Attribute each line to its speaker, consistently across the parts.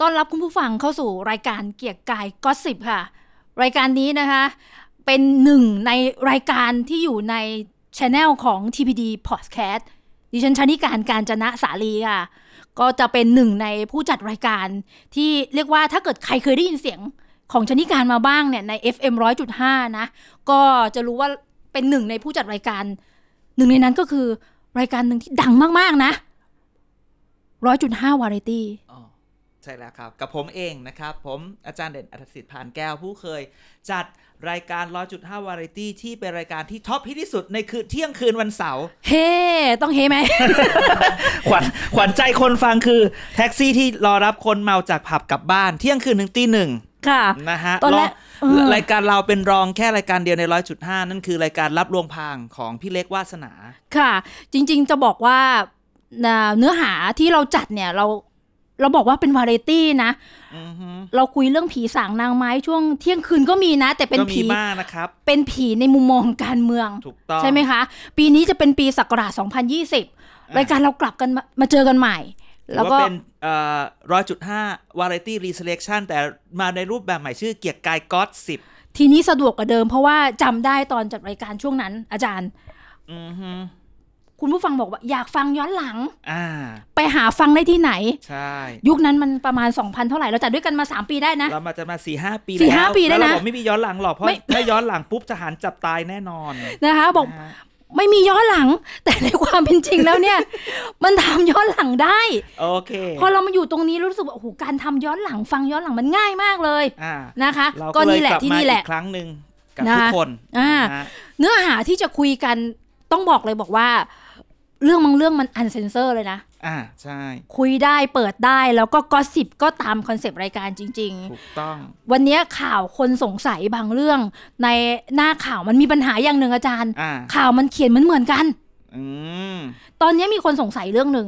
Speaker 1: ต้อนรับคุณผู้ฟังเข้าสู่รายการเกียกกายก็สิบค่ะ รายการนี้นะคะ เป็นหนึ่งในรายการที่อยู่ในช anel ของ TPD Podcast ดิฉันชนิการการจนะสาลีค่ะ ก็จะเป็นหนึ่งในผู้จัดรายการ ที่เรียกว่าถ้าเกิดใครเคยได้ยินเสียงของชนิการมาบ้างเนี่ยใน FM 100.5 นะ ก็จะรู้ว่าเป็นหนึ่งในผู้จัดรายการ หนึ่งในนั้นก็คือรายการหนึ่งที่ดังมากๆนะ100.5วาไรตี้
Speaker 2: อ๋อใช่แล้วครับ กับผมเองนะครับ ผมอาจารย์เด่นอัธสิทธิ์พานแก้วผู้เคย จัดรายการ 100.5 วาไรตี้ที่เป็นรายการที่ท็อปฮิตที่สุดในคืนเที่ยงคืนวันเสาร์
Speaker 1: เฮ้ต้องเฮ้ไหม
Speaker 2: ขวัญขวัญใจคนฟังคือ แท็กซี่ที่รอรับคนเมาจากผับกลับบ้าน เที่ยงคืนถึงตีหนึ่ง
Speaker 1: ค่ะ
Speaker 2: นะฮะ
Speaker 1: ตอน
Speaker 2: ร
Speaker 1: แร
Speaker 2: อก ง
Speaker 1: เออ
Speaker 2: รายการเราเป็นรองแค่รายการเดียวใน 100.5 นั่นคือรายการรับลวงพางของพี่เล็กวาสนา
Speaker 1: ค่ะ จริงๆจะบอกว่าน่ะเนื้อหาที่เราจัดเนี่ยเราเราบอกว่าเป็นวาไรตี้นะ
Speaker 2: อือฮึ
Speaker 1: เราคุยเรื่องผีสางนางไม้ช่วงเที่ยงคืนก็มีนะ แต่เป็น
Speaker 2: ก็มี
Speaker 1: ผี
Speaker 2: มากนะครับ
Speaker 1: เป็นผีในมุมมองของการเมือง
Speaker 2: ถูกต้อง
Speaker 1: ใช่ไหมคะ ปีนี้จะเป็นปีศักราช 2020 รายการเรากลับกันมามาเจอกันใหม่
Speaker 2: ถือ
Speaker 1: แล้ว
Speaker 2: ว่า
Speaker 1: ก็
Speaker 2: เป็นเอ่อ100.5 วาไรตี้รีเซลเลชันแต่มาในรูปแบบใหม่ชื่อเกียรติกายก็อดสิบ
Speaker 1: ทีนี้สะดวกกว่าเดิมเพราะว่าจำได้ตอนจัดรายการช่วงนั้น อาจารย์
Speaker 2: อือฮึ
Speaker 1: คุณผู้ฟังบอกว่าอยากฟังย้อนหลัง
Speaker 2: อ่า
Speaker 1: ไปหาฟังได้ที่ไหน
Speaker 2: ใช่
Speaker 1: ยุคนั้นมันประมาณ 2,000 เท่าไหร่ เราจัดด้วยกันมา 3 ปีได้นะ
Speaker 2: เรามาจะมาสี่ห้าปี
Speaker 1: สี่
Speaker 2: แล้ว
Speaker 1: ห้าปีได้นะ
Speaker 2: แล้เราบอกไม่มีย้อนหลังหรอก เพราะ
Speaker 1: ไม่
Speaker 2: ถ้าย้อนหลังปุ๊บทหารจับตายแน่นอน
Speaker 1: นะคะบอก
Speaker 2: นะฮะ
Speaker 1: ไม่มีย้อนหลัง แต่ในความเป็นจริงแล้วเนี่ย มันทำย้อนหลังได้
Speaker 2: โอเค
Speaker 1: พอเรามาอยู่ตรงนี้รู้สึกว่าโอ้โหการทำย้อนหลังฟังย้อนหลังมันง่ายมากเลย
Speaker 2: อ่า
Speaker 1: นะคะ
Speaker 2: เรา
Speaker 1: ก็
Speaker 2: ก็เลย
Speaker 1: นี่แห
Speaker 2: ก
Speaker 1: ละ
Speaker 2: ลับ
Speaker 1: ที่
Speaker 2: มา
Speaker 1: นี่แห
Speaker 2: อี
Speaker 1: ละ
Speaker 2: กครั้งหนึ่งกับ
Speaker 1: นะ
Speaker 2: ทุกคน
Speaker 1: อ่า
Speaker 2: นะฮะ
Speaker 1: เนื้อหาที่จะคุยกันต้องบอกเลยบอกว่า เรื่องบางเรื่องมันอันเซนเซอร์เลยนะ
Speaker 2: อ่าใช่
Speaker 1: คุยได้เปิดได้แล้วก็กอสิบก็ตามคอนเซปต์รายการจริง ๆ
Speaker 2: ถูกต้อง
Speaker 1: วันเนี้ยข่าวคนสงสัยบางเรื่อง ในหน้าข่าวมันมีปัญหาอย่างหนึ่งอาจารย์
Speaker 2: อ่า
Speaker 1: ข่าวมันเขียนมันเหมือนๆกัน
Speaker 2: อืม
Speaker 1: ตอนเนี้ยมีคนสงสัยเรื่องหนึ่ง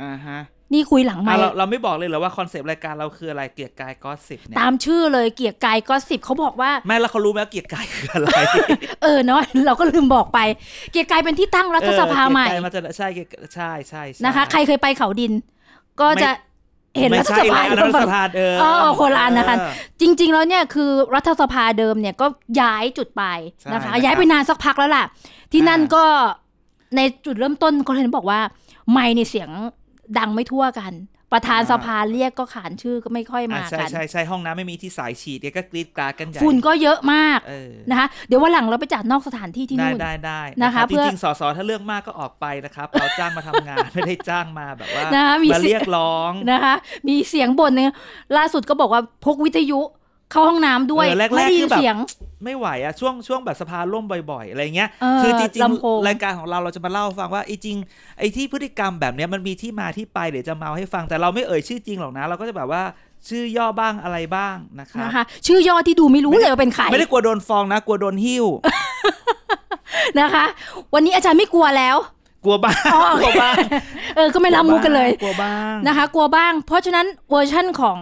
Speaker 2: อ่าฮะ
Speaker 1: นี่คุยหลังไม
Speaker 2: อ่ะเรา
Speaker 1: ค์
Speaker 2: เราไม่บอกเลยเหรอว่าคอนเซปต์รายการเราคืออะไรเกียรติกายก็สิบเนี่ย
Speaker 1: ตามชื่อเลยเกียรติกายก็สิบเขาบอกว่า
Speaker 2: แม่แล้วเขารู้ไหมว่าเกียรติกายคืออะไร
Speaker 1: เออเนาะ เราก็ลืมบอกไป เกียรติกายเป็นที่ตั้งรัฐสภาใหม่
Speaker 2: เออเกียรติกยนจะใช่เกียรติใช่ใช่ใช่
Speaker 1: นะคะ ใครเคยไปเขาดิน ก็จะเห็น
Speaker 2: ไม่
Speaker 1: รัฐ
Speaker 2: ใช่
Speaker 1: สภา
Speaker 2: แล้วรัฐสภาเดิม
Speaker 1: เออโคนละอันนะคะ
Speaker 2: เออ
Speaker 1: จริง ๆ แล้วเนี่ยคือรัฐสภาเดิมเนี่ยก็ย้ายจุดไปนะคะ
Speaker 2: ใช่นะครับ
Speaker 1: ย้ายไปนานสักพักแล้วล่ะ ที่นั่น
Speaker 2: อ่า
Speaker 1: ก็ในจุดเริ่มต้นก็เลยบอกว่า ไม่ในเสียงดังไม่ทั่วกัน ประธานสภาเรียกก็ขานชื่อก็ไม่ค่อย
Speaker 2: อ่ะ
Speaker 1: มา
Speaker 2: ใช่
Speaker 1: กัน
Speaker 2: ใช่ใช่ห้องน้ำไม่มีที่สายฉีดเนี่ยก็กรีดกราดกันใหญ่
Speaker 1: ฝุ่นก็เยอะมาก
Speaker 2: เออ
Speaker 1: นะคะ เดี๋ยววันหลังเราไปจัดนอกสถานที่ที่
Speaker 2: ได้
Speaker 1: นู่น
Speaker 2: ได้ได้
Speaker 1: นะคะ
Speaker 2: จ
Speaker 1: เพื่อ
Speaker 2: ริงๆสสถ้าเรื่องมากก็ออกไปนะครับ เราจ้างมาทำงาน ไม่ได้จ้างมาแบบว่า
Speaker 1: นะคะมี
Speaker 2: มา
Speaker 1: สิ
Speaker 2: เรียกร้อง
Speaker 1: นะคะ มีเสียงบ่นเนี่ยล่าสุดก็บอกว่าพกวิทยุเข้าห้องน้ำด้วย
Speaker 2: เออแร
Speaker 1: ไม่
Speaker 2: ก
Speaker 1: ได้
Speaker 2: ๆ
Speaker 1: ยิ
Speaker 2: คื
Speaker 1: น
Speaker 2: อแบบ
Speaker 1: เสียง
Speaker 2: ไม่ไหวอะช่วงช่วงแบบสภาล่มบ่อยๆอะไรเงี้ย
Speaker 1: เออ
Speaker 2: คือจริง
Speaker 1: ลำโพง
Speaker 2: ๆรายการของเราเราจะมาเล่าให้ฟังว่าไอ้จริงไอ้ที่พฤติกรรมแบบเนี้ยมันมีที่มาที่ไปเดี๋ยวจะเมาให้ฟังแต่เราไม่เอ่ยชื่อจริงหรอกนะ เราก็จะแบบว่าชื่อย่อบ้างอะไรบ้างนะครับ
Speaker 1: นะคะ ชื่อย่อที่ดูไม่รู้เลยว่าเป็นใคร
Speaker 2: ไม่ได้กลัวโดนฟองนะกลัวโดนหิ้ว
Speaker 1: นะคะ วันนี้อาจารย์ไม่กลัวแล้ว
Speaker 2: กลัวบ้าง
Speaker 1: อ๋อโอเค
Speaker 2: กลัวบ้าง
Speaker 1: เออ ก็ไม่รับมุกกันเลย
Speaker 2: กลัวบ้าง
Speaker 1: นะคะ กลัวบ้าง เพราะฉะนั้นเวอร์ชั่นของ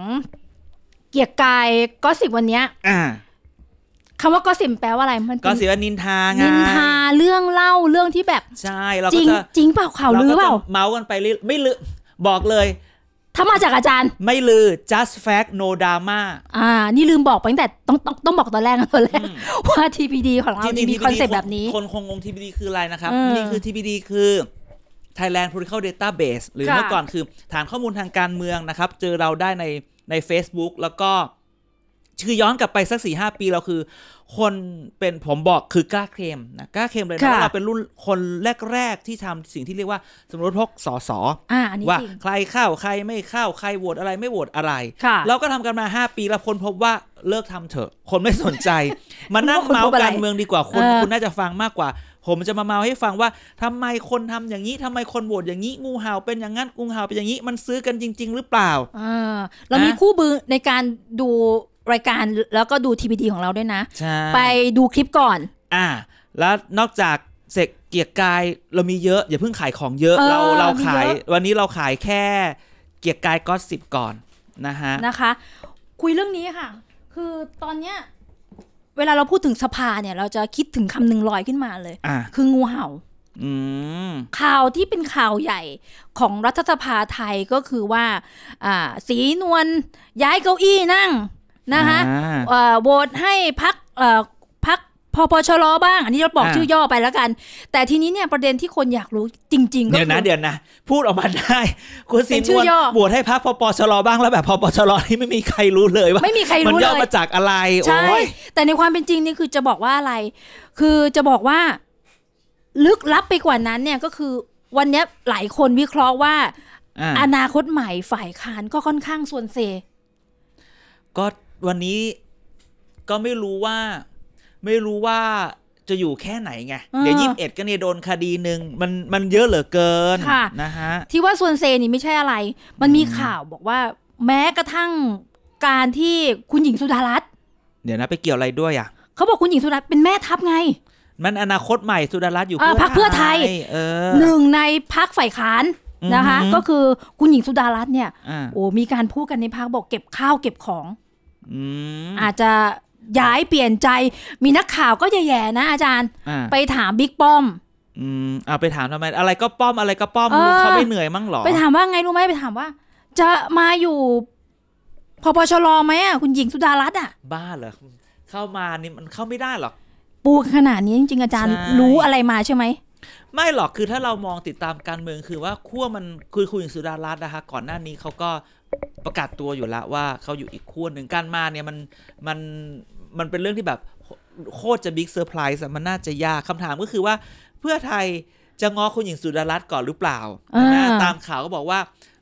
Speaker 1: เกียรติกายก็สิบวันเนี้ย
Speaker 2: อ่า
Speaker 1: คำว่าก็สิบแปลว่าอะไรมัน
Speaker 2: ก็
Speaker 1: เป็น
Speaker 2: สิว่านินทาไง
Speaker 1: นินทาเรื่องเล่าเรื่องที่แบบ
Speaker 2: ใช่เรา
Speaker 1: จ
Speaker 2: ก็
Speaker 1: ริง
Speaker 2: จะ
Speaker 1: จริงเปล่าข่าวลือเปล่า
Speaker 2: ก็จะเมาส์กันไปเรื่อยไม่ลือบอกเลย
Speaker 1: ถ้ามาจากอาจารย์
Speaker 2: ไม่ลือ just fact no drama
Speaker 1: อ่า นี่ลืมบอกไปตั้งแต่ต้องต้องต้องบอกตอนแรกนะต อนแรก
Speaker 2: อืม
Speaker 1: ว่า TPD ของเรานี่มีคอนเซ็ปต์แบบนี้
Speaker 2: คนคงงง TPD คืออะไรนะครับ
Speaker 1: เออ
Speaker 2: นี่คือ TPD คือ Thailand Political Database หรือ
Speaker 1: ค่ะ
Speaker 2: เมื่อก่อนคือฐานข้อมูลทางการเมืองนะครับ เจอเราได้ในใน Facebook แล้วก็คือย้อนกลับไปสักสี่ห้าปีเราคือ คนเป็นผมบอกคือกล้าเคลมนะกล้าเคลมเลยนะ
Speaker 1: ค่ะ
Speaker 2: ว่าเราเป็นรุ่นคนแรก ๆ ที่ทำสิ่งที่เรียกว่าสมรสพกสอสอ
Speaker 1: อ่า อันนี้
Speaker 2: ว่า
Speaker 1: จริง
Speaker 2: ใครเข้าใครไม่เข้าใครโหวตอะไรไม่โหวตอะไร
Speaker 1: ค่ะ
Speaker 2: เราก็ทำกันมา 5 ปีแล้วคนพบว่าเลิกทำเถอะ คนไม่สน ใจ มานั่ง
Speaker 1: คุณพบ
Speaker 2: เมาส์
Speaker 1: อะไร
Speaker 2: การเมืองดีกว่าคุณ
Speaker 1: เออ
Speaker 2: คุณน่าจะฟังมากกว่า ผมจะมาเมาให้ฟังว่าทำไมคนทำอย่างนี้ทำไมคนโหวตอย่างนี้งูเห่าเป็นอย่างนั้นงูเห่าเป็นอย่างนี้มันซื้อกันจริง ๆ หรือเปล่า
Speaker 1: อ่าเรามีคู่มือในการดูรายการแล้วก็ดู TPD ของเราด้วยนะ
Speaker 2: ใช่
Speaker 1: ไปดูคลิปก่อน
Speaker 2: อ่า แล้วนอกจากเสกเกียรติกายเรามีเยอะ อย่าเพิ่งขายของเยอะ
Speaker 1: เออ
Speaker 2: เราเรา
Speaker 1: มี
Speaker 2: ขาย
Speaker 1: เยอะ
Speaker 2: วันนี้เราขายแค่เกียรติกายก็สิบก่อนนะฮะ
Speaker 1: นะคะ คุยเรื่องนี้ค่ะ คือตอนเนี้ยเวลาเราพูดถึงสภาเนี่ย เราจะคิดถึงคำหนึ่งลอยขึ้นมาเลย
Speaker 2: อ่า
Speaker 1: คืองูเห่า
Speaker 2: อืม
Speaker 1: ข่าวที่เป็นข่าวใหญ่ของรัฐสภาไทยก็คือว่าอ่าสีนวลย้ายเก้าอี้นั่งนะคะ
Speaker 2: อ่า
Speaker 1: เอ่อโหวตให้พักพักพปชรบ้าง อันนี้เราบอก
Speaker 2: อ่า
Speaker 1: ชื่อย่อไปแล้วกัน แต่ทีนี้เนี่ยประเด็นที่คนอยากรู้จริง ๆ ก็
Speaker 2: เดี๋ยวนะ
Speaker 1: คือ
Speaker 2: เดี๋ยวนะ พูดออกมาได้ คุณสิ
Speaker 1: เป็นนชื่
Speaker 2: ว
Speaker 1: อนย่อ
Speaker 2: บวชให้พักพปชรบ้างแล้วแบบพปชรที่ไม่มีใครรู้เลยว่า
Speaker 1: ไม่มีใคร
Speaker 2: มัน
Speaker 1: รู้
Speaker 2: ย่
Speaker 1: เล
Speaker 2: อย มาจากอะไร
Speaker 1: ใช่
Speaker 2: โอ้ย
Speaker 1: แต่ในความเป็นจริงนี่คือจะบอกว่าอะไร คือจะบอกว่า ลึกลับไปกว่านั้นเนี่ยก็คือวันเนี้ยหลายคนวิเคราะห์ว่า
Speaker 2: อ่ะ
Speaker 1: อนาคตใหม่ฝ่ายค้านก็ค่อนข้างส่วนเซ
Speaker 2: ก็วันนี้ก็ไม่รู้ว่า ไม่รู้ว่าจะอยู่แค่ไหนไง
Speaker 1: เออ
Speaker 2: เดี๋ยวยี่สิบเอ็ดก็เนี่ยโดนคดีหนึ่งมันมันเยอะเหลือเกิน
Speaker 1: ค่ะ
Speaker 2: นะฮะ
Speaker 1: ที่ว่าส่วนเซนี่ไม่ใช่อะไร มันมีข่าวบอกว่า แม้กระทั่งการที่คุณหญิงสุดารัตน์
Speaker 2: เดี๋ยวนะไปเกี่ยวอะไรด้วยอ่ะ
Speaker 1: เขาบอกคุณหญิงสุดารัตน์เป็นแม่ทัพไง
Speaker 2: มันอนาคตใหม่สุดารัตน์อยู่
Speaker 1: เออพรรคเพื่อไทย
Speaker 2: เออ
Speaker 1: หนึ่งในพักฝ่ายค้านนะคะ
Speaker 2: อือหือ
Speaker 1: ก็คือคุณหญิงสุดารัตน์เนี่ย
Speaker 2: อ่ะ
Speaker 1: โอ้มีการพูดกันในพักบอกเก็บข้าวเก็บของ
Speaker 2: อืม
Speaker 1: อาจจะย้ายเปลี่ยนใจ มีนักข่าวก็แย่ๆนะอาจารย์
Speaker 2: อ่ะ
Speaker 1: ไปถามบิ๊กป้อม
Speaker 2: อืมเอาไปถามทำไม อะไรก็ป้อมอะไรก็ป้อม
Speaker 1: เออ
Speaker 2: เขาไม่เหนื่อยมั้งหรอ
Speaker 1: ไปถามว่าไงรู้ไหมไปถามว่า จะมาอยู่พปชรไหมอ่ะคุณหญิงสุดารัตน์อ่ะ
Speaker 2: บ้าเหรอเข้ามานี่มันเข้าไม่ได้หรอก
Speaker 1: ปูขนาดนี้จริงๆอาจารย์
Speaker 2: ใช่
Speaker 1: รู้อะไรมาใช่ไหม
Speaker 2: ไม่หรอกคือถ้าเรามองติดตามการเมืองคือว่าขั้วมันคือคุณหญิงสุดารัตน์นะคะก่อนหน้านี้เขาก็ประกาศตัวอยู่แล้วว่าเขาอยู่อีกขั้วหนึ่งการมาเนี่ยมันมันมันเป็นเรื่องที่แบบโคโคตรจะบิ๊กเซอร์ไพรส์มันน่าจะยากคำถามก็คือว่าเพื่อไทยจะงอคุณหญิงสุดารัตน์ก่อนหรือเปล่า
Speaker 1: อ่า
Speaker 2: ใช่ไหมตามข่าวก็บอกว่า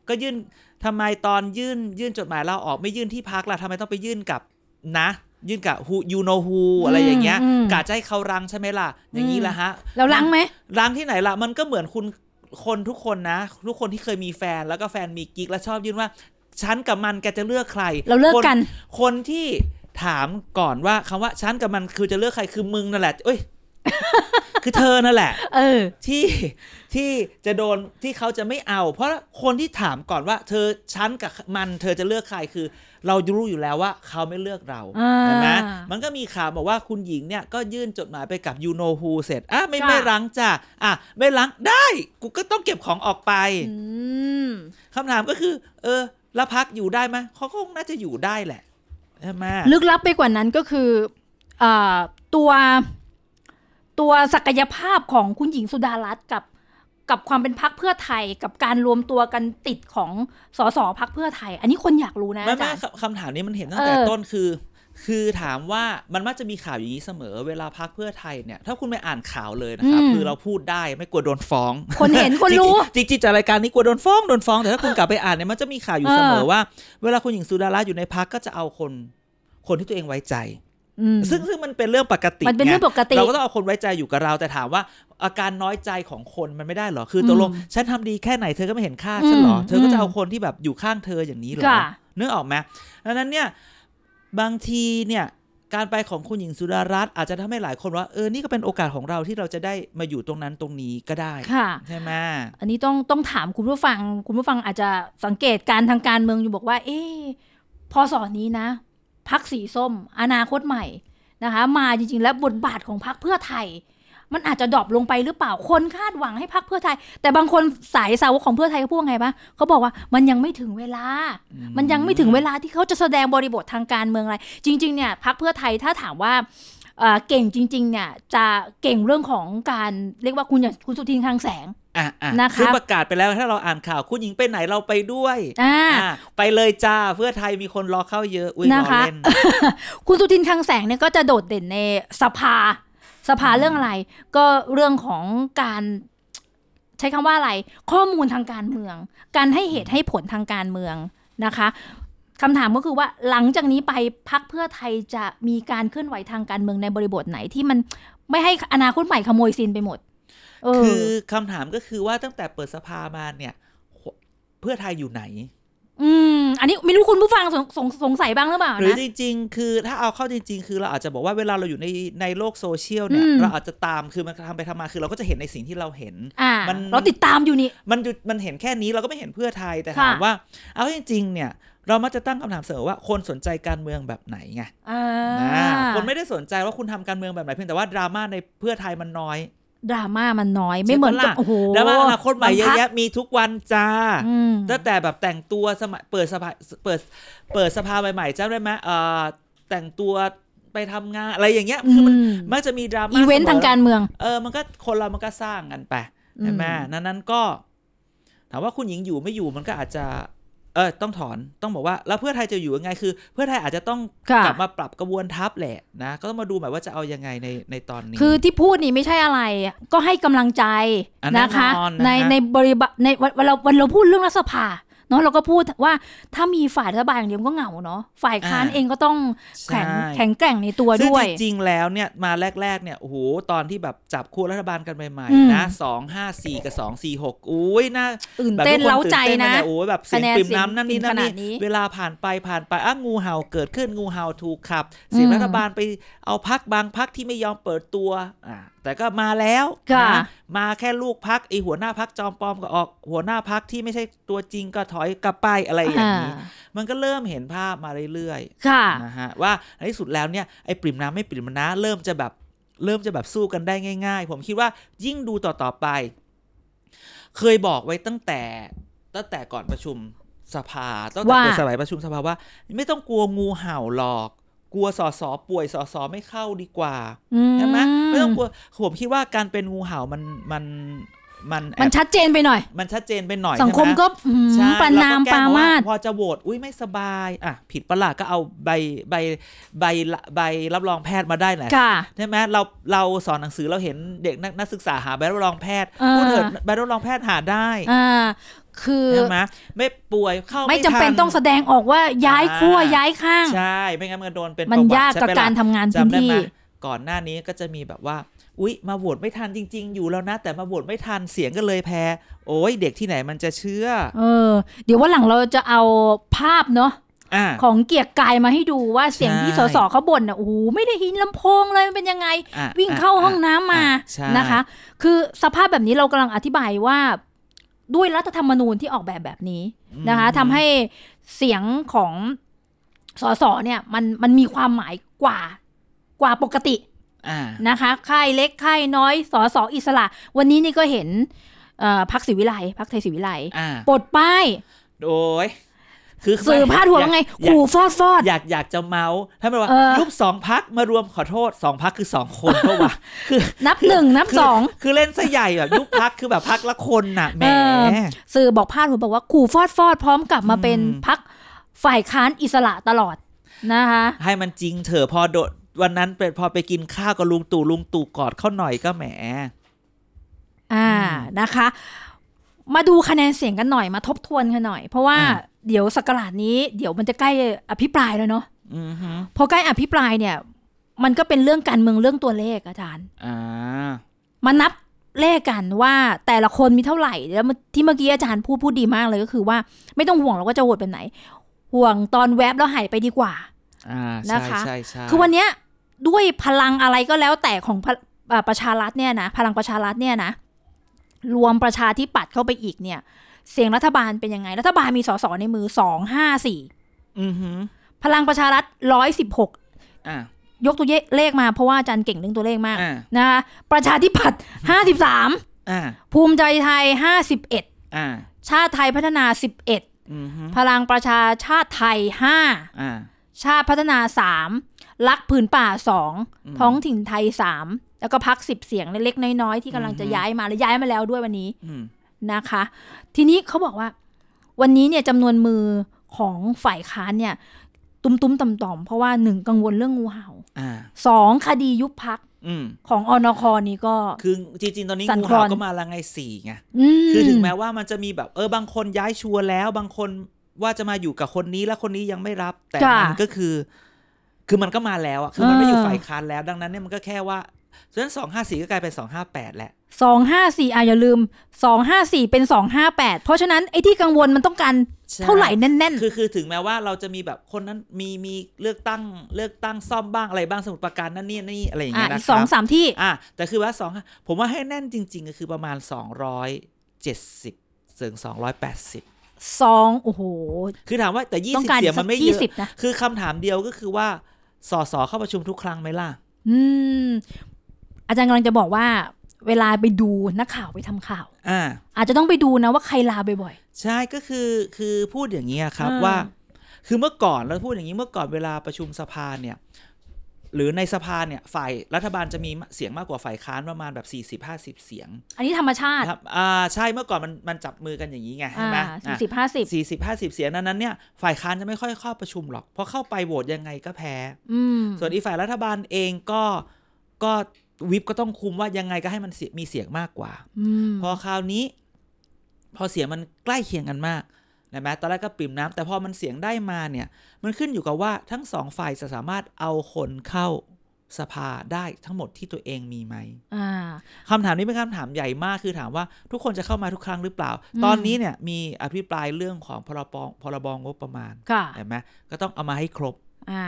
Speaker 2: ก็ยื่นทำไมตอนยื่นยื่นจดหมายลาออกไม่ยื่นที่พักล่ะทำไมต้องไปยื่นกับนะ ยื่นกับ who you know who อะไรอย่างเงี้ย
Speaker 1: อืมอืม
Speaker 2: กะจะให้เขารังใช่ไหมล่ะ อย่างนี้ละฮะ
Speaker 1: แล้วลังไหม
Speaker 2: ร้างที่ไหนละมันก็เหมือนคุณคนทุกคนนะ ทุกคนที่เคยมีแฟนแล้วก็แฟนมีกิ๊กแล้วชอบยื่นว่า ฉันกับมันแกจะเลือกใคร
Speaker 1: เราเลิกกัน
Speaker 2: คคนที่ถามก่อนว่าคำว่าฉันกับมันคือจะเลือกใครคือมึงนั่นแหละเอ้ย คือเธอนั่นแหละ
Speaker 1: เออ
Speaker 2: ที่ ที่จะโดนที่เขาจะไม่เอา เพราะคนที่ถามก่อนว่า เธอฉันกับมัน เธอจะเลือกใครคือ เรารู้อยู่แล้วว่าเขาไม่เลือกเรา
Speaker 1: อ่า
Speaker 2: เห็นไหมมันก็มีข่าวบอกว่าคุณหญิงเนี่ยก็ยื่นจดหมายไปกับยูโนฮูเสร็จอ่ะไม่
Speaker 1: จ้ะ
Speaker 2: ไม่รังจ้ะอ่ะไม่รังได้ กูก็ต้องเก็บของออกไป
Speaker 1: อืม
Speaker 2: คำถามก็คือ เออแล้วพักอยู่ได้ไหมเขาก็คงน่าจะอยู่ได้แหละใช่ไหม
Speaker 1: ลึกลับไปกว่านั้นก็คือเอ่อตัวตัวศักยภาพของคุณหญิงสุดารัตน์กับ กับความเป็นพักเพื่อไทย กับการรวมตัวกันติดของสสพักเพื่อไทย อันนี้คนอยากรู้นะ
Speaker 2: ไม่
Speaker 1: อาจา
Speaker 2: ไม่
Speaker 1: รย์
Speaker 2: คำคำถามนี้มันเห็นตั้งแต่
Speaker 1: เออ
Speaker 2: ต้นคือ คือถามว่ามันมักจะมีข่าวอย่างนี้เสมอ เวลาพักเพื่อไทยเนี่ย ถ้าคุณไม่อ่านข่าวเลยนะครับ คือเราพูดได้ไม่กลัวโดนฟ้อง
Speaker 1: คนเห็นคนรู้
Speaker 2: จริงๆจริงๆจากรายการนี้กลัวโดนฟ้องโดนฟ้องแต่ถ้าคุณกลับไปอ่านเนี่ยมันจะมีข่าวอยู่เสมอ
Speaker 1: เออ
Speaker 2: ว่า เวลาคุณหญิงสุดารัตน์อยู่ในพักก็จะเอาคนคนที่ตัวเองไว้ใจ
Speaker 1: อืม
Speaker 2: ซึ่งซึ่งมันเป็นเรื่องปกติ
Speaker 1: มันเป็นเรื่อง
Speaker 2: ไ
Speaker 1: ปกติ
Speaker 2: เราก็ต้องเอาคนไว้ใจอยู่กับเราแต่ถามว่า อาการน้อยใจของคนมันไม่ได้เหรอคือตกลง
Speaker 1: อืม
Speaker 2: ฉันทำดีแค่ไหนเธอก็ไม่เห็นค่าฉันเหรอ
Speaker 1: อืม
Speaker 2: เธอก็จะเอาคนที่แบบอยู่ข้างเธออย่างนี้เหรอ
Speaker 1: ค่ะ
Speaker 2: นึกออกไหมดังนั้นเนี่ยบางทีเนี่ยการไปของคุณหญิงสุดารัตน์อาจจะทำให้หลายคนว่าเออนี่ก็เป็นโอกาสของเราที่เราจะได้มาอยู่ตรงนั้นตรงนี้ก็ได้
Speaker 1: ค่ะ
Speaker 2: ใช่ไหม
Speaker 1: อันนี้ต้องต้องถามคุณผู้ฟัง คุณผู้ฟังอาจจะสังเกตการทางการเมืองอยู่บอกว่า เอ๊ะพอสอนนี้นะพักสีส้ม อนาคตใหม่นะคะ มาจริงๆ แล้วบทบาทของพักเพื่อไทย มันอาจจะดรอปลงไปหรือเปล่าคนคาดหวังให้พักเพื่อไทย แต่บางคนสายสาวกของเพื่อไทยเขาพูดว่าไงบ้างเขาบอกว่ามันยังไม่ถึงเวลา มันยังไม่ถึงเวลาที่เขาจะแสดงบริบททางการเมืองอะไร จริง ๆ เนี่ยพักเพื่อไทยถ้าถามว่าเอ่อเก่งจริง ๆ เนี่ย จะเก่งเรื่องของการเรียกว่าคุณอย่างคุณสุทินคลังแสง
Speaker 2: อ่ะอ่ะ
Speaker 1: นะคะ
Speaker 2: ซึ่งประกาศไปแล้วถ้าเราอ่านข่าวคุณหญิงไปไหนเราไปด้วย
Speaker 1: อ่า
Speaker 2: อ่ะไปเลยจ้าเพื่อไทยมีคนรอเข้าเยอะอุ้ยร
Speaker 1: นะ
Speaker 2: อ
Speaker 1: คะ
Speaker 2: เล่น
Speaker 1: คุณสุทินคลังแสงเนี่ยก็จะโดดเด่นในสภา สภาเรื่องอะไร ก็เรื่องของการใช้คำว่าอะไร ข้อมูลทางการเมือง การให้เหตุให้ผลทางการเมืองนะคะคำถามก็คือว่าหลังจากนี้ไปพักเพื่อไทยจะมีการเคลื่อนไหวทางการเมืองในบริบทไหนที่มันไม่ให้อนาคตใหม่ขโมยซีนไปหมด เออ
Speaker 2: คือคำถามก็คือว่าตั้งแต่เปิดสภามาเนี่ย เพื่อไทยอยู่ไหน
Speaker 1: อืม อันนี้ไม่รู้คุณผู้ฟังสงสงสงสัยบ้างหรือเปล่า
Speaker 2: หรือ
Speaker 1: นะ
Speaker 2: จริง ๆ คือถ้าเอาเข้าจริง ๆ คือเราอาจจะบอกว่าเวลาเราอยู่ในในโลกโซเชียลเนี่ย
Speaker 1: อืม
Speaker 2: เราอาจจะตามคือมันทำไปทำมาคือเราก็จะเห็นในสิ่งที่เราเห็น
Speaker 1: อ่า
Speaker 2: มัน
Speaker 1: เราติดตามอยู่นี่
Speaker 2: มันหยุดมันเห็นแค่นี้เราก็ไม่เห็นเพื่อไทยแต่
Speaker 1: ค่ะ
Speaker 2: ถามว่า เอาจริงๆเนี่ยเรามักจะตั้งคำถามเสมอว่าคนสนใจการเมืองแบบไหนไง
Speaker 1: อ่า
Speaker 2: อ่าคนไม่ได้สนใจว่าคุณทำการเมืองแบบไหนเพียงแต่ว่าดราม่าในเพื่อไทยมันน้อย
Speaker 1: ดราม่ามันน้อยไม่เหมือนกับ
Speaker 2: ใช่ปะล่ะ
Speaker 1: โอ้โห
Speaker 2: ดราม่าอนาคตใหม่เยอะ
Speaker 1: บังคับ
Speaker 2: แยะมีทุกวันจ้า
Speaker 1: อืม
Speaker 2: ตั้งแต่แบบแต่งตัวสมัยเปิดสภาเปิดเปิดสภาใหม่ๆจำได้ไหมเอ่อแต่งตัวไปทำงานอะไรอย่างเงี้ยคือมัน
Speaker 1: ม
Speaker 2: มักจะมีดราม่า
Speaker 1: อีเวนต์
Speaker 2: สม
Speaker 1: ทางการเมือง
Speaker 2: เออมันก็คนเรามันก็สร้างกันไปใช่ไหม
Speaker 1: อื
Speaker 2: นั้นนั้นก็ ถามว่าคุณหญิงอยู่ไม่อยู่มันก็อาจจะ เออต้องถอนต้องบอกว่า แล้วเพื่อไทยจะอยู่ยังไงคือ เพื่อไทยอาจจะต้อง
Speaker 1: ค่ะ
Speaker 2: กลับมาปรับกระบวนทัพแหละนะก็ต้องมาดูแบบว่าจะเอายังไงในในตอนนี้
Speaker 1: คือที่พูดนี่ไม่ใช่อะไรก็ให้กำลังใจ
Speaker 2: อ่ะ
Speaker 1: นะคะ
Speaker 2: แน่นอนนะ
Speaker 1: ใน
Speaker 2: ฮะ
Speaker 1: ในบริบทในวันวันเราวันเราพูดเรื่องรัฐสภาเนาะเราก็พูดว่าถ้ามีฝ่ายรัฐบาลอย่างเดียวมันก็เหงาเนาะฝ่ายค้านเองก็ต้องแข็ง
Speaker 2: ใช่
Speaker 1: แข็งแกร่งในตัว
Speaker 2: ซึ่ง
Speaker 1: ด้วย
Speaker 2: จริงๆ แล้วเนี่ยมาแรก ๆ เนี่ยโอ้โหตอนที่แบบจับคู่รัฐบาลกันใหม่
Speaker 1: อืม
Speaker 2: ๆนะสองห้าสี่กับสองสี่หกอุ้ยน่า
Speaker 1: อื่น
Speaker 2: แบบ
Speaker 1: เต้น
Speaker 2: ทุกค
Speaker 1: เล้าใจ
Speaker 2: ตื่กั
Speaker 1: นะ
Speaker 2: เยโอ้ยแบบ
Speaker 1: คะ
Speaker 2: เสียง
Speaker 1: แนน
Speaker 2: ปริ่มน้ำนั่นนี่
Speaker 1: เสียง
Speaker 2: นั่น
Speaker 1: ขนาดนี้
Speaker 2: นี่เวลาผ่านไปผ่านไปอ่ะงูเห่าเกิดขึ้นงูเห่าถูกขับ เสียง
Speaker 1: อืม
Speaker 2: รัฐบาลไปเอาพักบางพักที่ไม่ยอมเปิดตัวอ่ะแต่ก็มาแล้ว
Speaker 1: ค่ะ
Speaker 2: นะมาแค่ลูกพักไอหัวหน้าพักจอมปลอมก็ออก หัวหน้าพักที่ไม่ใช่ตัวจริงก็ถอยกลับไปอะไรอย่างนี้ มันก็เริ่มเห็นภาพมาเรื่อยๆ
Speaker 1: ค่ะ
Speaker 2: นะฮะว่าในที่สุดแล้วเนี่ยไอ้ปริ่มน้ำไม่ปริ่มน้ำเริ่มจะแบบเริ่มจะแบบสู้กันได้ง่าย ๆ ผมคิดว่ายิ่งดูต่อๆไป เคยบอกไว้ตั้งแต่ตั้งแต่ก่อนประชุมสภาตั้งแต่
Speaker 1: ว่า
Speaker 2: เปิดสมัยประชุมสภาว่า ไม่ต้องกลัวงูเห่าหรอก กลัวสอสอป่วยสอสอไม่เข้าดีกว่า
Speaker 1: อื
Speaker 2: ใช่ไหมไม่ต้องกลัวผมคิดว่าการเป็นงูเห่ามันมันมันแอบ
Speaker 1: มันชัดเจนไปหน่อย
Speaker 2: มันชัดเจนไปหน่อย
Speaker 1: สังคม
Speaker 2: ใช่ไห
Speaker 1: ก็อืม
Speaker 2: ใช่
Speaker 1: ประนาม
Speaker 2: แล้วก็แก
Speaker 1: ป
Speaker 2: ล้
Speaker 1: ราง
Speaker 2: ว่
Speaker 1: มาส
Speaker 2: พอจะโหวตอุ้ยไม่สบายอ่ะผิดประหลาดก็เอาใบใบใบละใบรับรองแพทย์มาได้แหละ
Speaker 1: ค่ะ
Speaker 2: ใช่ไหมเราเราสอนหนังสือเราเห็นเด็กนักนักศึกษาหาใบรับรองแพทย์
Speaker 1: อ่า
Speaker 2: พูดเถิดใบรับรองแพทย์หาได้
Speaker 1: อ่า คือ
Speaker 2: ใช่ไหมไม่ป่วยเข้า
Speaker 1: ไม่
Speaker 2: ไม่
Speaker 1: จำเป็น
Speaker 2: ทั
Speaker 1: ต้องแสดงออกว่าย้ายขั้ว
Speaker 2: อ่า
Speaker 1: ย้ายข้าง
Speaker 2: ใช่ ไม่งั้นมันก็โดนเป็น
Speaker 1: มัน
Speaker 2: ประวัติ
Speaker 1: ยากกับ
Speaker 2: ใช่ปะ
Speaker 1: การ
Speaker 2: ล่ะ
Speaker 1: ทำงานพื้น
Speaker 2: จำได้
Speaker 1: ที่
Speaker 2: ไหมก่อนหน้านี้ก็จะมีแบบว่า อุ๊ย มาโหวตไม่ทันจริง ๆ อยู่แล้วนะ แต่มาโหวตไม่ทันเสียงก็เลยแพ้ โอ้ยเด็กที่ไหนมันจะเชื่อ
Speaker 1: เออ เดี๋ยววันหลังเราจะเอาภาพเนาะ
Speaker 2: อ่ะ
Speaker 1: ของเกียรติกายมาให้ดูว่าเสียง
Speaker 2: ใช่
Speaker 1: ที่สสเขาบ่นอ่ะโอ้โหไม่ได้หินลำโพงเลยมันเป็นยังไง
Speaker 2: อ่ะ
Speaker 1: วิ่งเข้าห้อง
Speaker 2: ะ
Speaker 1: น้ำมา
Speaker 2: อ่ะใช่
Speaker 1: นะคะ คือสภาพแบบนี้เรากำลังอธิบายว่า ด้วยรัฐธรรมนูญที่ออกแบบแบบนี้ นะคะ
Speaker 2: อืม
Speaker 1: ทำให้เสียงของสสเนี่ยมันมันมีความหมายกว่ากว่าปกติ
Speaker 2: อ่า
Speaker 1: นะคะค่ายเล็กค่ายน้อยสสอิสระ วันนี้นี่ก็เห็นเอ่อพักศิวิไลพักไทยศิวิไล
Speaker 2: อ่า
Speaker 1: ปลดป้าย
Speaker 2: โดย คือ
Speaker 1: สื่อพาดหัวว่าไง
Speaker 2: อยาก
Speaker 1: ขู่ฟอดฟอด
Speaker 2: อยากอยากอยากจะเมาส์ถ้าไม่ว่า
Speaker 1: เออ
Speaker 2: ลูกสองพักมารวมขอโทษสองพักคือสองคนเพราะว่าคือ
Speaker 1: นับหนึ่งนับ
Speaker 2: คื
Speaker 1: ส อง
Speaker 2: คือเล่นซะใหญ่แบบยุบพักคือแบบพักละคนน่ะแหม
Speaker 1: สื่อบอกพาดหัวบอกว่าขู่ฟอดฟอดพร้อมกลับมาเป็น
Speaker 2: อืม
Speaker 1: พักฝ่ายค้านอิสระตลอดนะคะ
Speaker 2: ให้มันจริงเถอะพอโดดวันนั้นเป็นพอไปกินข้าวกับลุงตู่ลุงตู่กอดเข้าหน่อยก็แหม
Speaker 1: อ่า
Speaker 2: อืม
Speaker 1: นะคะ มาดูคะแนนเสียงกันหน่อยมาทบทวนกันหน่อย เพราะว่า
Speaker 2: อ่า
Speaker 1: เดี๋ยวสักราชนี้ เดี๋ยวมันจะใกล้อภิปรายแล้วเนาะ
Speaker 2: อือฮึ
Speaker 1: พอใกล้อภิปรายเนี่ย มันก็เป็นเรื่องการเมืองเรื่องตัวเลขอาจารย์
Speaker 2: อ่า
Speaker 1: มานับเลขกันว่าแต่ละคนมีเท่าไหร่แล้วที่เมื่อกี้อาจารย์พูดพูดดีมากเลยก็คือว่าไม่ต้องห่วงหรอกว่าจะโหวตแบบไหน ห่วงตอนแวบแล้วหายไปดีกว่า
Speaker 2: อ่า
Speaker 1: นะ
Speaker 2: ใช่
Speaker 1: คะ
Speaker 2: ใช่ใช่
Speaker 1: คือวันเนี้ยด้วยพลังอะไรก็แล้วแต่ของพะอ่าประชารัฐเนี่ยนะพลังประชารัฐเนี่ยนะรวมประชาธิปัตย์เข้าไปอีกเนี่ย เสียงรัฐบาลเป็นยังไง รัฐบาลมีสสในมือสองห้าสี่
Speaker 2: อือฮึ
Speaker 1: พลังประชารัฐร้อยสิบหก
Speaker 2: อ่าย
Speaker 1: กตัวเลขมาเพราะว่าอาจารย์เก่งเรื่องตัวเลขมาก
Speaker 2: อ่า
Speaker 1: นะคะประชาธิปัตย์ห้าสิบสาม
Speaker 2: อ่า
Speaker 1: ภูมิใจไทยห้าสิบเอ็ด
Speaker 2: อ่า
Speaker 1: ชาติไทยพัฒนาสิบเอ็ด
Speaker 2: อือฮึ
Speaker 1: พลังประชาชาติไทยห้า
Speaker 2: อ่า
Speaker 1: ชาติพัฒนาสามรักผืนป่าสอง
Speaker 2: อืม
Speaker 1: ท้องถิ่นไทย 3 แล้วก็พัก 10 เสียงเล็กๆน้อยๆ ที่กำลังจะ
Speaker 2: อือฮึ
Speaker 1: ย้ายมาและย้ายมาแล้วด้วยวันนี้
Speaker 2: อืม
Speaker 1: นะคะ ทีนี้เขาบอกว่า วันนี้เนี่ยจำนวนมือของฝ่ายค้านเนี่ย ตุ้มๆต่อมๆ เพราะว่า 1 กังวลเรื่องงูเห่า
Speaker 2: อ่า
Speaker 1: 2 คดียุบพัก
Speaker 2: อืม
Speaker 1: ของอนคนี่ก็
Speaker 2: คือจริงๆ ตอนนี้
Speaker 1: สั่น
Speaker 2: งู
Speaker 1: คลอ
Speaker 2: เห่าน ก็มาละไงสี่ไง
Speaker 1: ม
Speaker 2: คือถึงแม้ว่ามันจะมีแบบเออบางคนย้ายชัวร์แล้ว บางคนว่าจะมาอยู่กับคนนี้แล้วคนนี้ยังไม่รับ แต่
Speaker 1: จ้ะ
Speaker 2: มันก็คือ คือมันก็มาแล้วอะคือมั
Speaker 1: เอ
Speaker 2: น
Speaker 1: อ
Speaker 2: ไม่อยู่ฝ่ายค้านแล้ว ดังนั้นเนี่ยมันก็แค่ว่าฉะนั้นสองห้าสี่ก็กลายเป็นสองห้าแปดแหละ
Speaker 1: สองห้าสี่อ่ะอย่าลืมสองห้าสี่เป็นสองห้าแปดเพราะฉะนั้นไอ้ที่กังวลมันต้องการ
Speaker 2: ใช่
Speaker 1: เท่าไหร่แน่น
Speaker 2: คือคือถึงแม้ว่าเราจะมีแบบคนนั้นมีมีเลือกตั้งเลือกตั้งซ่อมบ้างอะไรบ้างสมุดประการนั่นนี่นี่อะไรอ
Speaker 1: ๆ
Speaker 2: ย่าง
Speaker 1: อ่ะ
Speaker 2: เงี้ยนะ
Speaker 1: อีก
Speaker 2: ค
Speaker 1: สอง
Speaker 2: รับ
Speaker 1: สามที่
Speaker 2: อ่ะแต่คือว่าสองผมว่าให้แน่นจริง ๆ ก็คือประมาณสองร้อยเจ็ดสิบถึงสองร้อยแปดสิบ
Speaker 1: สองโอ้โห
Speaker 2: คือถามว่าแต่ยี่
Speaker 1: ต้อง
Speaker 2: สิบ
Speaker 1: การ
Speaker 2: เสียงมันไม่
Speaker 1: สัก
Speaker 2: เยอะ
Speaker 1: 20นะ
Speaker 2: คือคำถามเดียวก็คือว่าสสเข้าประชุมทุกครั้งไหมล่ะ
Speaker 1: อืมอาจารย์กำลังจะบอกว่า เวลาไปดูนักข่าวไปทำข่าว
Speaker 2: อ่า
Speaker 1: อาจจะต้องไปดูนะว่าใครลาบ่อย
Speaker 2: ใช่ก็คือคือพูดอย่างนี้ยครับ
Speaker 1: อ่า
Speaker 2: ว่า คือเมื่อก่อนเราพูดอย่างนี้เมื่อก่อนเวลาประชุมสภาเนี่ย หรือในสภาเนี่ยฝ่ายรัฐบาลจะมีเสียงมากกว่าฝ่ายค้านประมาณแบบ 40 50 เสียง
Speaker 1: ๆ อันนี้ธรรมชาติ
Speaker 2: นะครับอ่าใช่เมื่อก่อนมันมันจับมือกันอย่างนี้ไงใช่ไหม
Speaker 1: อ่า
Speaker 2: อ่ะ
Speaker 1: สิบห้าสิบ
Speaker 2: สี่สิบห้าสิบเสียงนั้นนั้นเนี่ยฝ่ายค้านจะไม่ค่อยเข้าประชุมหรอก เพราะเข้าไปโหวตยังไงก็แพ้
Speaker 1: อืม
Speaker 2: ส่วนอีกฝ่ายรัฐบาลเองก็ก็วิปก็ต้องคุมว่ายังไงก็ให้มันเสียมีเสียงมากกว่า
Speaker 1: อืม
Speaker 2: พอคราวนี้ พอเสียงมันใกล้เคียงกันมากนะแม้ตอนแรกก็ปริ่มน้ำแต่พอมันเสียงได้มาเนี่ย มันขึ้นอยู่กับว่าทั้งสองฝ่ายจะสามารถเอาคนเข้าสภาได้ทั้งหมดที่ตัวเองมีไหม
Speaker 1: อ่า
Speaker 2: คำถามนี้เป็นคำถามใหญ่มากคือถามว่าทุกคนจะเข้ามาทุกครั้งหรือเปล่า
Speaker 1: อืม
Speaker 2: ตอนนี้เนี่ยมีอภิปรายเรื่องของพรบพรบงบประมาณ
Speaker 1: ค่ะ
Speaker 2: เห็นไหมก็ต้องเอามาให้ครบ
Speaker 1: อ่า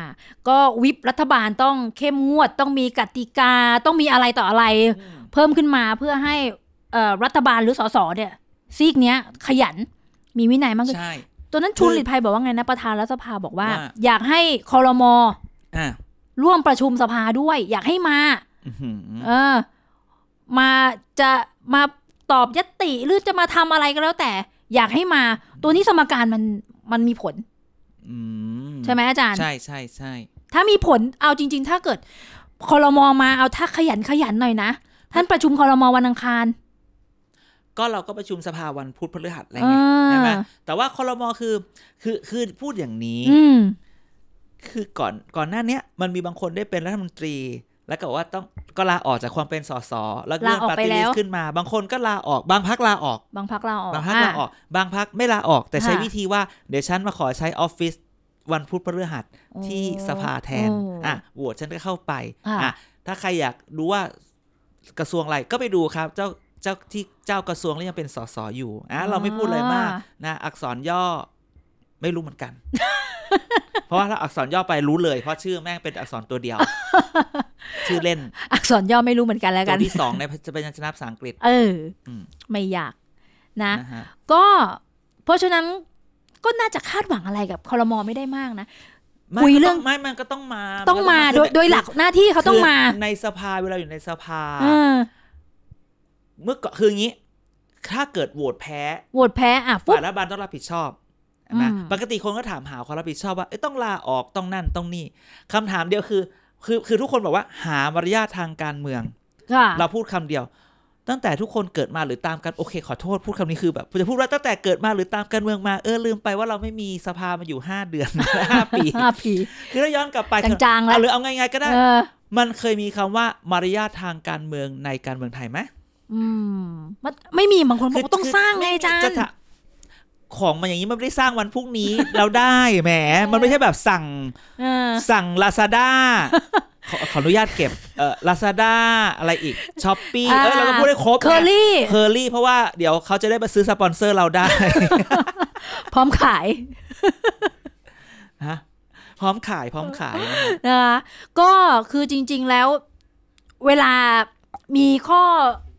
Speaker 1: ก็วิปรัฐบาลต้องเข้มงวดต้องมีกติกาต้องมีอะไรต่ออะไร เพิ่มขึ้นมาเพื่อให้เอ่อรัฐบาลหรือสสเนี่ย ซีกเนี้ย ขยันมีวินัยมากขึ้น
Speaker 2: ใช่
Speaker 1: ตัวนั้นชุน
Speaker 2: คือ
Speaker 1: หลีกภัยบอกว่าไงนะประธานรัฐสภาบอกว่า
Speaker 2: ว่า
Speaker 1: อยากให้คอรมอ
Speaker 2: อ่ะ
Speaker 1: ร่วมประชุมสภาด้วย อยากให้มา
Speaker 2: อื้อหือ
Speaker 1: เออ มาจะมาตอบยตติหรือจะมาทำอะไรก็แล้วแต่ อยากให้มา ตัวนี้สมการมันมันมีผล
Speaker 2: อื
Speaker 1: ใช่ไหมอาจารย์
Speaker 2: ใช่ใช่ใช่
Speaker 1: ถ้ามีผลเอาจริง ๆ ถ้าเกิดคอรมอมาเอาถ้าขยันขยันหน่อยนะ ท่านประชุมคอรมอวันอังคาร
Speaker 2: ก็เราก็ประชุมสภาวันพุธพฤหัสอะไรเงี้ย
Speaker 1: อ่า
Speaker 2: ใช่ไหมแต่ว่าคอรมอคือคือคือพูดอย่างนี้
Speaker 1: อืม
Speaker 2: คือก่อนก่อนหน้าเนี้ยมันมีบางคนได้เป็นรัฐมนตรี แล้วก็บอกว่าต้องก็ลาออกจากความเป็นสสแล้วเลื่อน
Speaker 1: ลาออก
Speaker 2: ปาร์
Speaker 1: ไป
Speaker 2: ตี้
Speaker 1: แล้
Speaker 2: ลิ
Speaker 1: ว
Speaker 2: สต์ขึ้นมา บางคนก็ลาออกบางพักลาออก
Speaker 1: บางพักเราออก
Speaker 2: บางพักลาออก บางพักไม่ลาออก แต่ใช้วิธีว่าเดี๋ยวฉันมาขอใช้ออฟฟิศวันพุธพฤหัส
Speaker 1: อ่ะ
Speaker 2: ที่สภาแทน
Speaker 1: โ
Speaker 2: อ่ะโหวตฉันก็เข้าไป
Speaker 1: อ่ะ
Speaker 2: อ่ะถ้าใครอยากดูว่ากระทรวงอะไรก็ไปดูครับ เจ้าเจ้าที่เจ้ากระทรวงแล้วยังเป็นสสอยู่อ่ะเราไม่พูดอะไรมากนะอักษรย่อไม่รู้เหมือนกัน เพราะว่าถ้าอักษรย่อไปรู้เลย เพราะชื่อแม่งเป็นอักษรตัวเดี ยว ชื่อเล่น
Speaker 1: อักษรย่อไม่รู้เหมือนกันแล้ว
Speaker 2: ตั
Speaker 1: กั
Speaker 2: วน ที่สองในจะเป็นยัญชนะภาษาอังกฤษ
Speaker 1: เอออ
Speaker 2: ม
Speaker 1: ไม่อยากนะ
Speaker 2: นะฮะ
Speaker 1: ก็เพราะฉะนั้นก็น่าจะคาดหวังอะไรกับคอรมอไม่ได้มากนะ
Speaker 2: ไม่
Speaker 1: คุย
Speaker 2: ก็
Speaker 1: เรื่
Speaker 2: ต้
Speaker 1: อง
Speaker 2: ไม่มันก็ต้องมา
Speaker 1: ต้อง
Speaker 2: นก็
Speaker 1: มาโดย
Speaker 2: คือ
Speaker 1: โดยหลักหน้าที่เขาต้องมา
Speaker 2: คือในสภาเวลาอยู่ในสภา
Speaker 1: เออ
Speaker 2: เมื่อก่อนคืออย่างนี้ ถ้าเกิดโหวตแพ้
Speaker 1: โหวตแพ้อ่ะปุ๊บ
Speaker 2: ฝ่ายรัฐบาลต้องรับผิดชอบใช่ไหม
Speaker 1: อืม
Speaker 2: ปกติคนก็ถามหาความรับผิดชอบว่าเอ้ยต้องลาออกต้องนั่นต้องนี่คำถามเดียวคือ คือคือทุกคนบอกว่าหามารยาททางการเมือง
Speaker 1: ค่ะ
Speaker 2: เราพูดคำเดียว ตั้งแต่ทุกคนเกิดมาหรือตามกันโอเค ขอโทษพูดคำนี้คือแบบจะพูดว่าตั้งแต่เกิดมาหรือตามการเมืองมาเออลืมไปว่าเราไม่มีสภามาอยู่ห้าเดือน ห้า ปี
Speaker 1: อ่ะผี
Speaker 2: คือถ้าย้อนกลับไป
Speaker 1: จางๆแล้ว
Speaker 2: เอาหรือเอาไงๆก็ได้
Speaker 1: เออ
Speaker 2: มันเคยมีคำว่ามารยาททางการเมืองในการเมืองไทยไหม
Speaker 1: อืมมันไม่มีบางคนบอ
Speaker 2: คื
Speaker 1: กว่าต้องสร้างไงอาจาร
Speaker 2: จะ
Speaker 1: ย์
Speaker 2: ถะของมันอย่างนี้มันไม่ได้สร้างวันพรุ่งนี้ เราได้แหม มันไม่ใช่แบบสั่ง
Speaker 1: เออ
Speaker 2: สั่งลาซาด้าขออนุญาตเก็บเอ่อลาซาด้าอะไรอีกช้อปปี้
Speaker 1: อ่า
Speaker 2: เอ้ยเราก็พูดได้ครบ
Speaker 1: เคอรี่
Speaker 2: เคอรี่เพราะว่าเดี๋ยวเขาจะได้มาซื้อสปอนเซอร์เราได้
Speaker 1: พร้อมขาย
Speaker 2: ฮะพร้อมขายพร้อมขายนะฮะ
Speaker 1: นะคะก็คือจริง ๆแล้ว เวลามีข้อ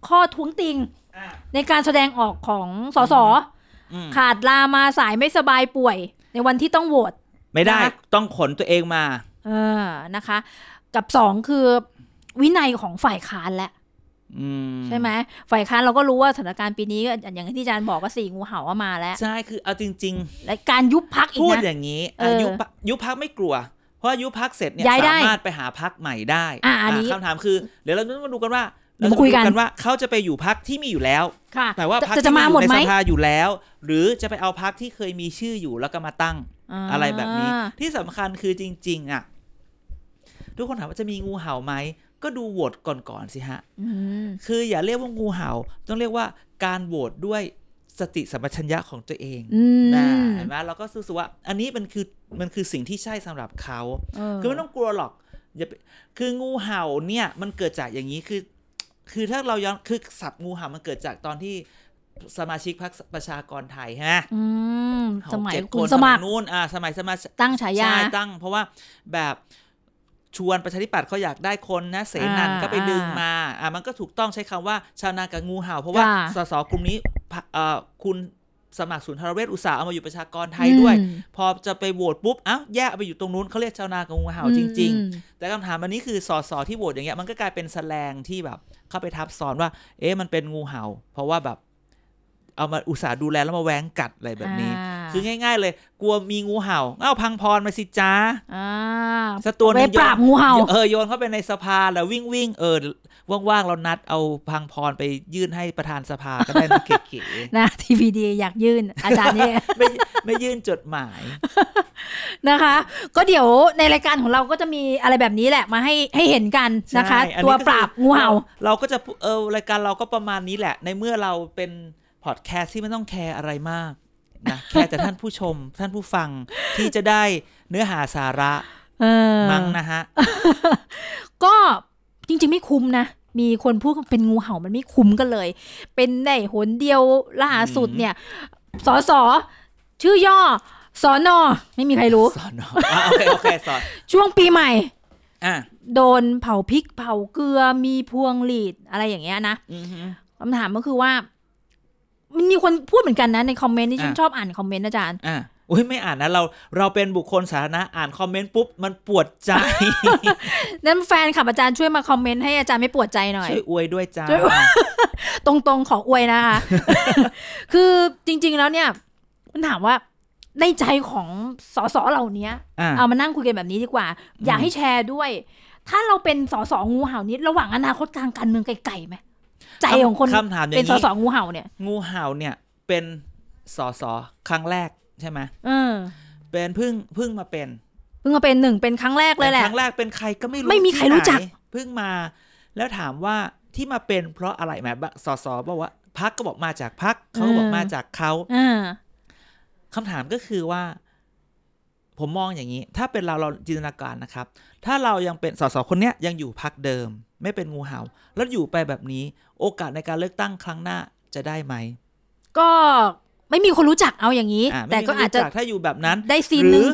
Speaker 1: ข้อท้วงติง
Speaker 2: อ่ะ
Speaker 1: ในการแสดงออกของสส
Speaker 2: อืม
Speaker 1: ขาดลามาสายไม่สบายป่วย ในวันที่ต้องโหวต
Speaker 2: ไม่ได้
Speaker 1: นะคะ
Speaker 2: ต้องขนตัวเองมา
Speaker 1: เออนะคะ กับสองคือวินัยของฝ่ายค้านแหละ
Speaker 2: อื
Speaker 1: ใช่ไหมฝ่ายค้านเราก็รู้ว่าสถานการณ์ปีนี้ก็อย่างที่อาจารย์บอกก็สี่งูเห่าก็มาแล้ว
Speaker 2: ใช่คือเอาจริง ๆ
Speaker 1: และการยุบพักอีก
Speaker 2: พูด
Speaker 1: นะ
Speaker 2: อย่างนี้
Speaker 1: เออ
Speaker 2: ยุบพักยุบพักไม่กลัว เพราะว่ายุบพักเสร็จเนี่ย
Speaker 1: ย้ายได้
Speaker 2: สามารถไปหาพักใหม่ได้
Speaker 1: อ่ะอันนี้
Speaker 2: อ่ะคำถามคือ เดี๋ยวเราต้องมาดูกันว่า
Speaker 1: เดี๋ยวมาคุยกัน
Speaker 2: เรจะดูว่าเขาจะไปอยู่พักที่มีอยู่แล้ว
Speaker 1: ค่ะ
Speaker 2: หมายว่าพัก
Speaker 1: จะ
Speaker 2: ที่
Speaker 1: จะมาหมด
Speaker 2: อยู่
Speaker 1: ไหม
Speaker 2: ในสภาอยู่แล้ว หรือจะไปเอาพักที่เคยมีชื่ออยู่แล้วก็มาตั้งอะไรแบบนี้
Speaker 1: อ่า
Speaker 2: ที่สำคัญคือจริง ๆ อ่ะ ทุกคนถามว่าจะมีงูเห่าไหมก็ดูโหวตก่อนๆสิฮะ
Speaker 1: อืม
Speaker 2: คืออย่าเรียกว่างูเห่า ต้องเรียกว่าการโหวตด้วยสติสัมปชัญญะของตัวเอง
Speaker 1: อื
Speaker 2: นะ
Speaker 1: ม
Speaker 2: เห็นไหมเราก็รู้สึกว่า อันนี้มันคือมันคือสิ่งที่ใช่สำหรับเขา
Speaker 1: เออ
Speaker 2: คือไม่ต้องกลัวหรอกอย่าไปคืองูเห่าเนี่ยมันเกิดจากอย่างนี้คือ คือถ้าเราย้อนคือสับงูเห่ามันเกิดจากตอนที่สมาชิกพรรคประชากรไทยฮะ
Speaker 1: อืม
Speaker 2: เห่า
Speaker 1: สมัย
Speaker 2: เจ็ด
Speaker 1: คุณ
Speaker 2: น
Speaker 1: สมัคร
Speaker 2: นู่นอ่าสมัยสมาชิก
Speaker 1: ตั้งฉายา
Speaker 2: ใช่ตั้ง เพราะว่าแบบชวนประชาธิปัตย์เขาอยากได้คนนะเสนัน
Speaker 1: อ่า
Speaker 2: ก็ไปดึงมาอ่ามันก็ถูกต้องใช้คำว่าชาวนากับงูเห่า เพราะว่า
Speaker 1: ค่ะ
Speaker 2: สสกลุ่มนี้พรรคเอ่อคุณ สมัครศูนย์ธารเวชอุตสาห์เอามาอยู่ประชากรไทยด้วย
Speaker 1: อืม
Speaker 2: พอจะไปโหวตปุ๊บอ้าวแยกเอาไปอยู่ตรงนู้นเขาเรียกชาวนากับงูเห่าจริง
Speaker 1: อืม
Speaker 2: ๆ แต่คำถามอันนี้คือสอสอที่โหวตอย่างเงี้ยมันก็กลายเป็นแสแลงที่แบบ เข้าไปทับซ้อนว่า เอ๊ะมันเป็นงูเห่า เพราะว่าแบบ เอามาอุตส่าห์ดูแลแล้วมาแหวงกัดอะไรแบบนี้
Speaker 1: อ่า
Speaker 2: คือง่าย ๆ เลย กลัวมีงูเห่าเอ้าวพังพรมาสิจ้า
Speaker 1: อ่า
Speaker 2: สกตัวห
Speaker 1: ไป
Speaker 2: นึง
Speaker 1: ป
Speaker 2: โย
Speaker 1: ราบ
Speaker 2: น
Speaker 1: งูเห่า
Speaker 2: เออโยนเข้าไปในสภาแล้ววิ่งวิ่งเออว่างๆเรานัดเอาพังพรไปยื่นให้ประธานสภาก็ได้นะ เก๋
Speaker 1: นะ ทีวีดีอยากยื่นอาจารย์เนี่ย
Speaker 2: ๆไม่ไม่ยื่นจดหมาย
Speaker 1: นะคะ ก็เดี๋ยวในรายการของเราก็จะมีอะไรแบบนี้แหละมาให้ให้เห็นกันนะคะ
Speaker 2: ใช่อั
Speaker 1: ตัว
Speaker 2: ก็
Speaker 1: ปราบงูเห่า
Speaker 2: เราก็จะพูเออรายการเราก็ประมาณนี้แหละ ในเมื่อเราเป็นพอดแคสต์ที่ไม่ต้องแคร์อะไรมากนะ แค่แต่ท่านผู้ชม ท่านผู้ฟังที่จะได้เนื้อหาสาระ
Speaker 1: เออ
Speaker 2: มั้งนะฮะ
Speaker 1: ก็จริงๆไม่คุ้มนะ มีคนพูดว่าเป็นงูเห่ามันไม่คุ้มกันเลย เป็นได้หนเดียวล่าสุด
Speaker 2: อืม
Speaker 1: เนี่ยสอสอชื่อย่อสอนอไม่มีใครรู้
Speaker 2: สอนเนอะอ่ะโอเคโอเคสอน
Speaker 1: ช่วงปีใหม่
Speaker 2: อ่ะ
Speaker 1: โดนเผาพริกเผาเกลือมีพวงหลีดอะไรอย่างเงี้ยนะ
Speaker 2: อือหือ
Speaker 1: คำถามก็คือว่า มันมีคนพูดเหมือนกันนะในคอมเมนต์ที่ฉัน
Speaker 2: อ่ะ
Speaker 1: ชอบอ่านคอมเมนต์อาจารย์
Speaker 2: อ่ะอุ้ยไม่อ่านนะเราเราเป็นบุคคลสาธารณะอ่านคอมเมนต์ปุ๊บ มันปวดใจ
Speaker 1: นั้นแฟนขับอาจารย์ช่วยมาคอมเมนต์ให้อาจารย์ไม่ปวดใจหน่อย
Speaker 2: ช่วยอวยด้วยจ้า
Speaker 1: ช่วยอวย ตรงๆขออวยนะคะ คือจริง ๆแล้วเนี่ย มันถามว่าในใจของสสเหล่านี้
Speaker 2: อ่ะ
Speaker 1: เอามานั่งคุยกันแบบนี้ดีกว่า อยาก
Speaker 2: อืม
Speaker 1: ให้แชร์ด้วย ถ้าเราเป็นสสงูเห่านี้ระหว่างอนาคตทางการเมืองไกลๆไหมใจของคน
Speaker 2: คำถามอย่า
Speaker 1: เป็น
Speaker 2: ง
Speaker 1: ส
Speaker 2: นี้
Speaker 1: สงูเห่าเนี่ย
Speaker 2: งูเห่าเนี่ยเป็นสอสอครั้งแรกใช่ไหม
Speaker 1: เออ
Speaker 2: เป็นเพิ่งเพิ่งมาเป็น
Speaker 1: เพิ่งมาเป็นหนึ่งเป็นครั้งแรกเลยแหละ
Speaker 2: ครั้งแรกเป็นใครก็ไม่รู้
Speaker 1: ไม่มีใคร
Speaker 2: ที่หน
Speaker 1: รู้จัก
Speaker 2: เพิ่งมา แล้วถามว่าที่มาเป็นเพราะอะไรแหมบะสสบอกว่าพักก็บอกมาจากพักเขาก็บอกมาจากเขา
Speaker 1: อ่า
Speaker 2: คำถามก็คือว่า ผมมองอย่างนี้ ถ้าเป็นเราเราจินตนาการนะครับ ถ้าเรายังเป็นสสคนเนี้ยยังอยู่พักเดิม ไม่เป็นงูเห่า แล้วอยู่ไปแบบนี้ โอกาสในการเลือกตั้งครั้งหน้าจะได้ไหม
Speaker 1: ก็ไม่มีคนรู้จักเอาอย่างนี้
Speaker 2: อ่ะไม่
Speaker 1: แต่
Speaker 2: มี
Speaker 1: ก็อาจจะ
Speaker 2: รู้ถ้าอยู่แบบนั้น
Speaker 1: ได้ซีน
Speaker 2: ห
Speaker 1: ห
Speaker 2: รื
Speaker 1: นึ่ง
Speaker 2: อ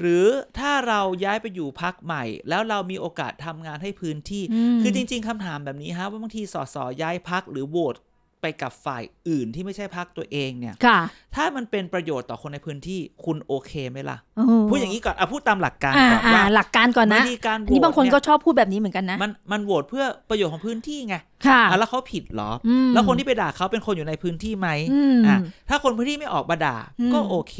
Speaker 2: หรือถ้าเราย้ายไปอยู่พักใหม่ แล้วเรามีโอกาสทำงานให้พื้นที่
Speaker 1: ม
Speaker 2: คือจริง ๆคำถามแบบนี้ฮะว่าบางทีสสย้ายพักหรือโหวตไปกับฝ่ายอื่นที่ไม่ใช่พักตัวเองเนี่ย
Speaker 1: ค่ะ
Speaker 2: ถ้ามันเป็นประโยชน์ต่อคนในพื้นที่คุณโอเคไหมล่ะ
Speaker 1: เออ
Speaker 2: พูดอย่างนี้ก่อนอ่ะพูดตามหลักการ
Speaker 1: อ่า
Speaker 2: ก่อน
Speaker 1: อ่า
Speaker 2: ว่า
Speaker 1: หลักการก่อน
Speaker 2: มั
Speaker 1: นะ
Speaker 2: มีการโหว
Speaker 1: อันนี้
Speaker 2: ต
Speaker 1: บางคน
Speaker 2: เย
Speaker 1: ก็ชอบพูดแบบนี้เหมือนกันนะ
Speaker 2: มันมันโหวตเพื่อประโยชน์ของพื้นที่ไง
Speaker 1: ค่ะ
Speaker 2: อ่ะแล้วเขาผิดเหรออ
Speaker 1: อืม
Speaker 2: แล้วคนที่ไปด่าเขาเป็นคนอยู่ในพื้นที่ไหม
Speaker 1: อืม
Speaker 2: อ่ะถ้าคนพื้นที่ไม่ออกมาด่า
Speaker 1: อืม
Speaker 2: ก็โอเค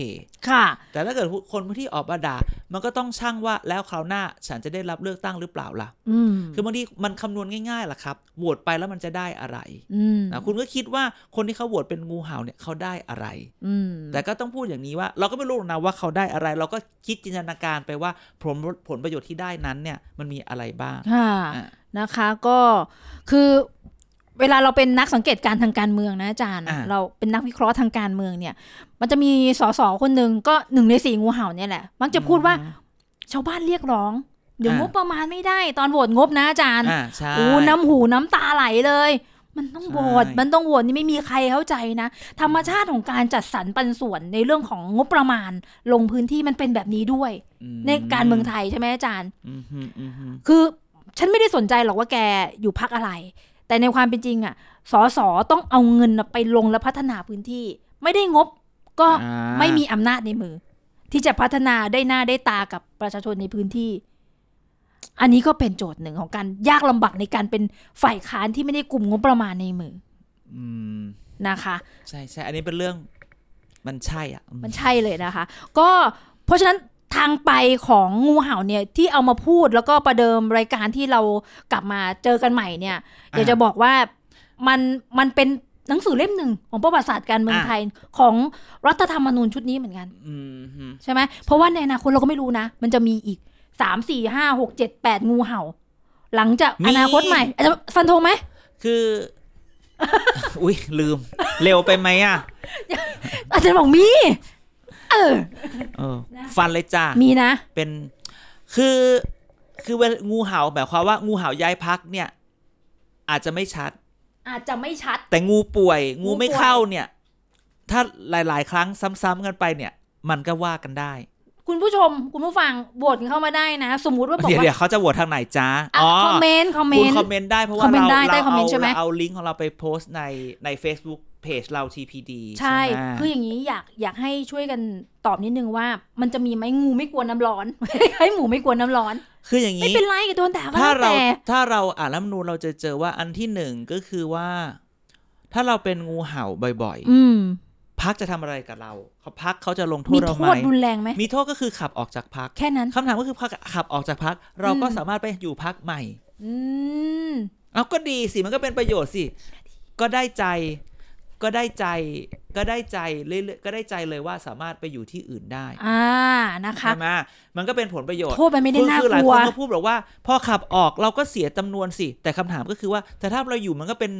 Speaker 1: ค่ะ
Speaker 2: แต่ถ้าเกิดคนพื้นที่ออกมาด่ามันก็ต้องช่างว่าแล้วคราวหน้าฉันจะได้รับเลือกตั้งหรือเปล่าล่ะ
Speaker 1: อืม
Speaker 2: คือบางทีมันคำนวณง่ายๆล่ะครับ โหวตไปแล้วมันจะได้อะไร
Speaker 1: อืม
Speaker 2: นะคุณก็คิดว่าคนที่เขาโหวตเป็นงูเห่าเนี่ยเขาได้อะไร
Speaker 1: อืม
Speaker 2: แต่ก็ต้องพูดอย่างนี้ว่า เราก็ไม่รู้หรอกนะว่าเขาได้อะไร เราก็คิดจินตนาการไปว่าผลผลประโยชน์ที่ได้นั้นเนี่ยมันมีอะไรบ้าง
Speaker 1: ค่ะ
Speaker 2: อ่ะ
Speaker 1: นะคะก็คือเวลาเราเป็นนักสังเกตการณ์ทางการเมืองนะอาจารย์
Speaker 2: อ่า
Speaker 1: เราเป็นนักวิเคราะห์ทางการเมืองเนี่ย มันจะมีสสคนหนึ่งก็หนึ่งในสี่งูเห่าเนี่ยแหละ มักจะพูดว่า ชาวบ้านเรียกร้อง เดี๋ยว
Speaker 2: อ่าง ง
Speaker 1: บประมาณไม่ได้ตอนโหวตงบนะอาจารย์
Speaker 2: อ่าใช่
Speaker 1: โอ้น้ำหูน้ำตาไหลเลย มันต้องโหวต
Speaker 2: ใช่
Speaker 1: มันต้องโหวตนี่ไม่มีใครเข้าใจนะ ธรรมชาติของการจัดสรรปันส่วนในเรื่องของงบประมาณ ลงพื้นที่มันเป็นแบบนี้ด้วย
Speaker 2: อืม
Speaker 1: ในการเมืองไทยใช่ไหมอาจารย์
Speaker 2: อืมฮึ่มอืมฮึ่ม
Speaker 1: คือฉันไม่ได้สนใจหรอกว่าแกอยู่พักอะไร แต่ในความเป็นจริงอะสอสอต้องเอาเงินน่ะไปลงและพัฒนาพื้นที่ ไม่ได้งบก็
Speaker 2: อ่า
Speaker 1: ไม่มีอำนาจในมือ ที่จะพัฒนาได้หน้าได้ตากับประชาชนในพื้นที่ อันนี้ก็เป็นโจทย์หนึ่งของการยากลำบากในการเป็นฝ่ายค้านที่ไม่ได้กลุ่มงบประมาณในมือ
Speaker 2: อืม
Speaker 1: นะคะ
Speaker 2: ใช่ใช่อันนี้เป็นเรื่องมันใช่อ่ะอืม
Speaker 1: มันใช่เลยนะคะ ก็เพราะฉะนั้นทางไปของงูเห่าเนี่ยที่เอามาพูดแล้วก็ประเดิมรายการที่เรากลับมาเจอกันใหม่เนี่ยอยากจะบอกว่ามันมันเป็นหนังสือเล่มหนึ่งของประวัติศาสตร์การเมือง
Speaker 2: อ่ะ
Speaker 1: ไทยของรัฐธรรมนูญชุดนี้เหมือนกัน
Speaker 2: อืมฮึ่ม
Speaker 1: ใช่ไหม เพราะว่าในอนาคตเราก็ไม่รู้นะ มันจะมีอีกสามสี่ห้าหกเจ็ดแปดงูเห่า หลังจาก
Speaker 2: มี
Speaker 1: อนาคตใหม่อาจจะฟันธงไหม
Speaker 2: คือ อุ้ยลืม เร็วไปไหมอ่ะ
Speaker 1: อาจจะบอกมีเออ
Speaker 2: เออ ฟันเลยจ้า
Speaker 1: มีนะ
Speaker 2: เป็น คือ คือเวลางูเห่าหมายความว่างูเห่าย้ายพักเนี่ย อาจจะไม่ชัด
Speaker 1: อาจจะไม่ชัด
Speaker 2: แต่งูป่วย
Speaker 1: งู
Speaker 2: งู
Speaker 1: ป่วย
Speaker 2: ไม่เข้าเนี่ย ถ้าหลาย ๆ ครั้งซ้ำๆกันไปเนี่ย มันก็ว่ากันได้
Speaker 1: คุณผู้ชม คุณผู้ฟังโหวตกันเข้ามาได้นะ สมมุติว่าบอก
Speaker 2: เดี๋ยว
Speaker 1: ว่า
Speaker 2: เดี๋ยวเขาจะโหวตทางไหนจ้า
Speaker 1: อ่ะ
Speaker 2: อ๋อ
Speaker 1: คอมเมนต์คอมเม
Speaker 2: คุณ
Speaker 1: นต์
Speaker 2: คอมเมนต์ได้เพราะว่า
Speaker 1: คอมเมนต์
Speaker 2: เรา
Speaker 1: ได้ใต้
Speaker 2: เรา
Speaker 1: คอมเมนต์
Speaker 2: เอา
Speaker 1: ใช่ไหม
Speaker 2: เราเอาลิงก์ของเราไปโพสต์ในใน Facebook Page เรา TPD
Speaker 1: ใช่
Speaker 2: ไหม
Speaker 1: คืออย่างนี้อยากอยากให้ช่วยกันตอบนิดนึงว่า มันจะมีไหมงูไม่กลัวน้ำร้อน ให้หมูไม่กลัวน้ำร้อน
Speaker 2: คืออย่าง
Speaker 1: ไม่
Speaker 2: นี้
Speaker 1: เป็นไรกับโดนด่าก็
Speaker 2: ถ้า
Speaker 1: แล้ว
Speaker 2: เรา
Speaker 1: แต่
Speaker 2: ถ้าเราอ่านรัฐธรรมนูญเราจะเจอว่าอันที่หนึ่งก็คือว่า ถ้าเราเป็นงูเห่าบ่อย
Speaker 1: อืม
Speaker 2: ๆ พักจะทำอะไรกับเราเขาพักเขาจะลงโท
Speaker 1: มี
Speaker 2: ษเรา
Speaker 1: โท
Speaker 2: ไหม
Speaker 1: ษรุนแรงไหม
Speaker 2: มีโทษก็คือขับออกจากพัก
Speaker 1: แค่นั้น
Speaker 2: คำถามก็คือพอขับออกจากพัก เราก็
Speaker 1: อืม
Speaker 2: สามารถไปอยู่พักใหม่
Speaker 1: อืม
Speaker 2: เอาก็ดีสิมันก็เป็นประโยชน์สิ ก็ได้ใจ ก็ได้ใจ ก็ได้ใจเรื่อยๆก็ได้ใจเลยว่าสามารถไปอยู่ที่อื่นได้
Speaker 1: อ่า นะคะ
Speaker 2: ใช่ไหมมันก็เป็นผลประโยชน์
Speaker 1: โทษมันไม่ได้น่า
Speaker 2: คืคืหลาก ย
Speaker 1: ลั
Speaker 2: คว นก็พูดบอกว่า พอขับออกเราก็เสียจำนวนสิ แต่คำถามก็คือว่า แต่ถ้าเราอยู่มันก็เป็น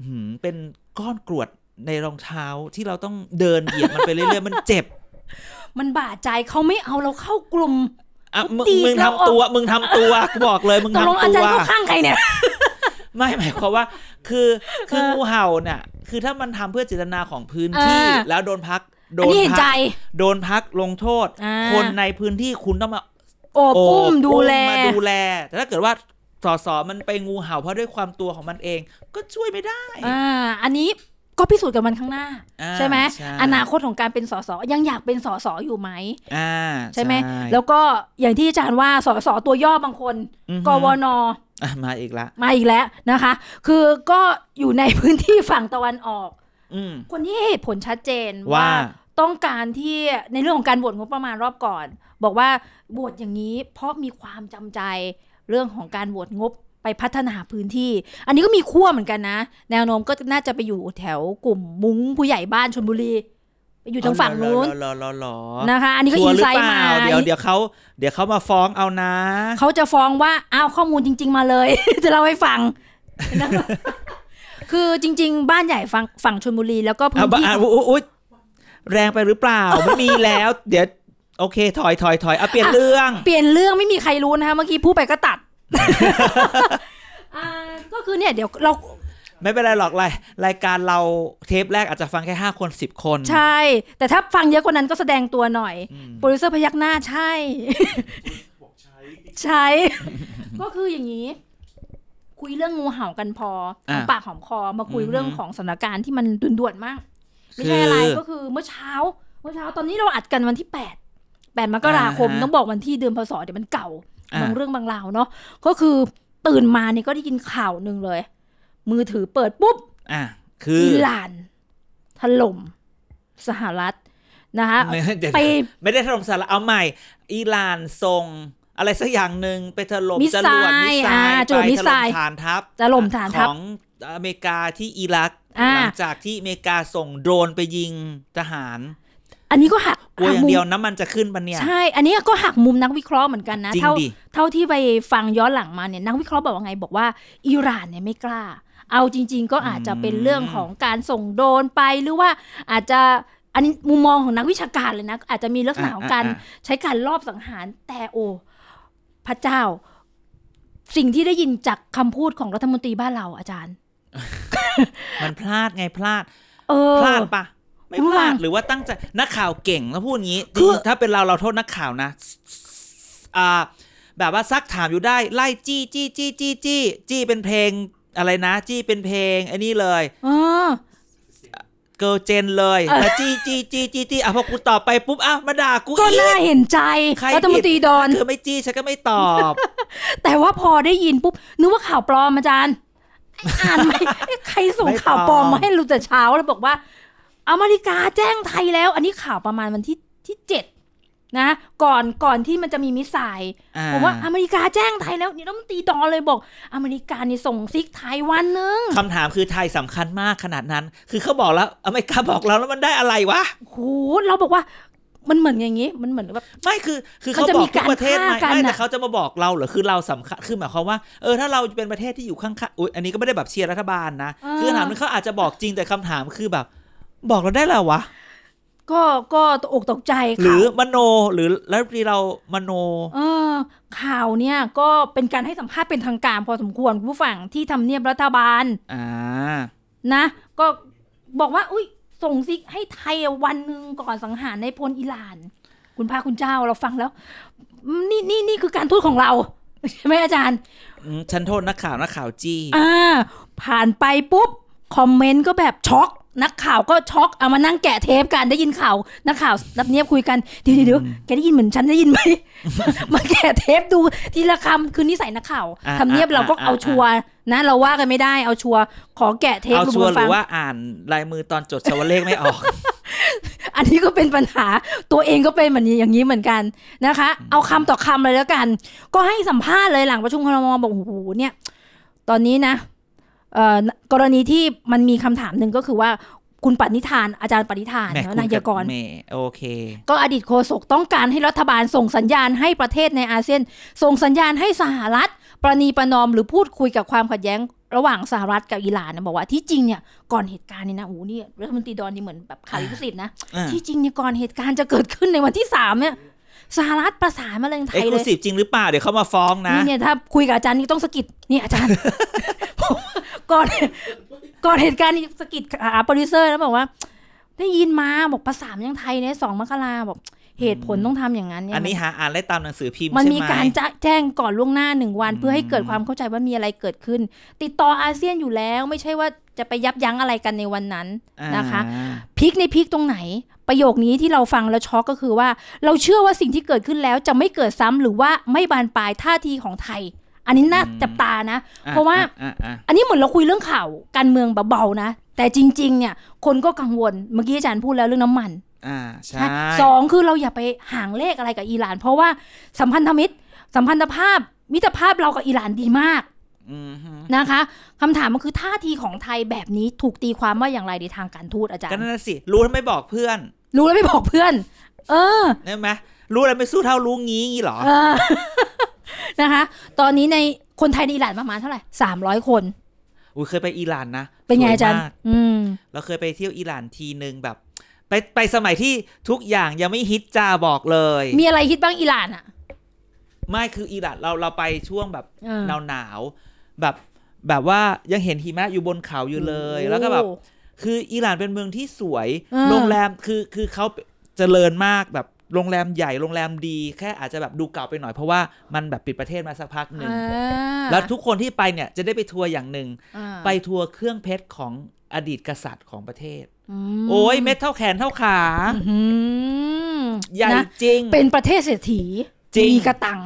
Speaker 2: อื้อหือเป็นก้อนกรวดในรองเท้าที่เราต้องเดินเหยียบมันไปเรื่อยๆ มันเจ็บ
Speaker 1: มันบาดใจเขาไม่เอาเราเข้ากลุ่ม
Speaker 2: อ่ะมึง
Speaker 1: ตี
Speaker 2: มึง
Speaker 1: เราออก
Speaker 2: ทำตัว มึงทำตัวกูบอกเลยมึง
Speaker 1: ตกลง
Speaker 2: ทำ
Speaker 1: อา
Speaker 2: ตั
Speaker 1: จาร
Speaker 2: ว
Speaker 1: ย์เข้าข้างใครเนี่ย
Speaker 2: ไม่ หมายความว่า คือคือ
Speaker 1: เออ
Speaker 2: งูเห่าน่ะ คือถ้ามันทำเพื่อเจตนาของพื้นที่
Speaker 1: เออ
Speaker 2: แล้วโดนพักโด
Speaker 1: อัน
Speaker 2: น
Speaker 1: นี้เห็นใจ
Speaker 2: พักโดนพักลงโทษ
Speaker 1: อ่า
Speaker 2: คนในพื้นที่คุณต้องมา
Speaker 1: โอบอุ้มดูแล
Speaker 2: มาดูแล แต่ถ้าเกิดว่าสอสอมันไปงูเห่าเพราะด้วยความตัวของมันเอง ก็ช่วยไม่ได้
Speaker 1: อ่า อันนี้ก็พิสูจน์กันวันข้างหน้า
Speaker 2: อ่า
Speaker 1: ใช่ไหม
Speaker 2: ใช่
Speaker 1: อนาคตของการเป็นสสยังอยากเป็นสสอยู่ไหม
Speaker 2: อ่า
Speaker 1: ใช่ไหม แล้วก็อย่างที่อาจารย์ว่าสสตัวย่อบางคน
Speaker 2: อือฮึ
Speaker 1: กวน
Speaker 2: อ่ะมาอีกละ
Speaker 1: มาอีกแล้วนะคะ คือก็อยู่ในพื้นที่ฝั่งตะวันออก
Speaker 2: อืม
Speaker 1: คนที่ให้เหตุผลชัดเจน
Speaker 2: ว่า
Speaker 1: ว่าต้องการที่ในเรื่องของการบวชงบประมาณรอบก่อน บอกว่าบวชอย่างนี้เพราะมีความจำใจเรื่องของการบวชงบไปพัฒนาพื้นที่ อันนี้ก็มีขั้วเหมือนกันนะ แนวโน้มก็น่าจะไปอยู่แถวกลุ่มมุ้งผู้ใหญ่บ้านชนบุรีไปอยู่ทางฝั่งนู้น
Speaker 2: รอรอรอ
Speaker 1: นะคะ อันนี้ก็
Speaker 2: ชัว
Speaker 1: อิ
Speaker 2: ร์
Speaker 1: น
Speaker 2: หรื
Speaker 1: ไซ
Speaker 2: อเป
Speaker 1: ด์มา
Speaker 2: ล่าเดี๋ยวเดี๋ยวเขาเดี๋ยวเขามาฟ้องเอานะ
Speaker 1: เขาจะฟ้องว่าอ้าวข้อมูลจริง ๆ มาเลย จะเล่าให้ฟังนะคะคือจริง ๆ บ้านใหญ่ฝั่งฝั่งชนบุรีแล้วก็พื้
Speaker 2: เอา
Speaker 1: น
Speaker 2: บ้า
Speaker 1: ที่
Speaker 2: อ่ะอุ๊ยอุ๊ยอุ๊ยแรงไปหรือเปล่า ไม่มีแล้ว เดี๋ยว โอเค ถอยถอยถอยเอาเปลี่ยนเรื่อง
Speaker 1: เปลี่ยนเรื่องไม่มีใครรู้นะคะเมื่อกี้พูดไปก็ตัด อ่าก็คือเนี่ยเดี๋ยวเรา
Speaker 2: ไม่เป็นไรหรอกรายรายการเราเทปแรกอาจจะฟังแค่ห้าคนสิบคน
Speaker 1: ใช่ แต่ถ้าฟังเยอะกว่านั้นก็แสดงตัวหน่อย
Speaker 2: อืม
Speaker 1: โปรดิวเซอร์พยักหน้าใช่
Speaker 3: บอกใช้
Speaker 1: ใช่ ก็คืออย่างนี้ คุยเรื่องงูเห่ากันพอหอ
Speaker 2: อ่ะ
Speaker 1: มปากหอมคอมาคุย
Speaker 2: อือฮึ
Speaker 1: เรื่องของสถานการณ์ที่มันด่วนๆมาก ไม่ใช่อะไรก็คือเมื่อเช้า เมื่อเช้าตอนนี้เราอัดกันวันที่ 8 8มกราคม
Speaker 2: อ่าฮะ
Speaker 1: ต้องบอกวันที่เดือนพศเดี๋ยวมันเก่า
Speaker 2: อ่า
Speaker 1: บางเรื่องบางราวเนาะก็คือตื่นมาเนี่ยก็ได้ยินข่าวหนึ่งเลย มือถือเปิดปุ๊บ
Speaker 2: อ่ะคือ
Speaker 1: อิหร่าน ถล่มสหรัฐนะคะ
Speaker 2: ไม่ เดี๋ยว
Speaker 1: ไป
Speaker 2: ไม่ได้ถล่มสหรัฐเอาใหม่ อิหร่านส่งอะไรสักอย่างหนึ่งไปถล่ม
Speaker 1: มิส
Speaker 2: จ
Speaker 1: ไซล์
Speaker 2: รวดมิสไซ
Speaker 1: อ่า
Speaker 2: ล์
Speaker 1: จรวด
Speaker 2: ไป
Speaker 1: มิสไซล์
Speaker 2: ถล่ฐานทัพ
Speaker 1: ถล่มฐานทัพ
Speaker 2: ของอเมริกาที่อิรัก
Speaker 1: อ่า
Speaker 2: หลังจากที่อเมริกาส่งโดรนไปยิงทหาร
Speaker 1: อันนี้ก็หัก
Speaker 2: กลัว
Speaker 1: หั
Speaker 2: อก ย่าง
Speaker 1: มุ
Speaker 2: เดี
Speaker 1: ม
Speaker 2: ยวน้ำมันจะขึ้นปะเนี่ย
Speaker 1: ใช่ อันนี้ก็หักมุมนักวิเคราะห์เหมือนกันนะ
Speaker 2: จริง
Speaker 1: เท่า
Speaker 2: ดิ
Speaker 1: เท่าที่ไปฟังย้อนหลังมาเนี่ยนักวิเคราะห์บอกว่าไงบอกว่าอิหร่านเนี่ยไม่กล้า เอาจริง ๆ ก็อาจจะเป็นเรื่องของการส่งโดรนไปหรือว่าอาจจะอันนี้มุมมองของนักวิชาการเลยนะ อาจจะมีลักษณะของการ
Speaker 2: อ่ะ
Speaker 1: ใช้การลอบสังหารแต่โอ พระเจ้า สิ่งที่ได้ยินจากคำพูดของรัฐมนตรีบ้านเราอาจารย์
Speaker 2: อ่ะมันพลาดไงพลาด
Speaker 1: เออ
Speaker 2: พลาดปะไม่พ
Speaker 1: พ
Speaker 2: ลา
Speaker 1: ลา
Speaker 2: ด
Speaker 1: ด
Speaker 2: หรือว่าตั้งใจนักข่าวเก่งแล้วพูดอย่างนี้
Speaker 1: คือ
Speaker 2: จริงๆถ้าเป็นเราเราโทษนักข่าวนะอ่าแบบว่าซักถามอยู่ได้ไล่จี้จี้จี้จี้จี้จี้เป็นเพลงอะไรนะ จี้เป็นเพลงไอ้นี่เลย
Speaker 1: เออ
Speaker 2: เกิร์ลเจนเลย
Speaker 1: เออ
Speaker 2: แล้วจี้จี้จี้จี้จี้อ่ะพอกูตอบไปปุ๊บอ่ะมาด่ากู
Speaker 1: ก็
Speaker 2: อีก
Speaker 1: น่าเห็นใจ
Speaker 2: ใคร
Speaker 1: รัฐมนตรีดอน
Speaker 2: เธอไม่จี้ฉันก็ไม่ตอบ
Speaker 1: แต่ว่าพอได้ยินปุ๊บ นึกว่าข่าวปลอมอาจารย์ อ่านไหมใครส่ง
Speaker 2: ไม่
Speaker 1: ข่าวปลอม
Speaker 2: ปลอม
Speaker 1: มาให้รู้แต่เช้าแล้วบอกว่า อเมริกาแจ้งไทยแล้ว อันนี้ข่าวประมาณวันที่ที่เจ็ดนะ ก่อนก่อนที่มันจะมีมิสไซล์
Speaker 2: อ่
Speaker 1: ผมว่าอเมริกาแจ้งไทยแล้วนี่ต้องตีดอนเลยบอก อเมริกานี่ส่งซิกไทยวันหนึง
Speaker 2: คำถามคือไทยสำคัญมากขนาดนั้น คือเขาบอกแล้วอเมริกาบอกเราแล้วมันได้อะไรวะ
Speaker 1: โหเราบอกว่า มันเหมือนอย่างนี้ มันเหมือนแบบ
Speaker 2: ไม่คือคือ
Speaker 1: มัน
Speaker 2: เขา
Speaker 1: จะ
Speaker 2: บ
Speaker 1: มี
Speaker 2: อกทุกประเทศไหม
Speaker 1: การฆ่ากัน
Speaker 2: ไม่แต่
Speaker 1: น่ะ
Speaker 2: เขาจะมาบอกเราเหรอคือเราสำคัญคือหมายความว่าเออถ้าเราเป็นประเทศที่อยู่ข้างๆอุ๊ยอันนี้ก็ไม่ได้แบบเชียร์รัฐบาลนะคือคำถามนึงเขาอาจจะบอกจริงแต่คำถามคือแบบ บอกเราได้เหรอวะ
Speaker 1: ก็ก็ตกอกตกใจ
Speaker 2: หรื
Speaker 1: ข่า
Speaker 2: อ
Speaker 1: ว
Speaker 2: มโนหรือแล้วทีเรามโน
Speaker 1: เออ ข่าวเนี่ยก็เป็นการให้สัมภาษณ์เป็นทางการพอสมควรคุณผู้ฟังที่ทำเนียบรัฐบาล
Speaker 2: อ่า
Speaker 1: นะ ก็บอกว่า อุ้ยส่งซิกให้ไทยวันหนึ่งก่อนสังหารในายพลอิหร่าน คุณพระคุณเจ้าเราฟังแล้วอืมนี่นี่นี่คือการทูตของเรา ใช่ไหมอาจารย์
Speaker 2: อืมฉันโทษนักข่าวนักข่าวจี้
Speaker 1: อ่า ผ่านไปปุ๊บ คอมเมนต์ก็แบบช็อกนักข่าวก็ช็อกเอามานั่งแกะเทปกันได้ยินข่าวนักข่าวรับเนียบคุยกันเดี๋ยวเดี๋ยวเดี๋ยวแกได้ยินเหมือนฉันได้ยินไหม มาแกะเทปดูทีละคำคือนิสัยนักข่าว
Speaker 2: อ่า
Speaker 1: ทำเนียบ
Speaker 2: อ่า
Speaker 1: เราก็
Speaker 2: อ่า
Speaker 1: เอาชัวร์นะ เราว่ากันไม่ได้เอาชัวร์ขอแกะเทป
Speaker 2: เอา
Speaker 1: ดู
Speaker 2: ชัวร์ห
Speaker 1: ฟั
Speaker 2: รื
Speaker 1: ง
Speaker 2: อว่าอ่านลายมือตอนจดสวเลขไม่ออก
Speaker 1: อันนี้ก็เป็นปัญหาตัวเองก็เป็นแบบนี้อย่างนี้เหมือนกันนะคะ เอาคำต่อคำเลยแล้วกัน ก็ให้สัมภาษณ์เลยหลังประชุมครมบอกโอ้โหเนี่ย ตอนนี้นะเอ่อกรณีที่มันมีคำถามหนึ่งก็คือว่าคุณปณิธานอาจารย์ปณิธาน
Speaker 2: แหม่
Speaker 1: เนอะ
Speaker 2: คุณ
Speaker 1: นาย
Speaker 2: กับ
Speaker 1: กร
Speaker 2: แหม่โอเค
Speaker 1: ก็อดีตโฆษกต้องการให้รัฐบาลส่งสัญญาณให้ประเทศในอาเซียน ส่งสัญญาณให้สหรัฐ ประนีประนอมหรือพูดคุยกับความขัดแย้งระหว่างสหรัฐกับอิหร่านนะบอกว่าที่จริงเนี่ยก่อนเหตุการณ์นี่นะโอ้โหนี่รัฐมนตรีดอนนี่เหมือนแบบขายลิขสิทธิ์นะ
Speaker 2: อ่า
Speaker 1: ที่จริงเนี่ยก่อนเหตุการณ์จะเกิดขึ้นในวันที่สามเนี่ยสหรัฐประสานมาเลยไท
Speaker 2: เอ็ก
Speaker 1: ย
Speaker 2: ซ์ค
Speaker 1: เล
Speaker 2: ลู
Speaker 1: ย
Speaker 2: ซีฟจริงหรือเปล่า เดี๋ยวเขามาฟ้องนะ
Speaker 1: นี่เนี่ยถ้าคุยกับอาจารย์นี่ต้องสะกิดนี่อาจาร ย์ ผมก่อนก่อนเหตุการณ์นี่สะกิดหาโปรดิวเซอร์แล้วบอกว่า ได้ยินมาบอกประสานยังไทยเนี่ยสองมกราบอกเหตุผลต้องทำอย่างนั้นเนี่ย
Speaker 2: อันนี้
Speaker 1: มั
Speaker 2: หาอ่านได้ตามหนังสือพิมพ์
Speaker 1: มัน
Speaker 2: ใช่
Speaker 1: มี
Speaker 2: ไหม
Speaker 1: การจะแจ้งก่อนล่วงหน้าหนึ่งวัน
Speaker 2: อืม
Speaker 1: เพื่อให้เกิดความเข้าใจว่ามีอะไรเกิดขึ้น ติดต่ออาเซียนอยู่แล้ว ไม่ใช่ว่าจะไปยับยั้งอะไรกันในวันนั้น นะคะ
Speaker 2: อ่า
Speaker 1: พลิกในพลิกตรงไหน ประโยคนี้ที่เราฟังแล้วช็อกก็คือว่า เราเชื่อว่าสิ่งที่เกิดขึ้นแล้วจะไม่เกิดซ้ำหรือว่าไม่บานปลายท่าทีของไทย อันนี้น่าจับตานะ
Speaker 2: อ่
Speaker 1: เพราะว่า
Speaker 2: อ่อ่อ่า
Speaker 1: อันนี้เหมือนเราคุยเรื่องข่าวการเมืองเบาๆนะ แต่จริง ๆ เนี่ย คนก็กังวลเมื่อกี้อาจารย์พูดแล้วเรื่องน้ำมัน
Speaker 2: อ่าใช่
Speaker 1: นะสองคือเราอย่าไปห่างเลขอะไรกับอิหร่าน เพราะว่าสัมพันธมิตร สัมพันธภาพมิตรภาพเรากับอิหร่านดีมาก
Speaker 2: อืมฮึ
Speaker 1: นะคะคำถามก็คือท่าทีของไทยแบบนี้ถูกตีความว่าอย่างไรในทางการทูตอาจาร
Speaker 2: ก็
Speaker 1: ย์
Speaker 2: นั่นนะสิ รู้แล้วไม่บอกเพื่อน
Speaker 1: รู้แล้วไม่บอกเพื่อน เออ
Speaker 2: ใช่ไหมรู้แล้วไม่สู้เท่ารู้งี้งี้เหรอ
Speaker 1: เออ นะคะ ตอนนี้ในคนไทยในอิหร่านประมาณเท่าไหร่สามร้อยคน
Speaker 2: อุ้ยเคยไปอิหร่านนะ
Speaker 1: เป็นไง
Speaker 2: สวย
Speaker 1: อาจารย์
Speaker 2: มก
Speaker 1: อืม
Speaker 2: เราเคยไปเที่ยวอิหร่านทีนึงแบบ ไปไปสมัยที่ทุกอย่างยังไม่ฮิตจ้าบอกเลย
Speaker 1: มีอะไรคิดบ้างอิหร่านอ่ะ
Speaker 2: ไม่คืออิหร่านเราเราไปช่วงแบบ
Speaker 1: เออ
Speaker 2: หนาวหนาวๆแบบแบบว่ายังเห็นหิมะอยู่บนเขาอยู่เลย แล้วก็แบบ
Speaker 1: โอ้
Speaker 2: คืออิหร่านเป็นเมืองที่สวย
Speaker 1: เออ
Speaker 2: โรงแรมคือคือเขาเจริญมากแบบโรงแรมใหญ่โรงแรมดี แค่อาจจะแบบดูเก่าไปหน่อยเพราะว่ามันแบบปิดประเทศมาสักพักหนึ่ง
Speaker 1: อ่า
Speaker 2: แล้วทุกคนที่ไปเนี่ยจะได้ไปทัวร์อย่างหนึ่ง
Speaker 1: อ่า
Speaker 2: ไปทัวร์เครื่องเพชรของอดีตกษัตริย์ของประเทศ
Speaker 1: ม
Speaker 2: โอ้ยเม็ดเท่าแขนเท่าขา
Speaker 1: อื้อหือ
Speaker 2: ใหญ่
Speaker 1: นะ
Speaker 2: จริง
Speaker 1: เป็นประเทศเศรษฐี
Speaker 2: จริง
Speaker 1: มีกระตัง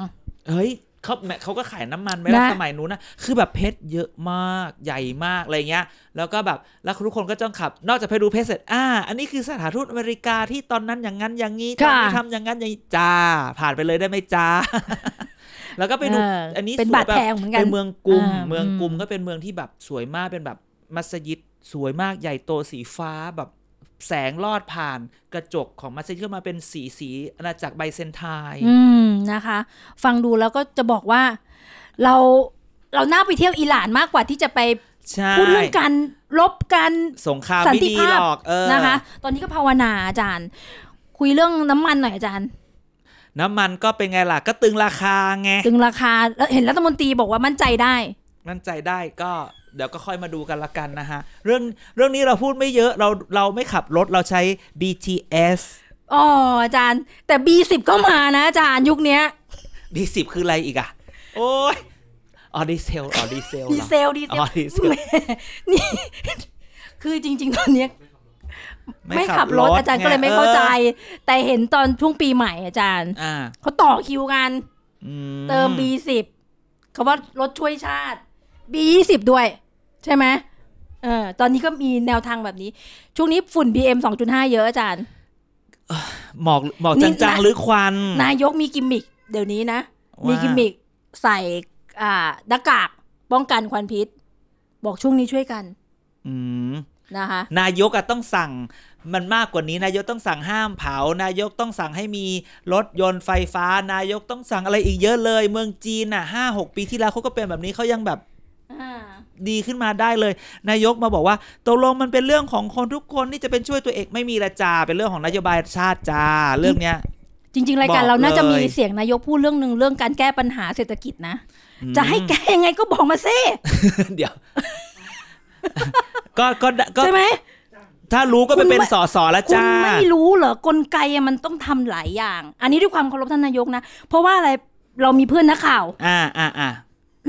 Speaker 2: เฮ้ยเขาแม่เขาก็ขายน้ำมันไหมล่ะ
Speaker 1: นะ
Speaker 2: สมัยนู้นนะคือแบบเพชรเยอะมากใหญ่มากอะไรเงี้ย แล้วก็แบบแล้วทุกคนก็จ้องขับ นอกจากไปดูเพชรเสร็จอ่าอันนี้คือสถานทูตอเมริกาที่ตอนนั้นอย่างนั้นอย่างนี้ตอนนี้ทำอย่างนั้นอย่างนี้จ้า ผ่านไปเลยได้ไหมจ้า แล้วก็ไปดู
Speaker 1: เอออั
Speaker 2: อันนี้
Speaker 1: เป็น
Speaker 2: สวย
Speaker 1: บาด
Speaker 2: แบบ
Speaker 1: แผลเหมือนกั
Speaker 2: เป็น นเมืองกรุม
Speaker 1: อ่า
Speaker 2: เมืองกรุม
Speaker 1: อืม
Speaker 2: ก็เป็นเมืองที่แบบสวยมากเป็นแบบมัสยิดสวยมากใหญ่โตสีฟ้าแบบแสงลอดผ่านกระจกของมัสยิดเข้ามาเป็นสีสีอาณาจักรไบเซนไทน์
Speaker 1: อืมนะคะ ฟังดูแล้วก็จะบอกว่า เราเราน่าไปเที่ยวอิหร่านมากกว่าที่จะไป
Speaker 2: ใช่
Speaker 1: พูดเรื่องการรบกัน
Speaker 2: สงคราม
Speaker 1: สัน
Speaker 2: ไม่
Speaker 1: ติ
Speaker 2: ดี
Speaker 1: ภาพ
Speaker 2: หรอกเออ
Speaker 1: นะคะ ตอนนี้ก็ภาวนาอาจารย์ คุยเรื่องน้ำมันหน่อยอาจารย์
Speaker 2: น้ำมันก็เป็นไงล่ะ ก็ตึงราคาไง
Speaker 1: ถึงราคาแล้วเห็นรัฐมนตรีบอกว่ามั่นใจได้
Speaker 2: มั่นใจได้ก็เดี๋ยวก็ค่อยมาดูกันละกันนะฮะ เรื่องเรื่องนี้เราพูดไม่เยอะเราเราไม่ขับรถเราใช้ BTS
Speaker 1: อ๋ออาจารย์ แต่ B10 ก็มานะอาจารย์ยุคเนี้ย
Speaker 2: B10 คืออะไรอีกอ่ะ โอ้ยอ๋อดีเซลอ๋อดีเซล
Speaker 1: ดี
Speaker 2: เหรอ
Speaker 1: เซลดีเซ
Speaker 2: อ๋
Speaker 1: ล
Speaker 2: อดีเซล
Speaker 1: คือจริง ๆ ตอนเนี้ยไม่ขับรถอาจารย์
Speaker 2: ง
Speaker 1: ก็เลยไม่เข้าใจ แต่เห็นตอนช่วงปีใหม่อาจารย์
Speaker 2: เอออ่า
Speaker 1: เขาต่อคิวกัน
Speaker 2: อื
Speaker 1: เติม B10 คำว่ารถช่วยชาติ B20 ด้วย ใช่ไหมเออตอนนี้ก็มีแนวทางแบบนี้ ช่วงนี้ฝุ่น PM 2.5 เยอะอาจารย์
Speaker 2: หมอกหมอก
Speaker 1: นี่
Speaker 2: จังจัง
Speaker 1: นะ
Speaker 2: หรือควัน
Speaker 1: นายกมีกิมมิกเดี๋ยวนี้นะ มี
Speaker 2: ว่า
Speaker 1: กิมมิกใส่อ่าหน้ากากป้องกันควันพิษ บอกช่วงนี้ช่วยกัน
Speaker 2: อืม
Speaker 1: นะคะ
Speaker 2: นายกอะต้องสั่งมันมากกว่านี้ นายกต้องสั่งห้ามเผา นายกต้องสั่งให้มีรถยนต์ไฟฟ้า นายกต้องสั่งอะไรอีกเยอะเลย เมืองจีนอ่ะห้าหกปีที่แล้วเขาก็เป็นแบบนี้เขายังแบบ
Speaker 1: อ่า
Speaker 2: ดีขึ้นมาได้เลย นายกมาบอกว่าตกลงมันเป็นเรื่องของคนทุกคนที่จะเป็นช่วยตัวเองไม่มีละจาเป็นเรื่องของนโยบายชาติจ้าเรื่องเนี้ย
Speaker 1: จริง ๆ รายการ
Speaker 2: บอก
Speaker 1: เราน่าจะมี
Speaker 2: เลย
Speaker 1: เสียงนายกพูดเรื่องหนึ่งเรื่องการแก้ปัญหาเศรษฐกิจนะ
Speaker 2: อืม
Speaker 1: จะให้ แก้ยังไงก็บอกมาซิ
Speaker 2: เดี๋ยว ก็ก็ก็
Speaker 1: ใช่ไหม
Speaker 2: ถ้ารู้ก็ไป
Speaker 1: คุณ
Speaker 2: เป็น
Speaker 1: ไม่
Speaker 2: สอสอแล้ว
Speaker 1: คุณ
Speaker 2: จ้า
Speaker 1: ไม่รู้เหรอกลไกอะมันต้องทำหลายอย่าง อันนี้ด้วยความเคารพท่านนายกนะ เพราะว่าอะไรเรามีเพื่อนนักข่าว
Speaker 2: อ่าอ่าอ่า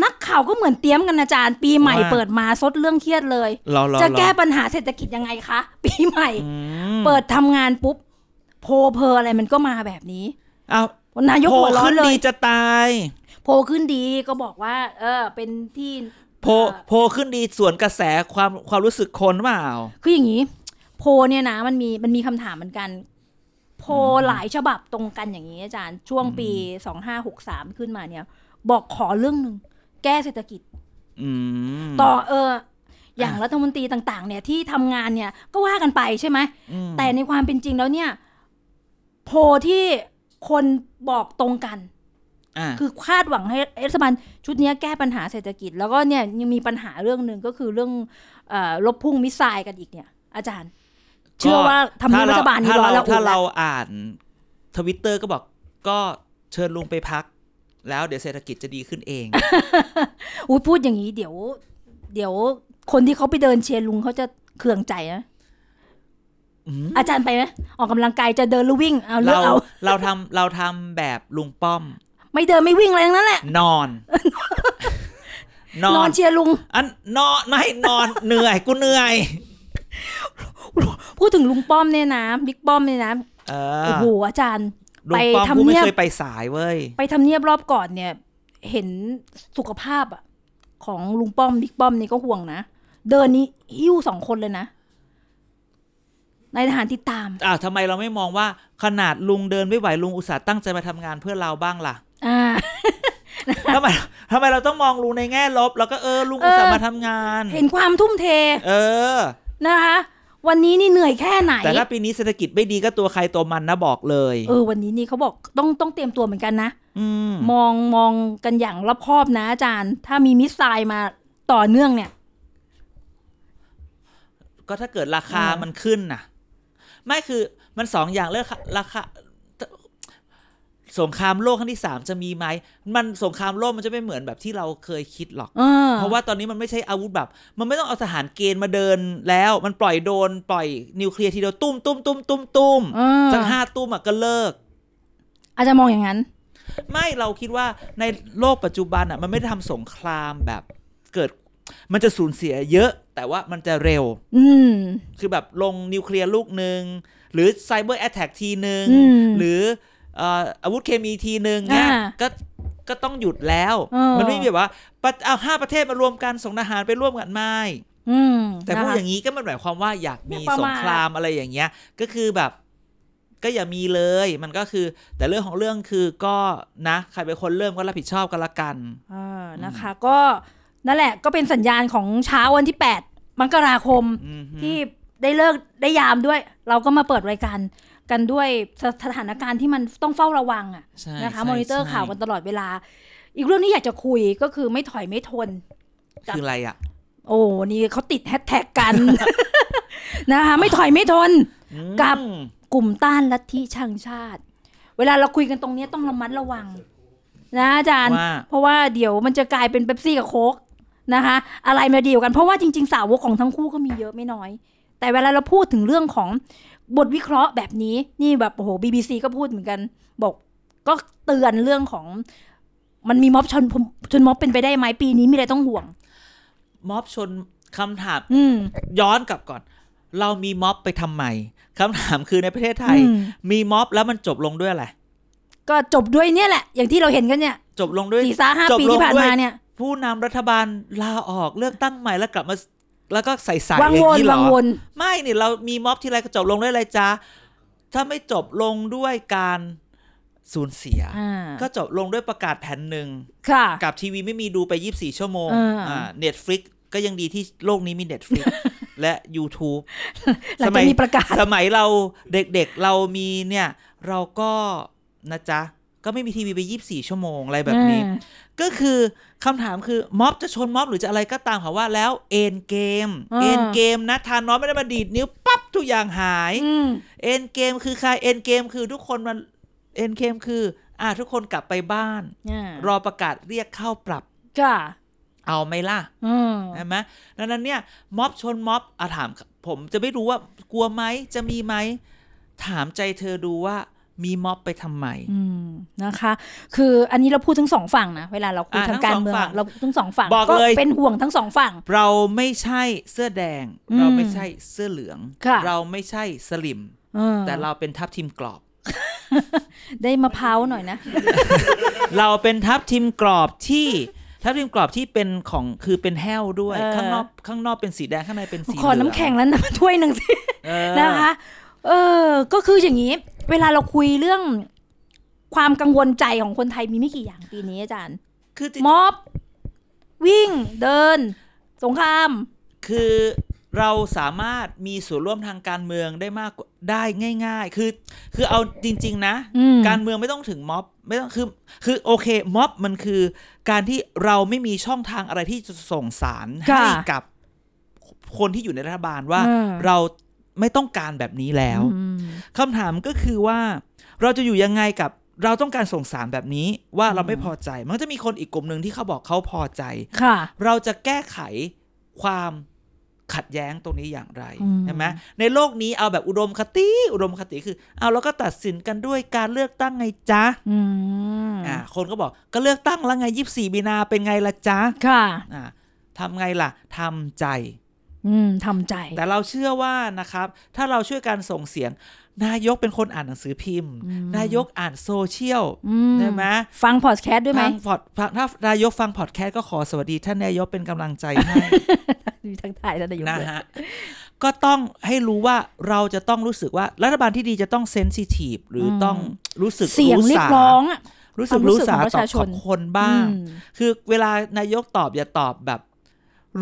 Speaker 1: นักข่าวก็เหมือนเตรียมกันอาจารย์ ปีใหม่
Speaker 2: ว่า
Speaker 1: เปิดมาซดเรื่องเครียดเลย
Speaker 2: รอรอ
Speaker 1: จะ
Speaker 2: รอ
Speaker 1: แก้ปัญหาเศรษฐกิจยังไงคะ ปีใหม่
Speaker 2: อืม
Speaker 1: เปิดทำงานปุ๊บโพลเพออะไรมันก็มาแบบนี้
Speaker 2: เอา
Speaker 1: นายก
Speaker 2: โพ
Speaker 1: หัวร้อ
Speaker 2: ขึ้
Speaker 1: น
Speaker 2: น
Speaker 1: เล
Speaker 2: ดี
Speaker 1: ย
Speaker 2: จะตาย
Speaker 1: โพลขึ้นดีก็บอกว่า เออ เป็นที่
Speaker 2: โพโพขึ้นดีส่วนกระแสความความรู้สึกคนเปล่า
Speaker 1: คืออย่างนี้ โพลเนี่ยนะมันมีมันมีคำถามเหมือนกัน โพลหลายฉบับตรงกันอย่างนี้อาจารย์ช่วงปีสองห้าหกสามขึ้นมาเนี่ย บอกขอเรื่องหนึ่งแก้เศรษฐกิจ
Speaker 2: อืม
Speaker 1: ต่อเออ อย่าง
Speaker 2: อ่ะ
Speaker 1: รัฐมนตรีต่างๆ เนี่ยที่ทำงานเนี่ยก็ว่ากันไปใช่ไหม
Speaker 2: อืม
Speaker 1: แต่ในความเป็นจริงแล้วเนี่ย โพลที่คนบอกตรงกัน
Speaker 2: อ่า
Speaker 1: คือคาดหวังให้รัฐบาลชุดเนี้ยแก้ปัญหาเศรษฐกิจ แล้วก็เนี่ยยังมีปัญหาเรื่องหนึ่งก็คือเรื่องเออลบพุ่งมิสไซล์กันอีกเนี่ย อาจารย์ เชื่อว่าทำ
Speaker 2: ถ้
Speaker 1: เนียบรัฐบาลนี้
Speaker 2: ถ้
Speaker 1: ร้อนแล้วอุ่
Speaker 2: เถ้าน
Speaker 1: แล้
Speaker 2: เรา
Speaker 1: ว
Speaker 2: อ่านทวิตเตอร์ก็บอกก็เชิญลุงไปพัก แล้วเดี๋ยวเศรษฐกิจจะดีขึ้นเอง
Speaker 1: อุ้ยพูดอย่างนี้เดี๋ยว เดี๋ยวคนที่เขาไปเดินเชียร์ลุงเขาจะเคืองใจนะ
Speaker 2: อืม
Speaker 1: อาจารย์ไปไหมออกกำลังกายจะเดินหรือวิ่งเอาเลือก
Speaker 2: เรา
Speaker 1: เอา
Speaker 2: เราทำเราทำแบบลุงป้อม
Speaker 1: ไม่เดินไม่วิ่งอะไรทั้งนั้นแหละ
Speaker 2: นอน นอน
Speaker 1: นอนเชียร์ลุง
Speaker 2: อันนอนไม่นอนเหนื่อยกูเหนื่อย
Speaker 1: พูดถึงลุงป้อมเนี่ยนะบิ๊กป้อมเนี่ยนะ
Speaker 2: เอ
Speaker 1: โอ้
Speaker 2: อ
Speaker 1: โหอาจารย์
Speaker 2: ลุงป้อม
Speaker 1: ไปทำ
Speaker 2: กูไม่
Speaker 1: เนียบ
Speaker 2: เคยไปสายเว้ย
Speaker 1: ไปทำเนียบรอบก่อนเนี่ย เห็นสุขภาพอะของลุงป้อมบิ๊กป้อมนี่ก็ห่วงนะ เดินนี้หิ้วสองคนเลยนะนายทหารติดตาม
Speaker 2: อ้าวทำไมเราไม่มองว่าขนาดลุงเดินไม่ไหวลุงอุตส่าห์ตั้งใจมาทำงานเพื่อเราบ้างล่ะ
Speaker 1: อ่า
Speaker 2: ทำไมทำไมเราต้องมองลุงในแง่ลบ แล้วก็เออลุงอุตส่าห์มาทำงาน
Speaker 1: เห็นความทุ่มเท
Speaker 2: เออ
Speaker 1: นะคะ วันนี้นี่เหนื่อยแค่ไหน
Speaker 2: แต่ถ้าปีนี้เศรษฐกิจไม่ดีก็ตัวใครตัวมันนะบอกเลย
Speaker 1: เออ วันนี้นี่เขาบอกต้องต้องเตรียมตัวเหมือนกันนะ
Speaker 2: ม
Speaker 1: มองมองกันอย่างรอบคอบนะอาจารย์ ถ้ามีมิสไซล์มาต่อเนื่องเนี่ย
Speaker 2: ก็ถ้าเกิดราคา
Speaker 1: เออ
Speaker 2: มันขึ้นน่ะ ไม่คือมันสองอย่างเรื่องราคาสงครามโลกครั้งที่สามจะมีไหมมันสงครามโลกมันจะไม่เหมือนแบบที่เราเคยคิดหรอก
Speaker 1: เออ
Speaker 2: เพราะว่าตอนนี้มันไม่ใช่อาวุธแบบ มันไม่ต้องเอาทหารเกณฑ์มาเดินแล้ว มันปล่อยโดรนปล่อยนิวเคลียร์ทีเดียวตุ้มตุ้มตุ้มตุ้มตุ้ม
Speaker 1: เออ
Speaker 2: สักห้าตุ้มอะก็เลิก
Speaker 1: อาจารย์มองอย่างนั้น
Speaker 2: ไม่เราคิดว่าในโลกปัจจุบันอ่ะมันไม่ได้ทำสงครามแบบเกิด มันจะสูญเสียเยอะ แต่ว่ามันจะเร็ว
Speaker 1: อืม
Speaker 2: คือแบบลงนิวเคลียร์ลูกหนึ่งหรือไซเบอร์แอ a แทกทีหนึ่ง
Speaker 1: อืม
Speaker 2: หรือเอ่ออาวุธเคมีทีหนึ่งเนี่ย
Speaker 1: อ่า
Speaker 2: ก็ก็ต้องหยุดแล้ว
Speaker 1: เออ
Speaker 2: มันไม่มีแบบว่าปะเอาห้าประเทศมารวมกันส่งทหารไปร่วมกันไม่
Speaker 1: อืม
Speaker 2: แต่พูด
Speaker 1: นะคะ
Speaker 2: อย่างนี้ก็มันหมายความว่าอยากมี
Speaker 1: ไม่ประมาท
Speaker 2: สงครามอะไรอย่างเงี้ย ก็คือแบบ ก็อย่ามีเลย มันก็คือ แต่เรื่องของเรื่องคือก็นะใครเป็นคนเริ่มก็รับผิดชอบกันละกัน
Speaker 1: เออนะคะก็นั่นแหละก็เป็นสัญญาณของเช้าวันที่ 8 มกราคม
Speaker 2: อืมฮึ
Speaker 1: ที่ได้เลิกได้ยามด้วย เราก็มาเปิดรายการกันด้วยสสถานการณ์ที่มันต้องเฝ้าระวังอะ
Speaker 2: ใช่
Speaker 1: นะคะ
Speaker 2: ใช่
Speaker 1: มอนิเตอร์
Speaker 2: ใช่
Speaker 1: ข่าวกันตลอดเวลา อีกเรื่องที่อยากจะคุยก็คือไม่ถอยไม่ทน
Speaker 2: คืออะไรอ่ะ
Speaker 1: โอ้นี่เขาติดแฮชแท็กกัน นะคะไม่ถอยไม่ทน
Speaker 2: อืม
Speaker 1: กับ กลุ่มต้านลัทธิชังชาติ เวลาเราคุยกันตรงเนี้ยต้องระมัดระวัง นะอาจารย์
Speaker 2: ว่า
Speaker 1: เพราะว่าเดี๋ยวมันจะกลายเป็นเป๊ปซี่กับโค้กนะคะ อะไรมาเดียวกันเพราะว่าจริงๆ สาวกของทั้งคู่ก็มีเยอะไม่น้อย แต่เวลาเราพูดถึงเรื่องของบทวิเคราะห์แบบนี้นี่แบบโอ้โห BBC ก็พูดเหมือนกัน บอกก็เตือนเรื่องของ มันมีม็อบชนชนม็อบเป็นไปได้ไหมปีนี้มีอะไรต้องห่วง
Speaker 2: ม็อบชนคำถาม
Speaker 1: อืม
Speaker 2: ย้อนกลับก่อน เรามีม็อบไปทำไมคำถามคือในประเทศไทย
Speaker 1: อืม
Speaker 2: มีม็อบแล้วมันจบลงด้วยอะไร
Speaker 1: ก็จบด้วยเนี่ยแหละ อย่างที่เราเห็นกันเนี่ย
Speaker 2: จบลงด้วย
Speaker 1: สี่สาห้า
Speaker 2: จบ
Speaker 1: ปี
Speaker 2: ลง
Speaker 1: ที่ผ่าน
Speaker 2: ด้วย
Speaker 1: มาเนี่ย
Speaker 2: ผู้นำรัฐบาลลาออกเลือกตั้งใหม่แล้วกลับมาแล้วก็ใส่ใส่
Speaker 1: วัง
Speaker 2: อย่าว ง
Speaker 1: น
Speaker 2: นี้เหร
Speaker 1: วัง
Speaker 2: อ
Speaker 1: วน
Speaker 2: ไม่นี่เรามีม็อบทีไรก็จบลงด้วยอะไรจ้าถ้าไม่จบลงด้วยการสูญเสีย
Speaker 1: อ่า
Speaker 2: ก็จบลงด้วยประกาศแผ่นหนึ่ง
Speaker 1: ค่ะ
Speaker 2: กับทีวีไม่มีดูไป 24 ชั่วโมง
Speaker 1: เอออ่
Speaker 2: เน็ตฟลิกก็ยังดีที่โลกนี้มี Netflix และ YouTube
Speaker 1: หลังจากมีประกาศ
Speaker 2: สมัยเราเด็กๆเรามีเนี่ย เราก็นะจ๊ะ ก็ไม่มีทีวีไป 24 ชั่วโมงอะไรแบบนี้ ก็คือคำถามคือม็อบจะชนม็อบหรือจะอะไรก็ตามค่ะว่าแล้วเอ็นเกม
Speaker 1: อ่า
Speaker 2: เอ็นเกมนะทานน้อยไม่ได้มาดีดนิ้วปั๊บทุกอย่างหาย
Speaker 1: อืม
Speaker 2: เอ็นเกมคือใครเอ็นเกมคือทุกคนมันเอ็นเกมคือ อ่าทุกคนกลับไปบ้าน
Speaker 1: อ่าร
Speaker 2: อประกาศเรียกเข้าปรับ
Speaker 1: ค่ะ
Speaker 2: เอาไหมล่ะ
Speaker 1: อืม
Speaker 2: ใช่ไหมดังนั้นเนี่ยม็อบชนม็อบอาถาม ผมจะไม่รู้ว่ากลัวไหมจะมีไหม ถามใจเธอดูว่ามีม็อบไปทำไม
Speaker 1: อืมนะคะ คืออันนี้เราพูดทั้งสองฝั่งนะเวลาเราคุย
Speaker 2: อ่า
Speaker 1: ทางการเมือง
Speaker 2: ทั้งสองฝั่
Speaker 1: อะ
Speaker 2: ง
Speaker 1: เราพูดทั้งสองฝั่ง
Speaker 2: บอกเลย
Speaker 1: เป็นห่วงทั้งสองฝั่ง
Speaker 2: เราไม่ใช่เสื้อแดง
Speaker 1: อืม
Speaker 2: เราไม่ใช่เสื้อเหลือง
Speaker 1: ค่ะ
Speaker 2: เราไม่ใช่สลิม
Speaker 1: เออ
Speaker 2: แต่เราเป็นทัพทีมกรอบ
Speaker 1: ได้มะพร้าวหน่อยนะ
Speaker 2: เราเป็นทัพทีมกรอบที่ทัพทีมกรอบที่เป็นของคือเป็นแห้วด้วย
Speaker 1: เออ
Speaker 2: ข้างนอกข้างนอกเป็นสีแดงข้างในเป็นสีเห
Speaker 1: ข
Speaker 2: ลื
Speaker 1: อ
Speaker 2: อง
Speaker 1: น้ำแข็งแล้วนะถ้วยหนึ่งสิ
Speaker 2: เออ
Speaker 1: นะคะ เออ ก็คืออย่างนี้ เวลาเราคุยเรื่องความกังวลใจของคนไทยมีไม่กี่อย่างปีนี้อาจารย์
Speaker 2: คือจริง
Speaker 1: ม็อบ วิ่งเดิน สงคราม
Speaker 2: คือเราสามารถมีส่วนร่วมทางการเมืองได้มากกว่าได้ง่าย ๆ คือ คือเอาจริง ๆ นะ
Speaker 1: อืม
Speaker 2: การเมืองไม่ต้องถึงม็อบไม่ต้องคือคือโอเคม็อบมันคือ การที่เราไม่มีช่องทางอะไรที่จะส่งสาร
Speaker 1: ค่ะ
Speaker 2: ให้กับคนที่อยู่ในรัฐบาลว่า
Speaker 1: อืม
Speaker 2: เราไม่ต้องการแบบนี้แล้ว
Speaker 1: อืม
Speaker 2: คำถามก็คือว่า เราจะอยู่ยังไงกับเราต้องการส่งสารแบบนี้ ว่าเราไม่พอใจ มันก็จะมีคนอีกกลุ่มหนึ่งที่เขาบอกเขาพอใจ
Speaker 1: ค่ะ
Speaker 2: เราจะแก้ไขความขัดแย้งตรงนี้อย่างไร
Speaker 1: อืม
Speaker 2: ใช่ไหมในโลกนี้เอาแบบอุดมคติ อุดมคติคือ เอาแล้วก็ตัดสินกันด้วยการเลือกตั้งไงจ๊ะ
Speaker 1: อืม
Speaker 2: อ่า คนก็บอกก็เลือกตั้งแล้วไงยี่สี่มีนาเป็นไงล่ะจ๊ะ
Speaker 1: ค่ะ
Speaker 2: อ่าทำไงล่ะทำใจ
Speaker 1: อืมทำใจ
Speaker 2: แต่เราเชื่อว่านะครับ ถ้าเราช่วยกันส่งเสียง นายกเป็นคนอ่านหนังสือพิมพ์
Speaker 1: อืม
Speaker 2: นายกอ่านโซเชียล
Speaker 1: อืม
Speaker 2: ใช่ไหม
Speaker 1: ฟังพอดแคสต์ด้วยไหม
Speaker 2: ฟังพอดฟังถ้านายกฟังพอดแคสต์ก็ขอสวัสดีท่านนายกเป็นกำลังใจให้
Speaker 1: มีทั้งถ่ายและนายก
Speaker 2: นะ
Speaker 1: ด้วย
Speaker 2: ฮะ ก็ต้องให้รู้ว่าเราจะต้องรู้สึกว่ารัฐบาลที่ดีจะต้องเซนซิทีฟหรือต้องรู้สึก
Speaker 1: เสียงเรียกร้องอะ
Speaker 2: รู้สึ
Speaker 1: ค
Speaker 2: ก
Speaker 1: วามรู้
Speaker 2: รู้
Speaker 1: สึก
Speaker 2: สา
Speaker 1: ของประ
Speaker 2: ต่อ
Speaker 1: ชาช
Speaker 2: ขอน บคนบ้าง
Speaker 1: อืม
Speaker 2: คือเวลานายกตอบอย่าตอบแบบ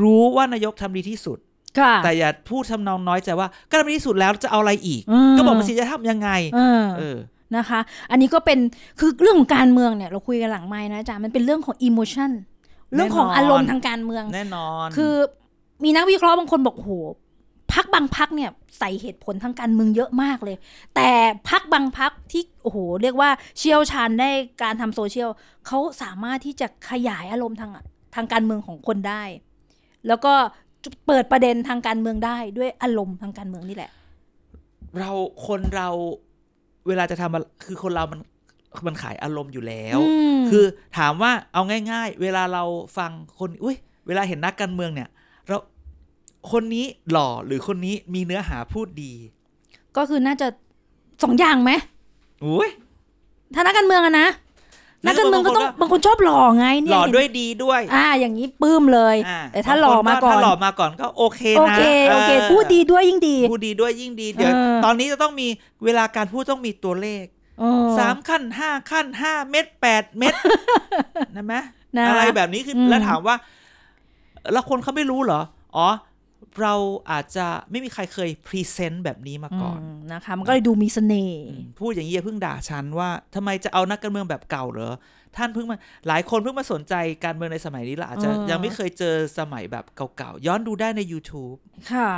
Speaker 2: รู้ว่านายกทำดีที่สุด
Speaker 1: ค่ะ
Speaker 2: แต่อย่าพูดทำนองน้อยใจว่าก็ทำดีที่สุดแล้วจะเอาอะไรอีก
Speaker 1: ม
Speaker 2: ก็บอกมาสิจะทำยังไง
Speaker 1: เออ
Speaker 2: เออ
Speaker 1: นะคะ อันนี้ก็เป็นคือเรื่องของการเมืองเนี่ย เราคุยกันหลังไม้นะอาจารย์มันเป็นเรื่องของอิโมชันเรื่องของ
Speaker 2: แน่นอน
Speaker 1: อารมณ์ทางการเมือง
Speaker 2: แน่นอน
Speaker 1: คือมีนักวิเคราะห์บางคนบอกโอ้โหพักบางพักเนี่ยใส่เหตุผลทางการเมืองเยอะมากเลย แต่พักบางพักที่โอ้โหเรียกว่าเชี่ยวชาญในการทำโซเชียลเขาสามารถที่จะขยายอารมณ์ทางทางการเมืองของคนได้ แล้วก็เปิดประเด็นทางการเมืองได้ด้วยอารมณ์ทางการเมืองนี่แหละ
Speaker 2: เราคนเราเวลาจะทำอะไรคือคนเรามันมันขายอารมณ์อยู่แล้ว
Speaker 1: อืม
Speaker 2: คือถามว่าเอาง่าย ๆ เวลาเราฟังคนอุ้ยเวลาเห็นนักการเมืองเนี่ย เราคนนี้หล่อหรือคนนี้มีเนื้อหาพูดดี
Speaker 1: ก็คือน่าจะสองอย่างไหม
Speaker 2: อุ้ย
Speaker 1: ถ้านักการเมืองอะนะ
Speaker 2: นั
Speaker 1: นัก
Speaker 2: ก
Speaker 1: กา
Speaker 2: การรเมื
Speaker 1: เมือ
Speaker 2: อง ง
Speaker 1: ก็ต้อง
Speaker 2: บางคนก็
Speaker 1: บางคนชอบหล่อไงเนี่ย
Speaker 2: หล่อด้วยดีด้วย
Speaker 1: อ่า อย่างนี้ปลื้มเลย
Speaker 2: อ่
Speaker 1: แต่ถ้าหล่อมาก่อน
Speaker 2: บงคถ้าหล่อมาก่อนก็โอเคนะ
Speaker 1: โอเค โอเค
Speaker 2: ออ
Speaker 1: พูดดีด้วยยิ่งดี
Speaker 2: พูดดีด้วยยิ่งดีเดี๋ยว
Speaker 1: เออ
Speaker 2: ตอนนี้จะต้องมีเวลาการพูดต้องมีตัวเลข
Speaker 1: เออ
Speaker 2: สามขั้นห้าขั้นห้าเม็ดแปด เม็ดนะไหม
Speaker 1: นะ
Speaker 2: อะไรแบบนี้คือ
Speaker 1: อืม
Speaker 2: แล้วถามว่า แล้วคนเขาไม่รู้เหรอ อ๋อ เราอาจจะไม่มีใครเคยพรีเซนต์แบบนี้มาก่อน
Speaker 1: มนะคะ มันก็เลยดูมีเสน่ห์
Speaker 2: อืมพูดอย่างนี้อย่าเพิ่งด่าฉันว่าทำไมจะเอานักการเมืองแบบเก่าเหรอ ท่านเพิ่งมาหลายคนเพิ่งมาสนใจการเมืองในสมัยนี้ละอาจจะ
Speaker 1: เออ
Speaker 2: ยังไม่เคยเจอสมัยแบบเก่าๆ ย้อนดูได้ใน YouTube
Speaker 1: ค่ะ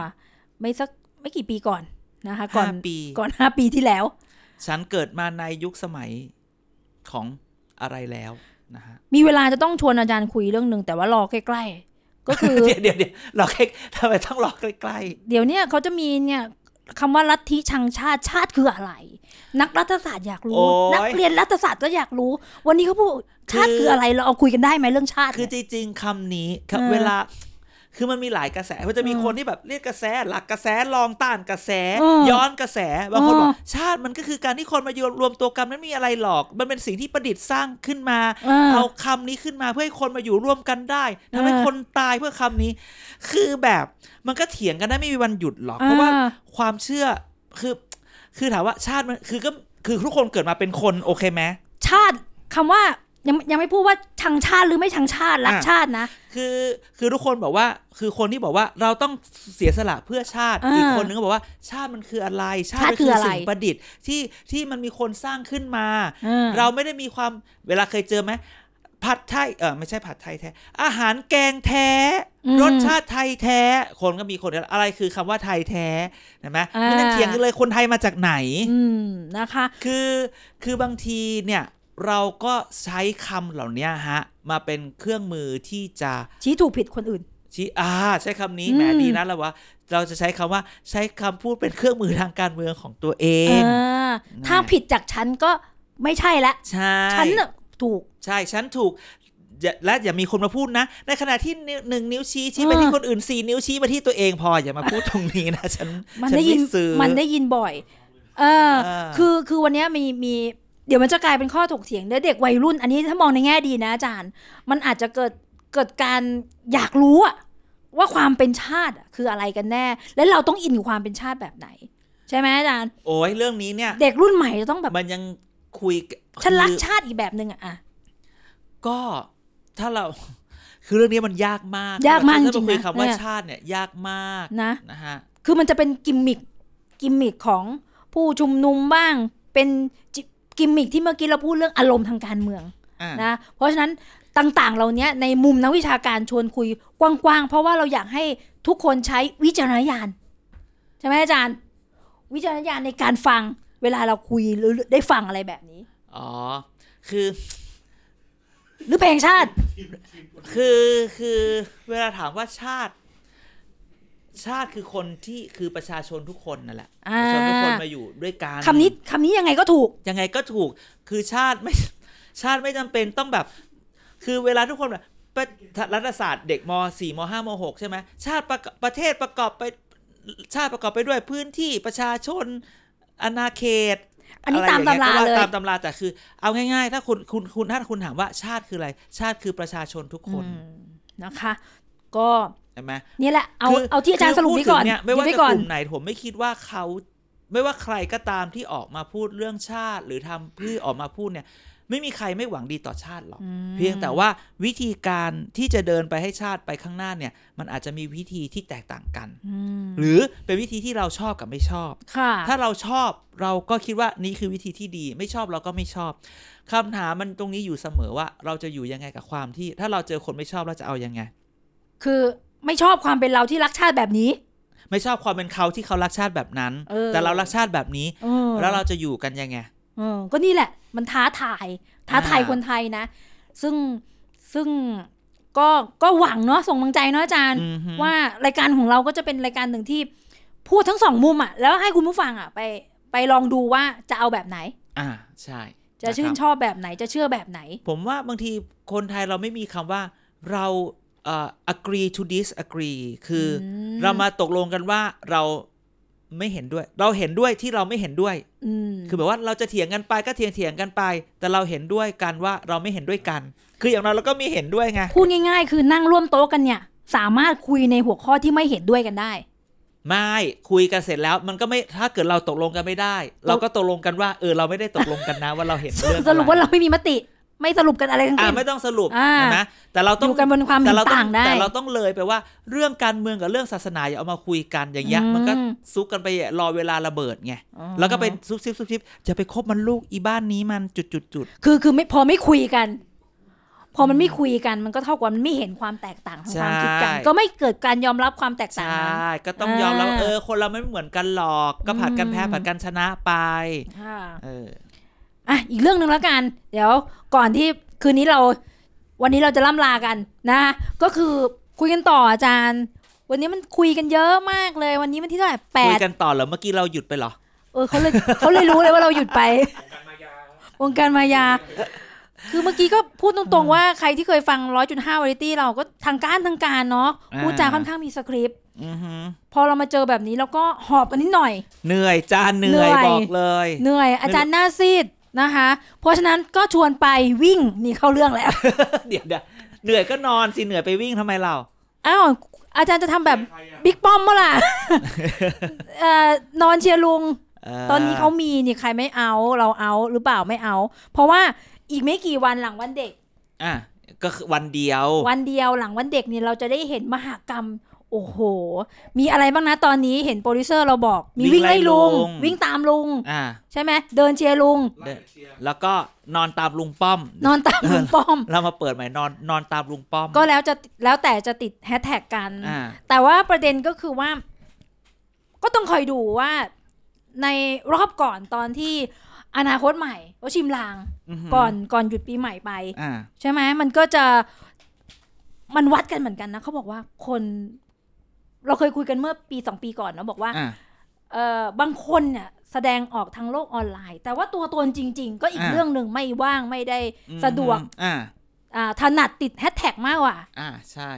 Speaker 1: ไม่สักไม่กี่ปีก่อนนะคะ ก่อน
Speaker 2: ห้าปี
Speaker 1: ก่อนห้าปีที่แล้ว
Speaker 2: ฉันเกิดมาในยุคสมัยของอะไรแล้วนะฮะ
Speaker 1: มีเวลาจะต้องชวนอาจารย์คุยเรื่องหนึ่งแต่ว่ารอใกล้ๆ ก็คือ
Speaker 2: เดี๋ยวเดี๋ยวเดี๋ยวรอใกล้ทำไมต้องรอใกล้ๆ
Speaker 1: เดี๋ยวเนี้ยเขาจะมีเนี่ยคำว่าลัทธิชังชาติชาติคืออะไร นักรัฐศาสตร์อยากรู้
Speaker 2: โอ้ย
Speaker 1: นักเรียนรัฐศาสตร์ก็อยากรู้ วันนี้เขาพูดชาติคืออะไรเราเอาคุยกันได้ไหมเรื่องชาติ
Speaker 2: คือ
Speaker 1: เนี่ย
Speaker 2: จริงๆคำนี้ครับ
Speaker 1: เออ
Speaker 2: เวลา คือมันมีหลายกระแส มันจะมี
Speaker 1: เออ
Speaker 2: คนที่แบบเรียกกระแส หลักกระแสรองต้านกระแส
Speaker 1: เออ
Speaker 2: ย้อนกระแสบางคน
Speaker 1: เออ
Speaker 2: บอกชาติมันก็คือการที่คนมารวมรวมตัวกันไม่มีอะไรหรอก มันเป็นสิ่งที่ประดิษฐ์สร้างขึ้นมา
Speaker 1: เออ
Speaker 2: เอาคำนี้ขึ้นมาเพื่อให้คนมาอยู่ร่วมกันได้ทำให้
Speaker 1: เออ
Speaker 2: คนตายเพื่อคำนี้ คือแบบมันก็เถียงกันได้ไม่มีวันหยุดหรอก เพราะว่า
Speaker 1: อ่า
Speaker 2: ความเชื่อคือคือถามว่าชาติมันคือก็คือทุกคนเกิดมาเป็นคนโอเคไหม
Speaker 1: ชาติคำว่ายังยังไม่พูดว่าชังชาติหรือไม่ชังชาติรัก
Speaker 2: อ่ะ
Speaker 1: ชาตินะ
Speaker 2: คือคือทุกคนบอกว่าคือคนที่บอกว่าเราต้องเสียสละเพื่อชาติ
Speaker 1: อ่า
Speaker 2: อีกคนนึงก็บอกว่าชาติมันคืออะไรชาติ
Speaker 1: ชาติ
Speaker 2: มัน
Speaker 1: คือ
Speaker 2: คือ
Speaker 1: อะไร
Speaker 2: สิ่งประดิษฐ์ที่ที่มันมีคนสร้างขึ้นมา
Speaker 1: เออ
Speaker 2: เราไม่ได้มีความเวลาเคยเจอไหมผัดไทยเออไม่ใช่ผัดไทยแท้ อาหารแกงแท้
Speaker 1: อืม
Speaker 2: รสชาติไทยแท้ คนก็มีคนเดียวอะไรคือคำว่าไทยแท้เห็นไหม
Speaker 1: อ่า
Speaker 2: ไม่ต้องเถียงกันเลยคนไทยมาจากไหน
Speaker 1: อืมนะคะ
Speaker 2: คือคือบางทีเนี่ย เราก็ใช้คำเหล่านี้ฮะ มาเป็นเครื่องมือที่จะ
Speaker 1: ชี้ถูกผิดคนอื่น
Speaker 2: ชี้อ่าใช้คำนี้
Speaker 1: อืม
Speaker 2: แหมดีนะเราว่า เราจะใช้คำว่าใช้คำพูดเป็นเครื่องมือทางการเมืองของตัวเอง
Speaker 1: เออถ้าผิดจากฉันก็ไม่ใช่ละ
Speaker 2: ใช่
Speaker 1: ฉันน่ะถูก
Speaker 2: ใช่ฉันถูกอย่าและอย่ามีคนมาพูดนะ ในขณะที่นิ้วหนึ่งนิ้วชี้ชี้ไป
Speaker 1: เออ
Speaker 2: ที่คนอื่นสี่นิ้วชี้มาที่ตัวเองพออย่ามาพูดตรงนี้นะ ฉัน
Speaker 1: มัน
Speaker 2: ฉั
Speaker 1: ได้ยิน
Speaker 2: ซื้อ
Speaker 1: มันได้ยินบ่อย เออ
Speaker 2: เออ
Speaker 1: คือคือวันเนี้ยมีมีเดี๋ยวมันจะกลายเป็นข้อถกเถียงแล้วเด็กวัยรุ่น อันนี้ถ้ามองในแง่ดีนะอาจารย์ มันอาจจะเกิดเกิดการอยากรู้อะว่าความเป็นชาติอะคืออะไรกันแน่ และเราต้องอินกับความเป็นชาติแบบไหน ใช่ไหมอาจารย์
Speaker 2: โอ้ยเรื่องนี้เนี่ย
Speaker 1: เด็กรุ่นใหม่จะต้องแบบ
Speaker 2: มันยังคุย
Speaker 1: ฉันรัก
Speaker 2: คือ
Speaker 1: ชาติอีกแบบหนึ่งอะอะ
Speaker 2: ก็ถ้าเรา คือเรื่องนี้มันยากมาก
Speaker 1: ยากมาก
Speaker 2: ถ้
Speaker 1: จริงๆ
Speaker 2: คุย
Speaker 1: นะ
Speaker 2: คำว่า
Speaker 1: เนี่ย
Speaker 2: ชาติเนี่ย ยากมาก
Speaker 1: นะ
Speaker 2: นะฮะ
Speaker 1: คือมันจะเป็นกิมมิคกิมมิคของผู้ชุมนุมบ้าง เป็นจิกิมมิคที่เมื่อกี้เราพูดเรื่องอารมณ์ทางการเมือง
Speaker 2: อ่า
Speaker 1: นะเพราะฉะนั้นต่างๆ เหล่านี้ในมุมนักวิชาการชวนคุยกว้างๆ เพราะว่าเราอยากให้ทุกคนใช้วิจารณญาณใช่ไหมอาจารย์ วิจารณญาณในการฟังเวลาเราคุยหรือได้ฟังอะไรแบบนี้
Speaker 2: อ๋อ คือ
Speaker 1: หรือเพลงชาติ
Speaker 2: คือคือเวลาถามว่าชาติ ชาติคือคนที่คือประชาชนทุกคนนั่นแหละป
Speaker 1: อ่า
Speaker 2: ระชาชนทุกคนมาอยู่ด้วยกัน
Speaker 1: คำนี้คำนี้ยังไงก็ถูก
Speaker 2: ยังไงก็ถูกคือชาติไม่ ชาติไม่จำเป็นต้องแบบ คือเวลาทุกคนแบบประรัฐศาสตร์เด็กม .4 ม .5 ม .6 ใช่ไหมชาติประกอบประเทศประกอบไปชาติประกอบไปด้วยพื้นที่ประชาชนอาณาเขต
Speaker 1: อันนี้
Speaker 2: ะไร
Speaker 1: ตาม
Speaker 2: ย่ง
Speaker 1: ตำรา
Speaker 2: งี้ก็ว่
Speaker 1: เลย
Speaker 2: ตามตำราแต่คือ เอาง่ายๆ ถ้าคุณคุณคุณถ้าคุณถามว่าชาติคืออะไร ชาติคือประชาชนทุกค
Speaker 1: อื
Speaker 2: น
Speaker 1: มนะคะ ก็
Speaker 2: ใช่ไหม
Speaker 1: นี่แหละเอา
Speaker 2: คือ
Speaker 1: เอาที่อาจารย์
Speaker 2: คื
Speaker 1: สรุป
Speaker 2: พูด
Speaker 1: นี้ก่อน
Speaker 2: ถึงเยไม่ว่า
Speaker 1: ยึด
Speaker 2: จะ
Speaker 1: ไก่อกน
Speaker 2: ลุ่มไหนผมไม่คิดว่าเขาไม่ว่าใครก็ตามที่ออกมาพูดเรื่องชาติ หรือทำเพื่อออกมาพูดเนี่ย ไม่มีใครไม่หวังดีต่อชาติหรอก
Speaker 1: อืม
Speaker 2: เพียงแต่ว่าวิธีการที่จะเดินไปให้ชาติไปข้างหน้าเนี่ย มันอาจจะมีวิธีที่แตกต่างกัน
Speaker 1: อืม
Speaker 2: หรือเป็นวิธีที่เราชอบกับไม่ชอบ
Speaker 1: ค่ะ
Speaker 2: ถ้าเราชอบเราก็คิดว่านี่คือวิธีที่ดี ไม่ชอบเราก็ไม่ชอบคำถามมันตรงนี้อยู่เสมอว่า เราจะอยู่ยังไงกับความที่ ถ้าเราเจอคนไม่ชอบเราจะเอายังไง
Speaker 1: คือไม่ชอบความเป็นเราที่รักชาติแบบนี้
Speaker 2: ไม่ชอบความเป็นเขาที่เขารักชาติแบบนั้น
Speaker 1: เออ
Speaker 2: แต่เรารักชาติแบบนี้
Speaker 1: เออ
Speaker 2: แล้วเราจะอยู่กันยังไง
Speaker 1: เออก็นี่แหละ มันท้าทาย ท้าทาย
Speaker 2: อ่า
Speaker 1: คนไทยนะ ซึ่งซึ่งก็ก็หวังเนาะส่งกำลังใจเนาะอาจารย์
Speaker 2: อือฮึ
Speaker 1: ว่ารายการของเราก็จะเป็นรายการหนึ่งที่พูดทั้งสองมุมอะ่ะ แล้วให้คุณผู้ฟังอะ่ะ ไปไปลองดูว่าจะเอาแบบไหน
Speaker 2: อ่าใช่
Speaker 1: จะชื่น
Speaker 2: ครับ
Speaker 1: ชอบแบบไหนจะเชื่อแบบไหน
Speaker 2: ผมว่าบางทีคนไทยเราไม่มีคำว่าเราเอ่อ agree to disagree คืออ
Speaker 1: ม
Speaker 2: เรามาตกลงกันว่าเราไม่เห็นด้วย เราเห็นด้วยที่เราไม่เห็นด้วย
Speaker 1: อืม
Speaker 2: คือแบบว่าเราจะเถียงกันไปก็เถียงเถียงกันไป แต่เราเห็นด้วยกันว่าเราไม่เห็นด้วยกัน คืออย่างน้อยเราก็มีเห็นด้วยไง
Speaker 1: พูดง่าย ๆ คือนั่งร่วมโต๊ะกันเนี่ย สามารถคุยในหัวข้อที่ไม่เห็นด้วยกันได้
Speaker 2: ไม่คุยกันเสร็จแล้วมันก็ไม่ถ้าเกิดเราตกลงกันไม่ได้ เราก็ตกลงกันว่า เออเราไม่ได้ตกลงกันนะ ว่าเรา เห็นเรื่อง
Speaker 1: สรุปว่า
Speaker 2: อะไ
Speaker 1: เราไม่มีมติ ไม่สรุปกันอะไรทั้ง
Speaker 2: อ่า
Speaker 1: สิ้น
Speaker 2: ไม่ต้องสรุป
Speaker 1: อ่า
Speaker 2: เห็นะแต่เรา
Speaker 1: อ
Speaker 2: ต้อง
Speaker 1: ยู่กันบนความ
Speaker 2: แต่
Speaker 1: เห็น
Speaker 2: เราต้อ
Speaker 1: ต่างงได้
Speaker 2: แต่เราต้องเลยไปว่าเรื่องการเมืองกับเรื่องศาสนาอย่าเอามาคุยกันอย่างเงี้ย
Speaker 1: อืม
Speaker 2: มันก็ซุกกันไปรอเวลาระเบิดไงแล้วก็ไปซุบซิบซุบซิบจะไปคบมันลูกอีบ้านนี้มันจุดจุดจุด
Speaker 1: คือคือไม่พอไม่คุยกัน พอมันไม่คุยกันมันก็เท่ากับมันไม่เห็นความแตกต่างทางความคิดกัน ก็ไม่เกิดการยอมรับความแตก
Speaker 2: ใช
Speaker 1: ต่างนั้น่
Speaker 2: ก็ต้องยอมแล้วาเออ คนเราไม่เหมือนกันหรอก ก็ผัดกันแพ้ผัดกันชนะไป
Speaker 1: ค่ะ
Speaker 2: เออ
Speaker 1: อ่ะอีกเรื่องหนึ่งแล้วกัน เดี๋ยวก่อนที่คืนนี้เรา วันนี้เราจะล่ำลากันนะ ก็คือคุยกันต่ออาจารย์ วันนี้มันคุยกันเยอะมากเลย วันนี้มันที่เท่าไหร่แป
Speaker 2: คุย
Speaker 1: ด
Speaker 2: กันต่อเหรอเมื่อกี้เราหยุดไปเหรอ
Speaker 1: เออเขาเลยเขาเลยรู้เลยว่าเราหยุดไป
Speaker 3: ของการมายา
Speaker 1: วงการมายา คือเมื่อกี้ก็พูดตรงๆว่าใครที่เคยฟัง 100.5วาไรตี้เราก็ทางการทางการเนาะ
Speaker 2: อ่า
Speaker 1: พูดจาค่อนข้างมีสคริปต์
Speaker 2: อือหือ
Speaker 1: พอเรามาเจอแบบนี้แล้วก็หอบกันนิดหน่อย
Speaker 2: เหนื่อยจ้าเหนื่อย
Speaker 1: เหนื่อย
Speaker 2: บอกเลย
Speaker 1: เหนื่อย อาจารย์หน้าซีดนะคะ เพราะฉะนั้นก็ชวนไปวิ่งนี่เข้าเรื่องแล้ว
Speaker 2: เดี๋ยวเดี๋ยวเหนื่อยก็นอนสิเหนื่อยไปวิ่งทำไมเรา
Speaker 1: อ้าวอาจารย์จะทำแบบบิ๊กป้อมเมื่อ ล่ะ เอ่อนอนเชียร์ลุง
Speaker 2: เ
Speaker 1: ตอนนี้เขามีนี่ใครไม่เอาเราเอาหรือเปล่าไม่เอา เพราะว่าอีกไม่กี่วันหลังวันเด็ก
Speaker 2: อ่ะก็คือวันเดียว
Speaker 1: วันเดียวหลังวันเด็กเนี่ยเราจะได้เห็นมหากรรม โอ้โห มีอะไรบ้างนะตอนนี้เห็นโปรดิวเซอร์เราบอก มี
Speaker 2: วิ่
Speaker 1: วิ่
Speaker 2: ง
Speaker 1: ง
Speaker 2: ไล่
Speaker 1: ไล่ลุง
Speaker 2: ลุง
Speaker 1: วิ่งตามลุง
Speaker 2: อ่ะ
Speaker 1: ใช่ไหมเดินเชียร์ลุง
Speaker 2: แล้วก็นอนตามลุงป้อม
Speaker 1: นอนตามลุงป้อ ม
Speaker 2: เรามาเปิดใหม่นอนนอนตามลุงป้อม
Speaker 1: ก็แล้วจะแล้วแต่จะติดแฮชแท็กกัน
Speaker 2: อ่ะ
Speaker 1: แต่ว่าประเด็นก็คือว่า ก็ต้องคอยดูว่าในรอบก่อนตอนที่ อนาคตใหม่เขาชิมลาง
Speaker 2: หื
Speaker 1: ก่อนก่อนหยุดปีใหม่ไป
Speaker 2: อ่า
Speaker 1: ใช่ไหมมันก็จะมันวัดกันเหมือนกันนะเขาบอกว่าคน เราเคยคุยกันเมื่อปีสองปีก่อนเนอะบอกว่า
Speaker 2: อ่า
Speaker 1: เอ่อบางคนเนี่ยแสดงออกทางโลกออนไลน์ แต่ว่าตัวตนจริง ๆ ก็อีก
Speaker 2: อ่า
Speaker 1: เรื่องหนึ่งไม่ว่างไม่ได้
Speaker 2: อืม
Speaker 1: สะดวก
Speaker 2: อ่า
Speaker 1: อ่าถนัดติดแฮชแท็กมากกว่า
Speaker 2: อ่า ใช่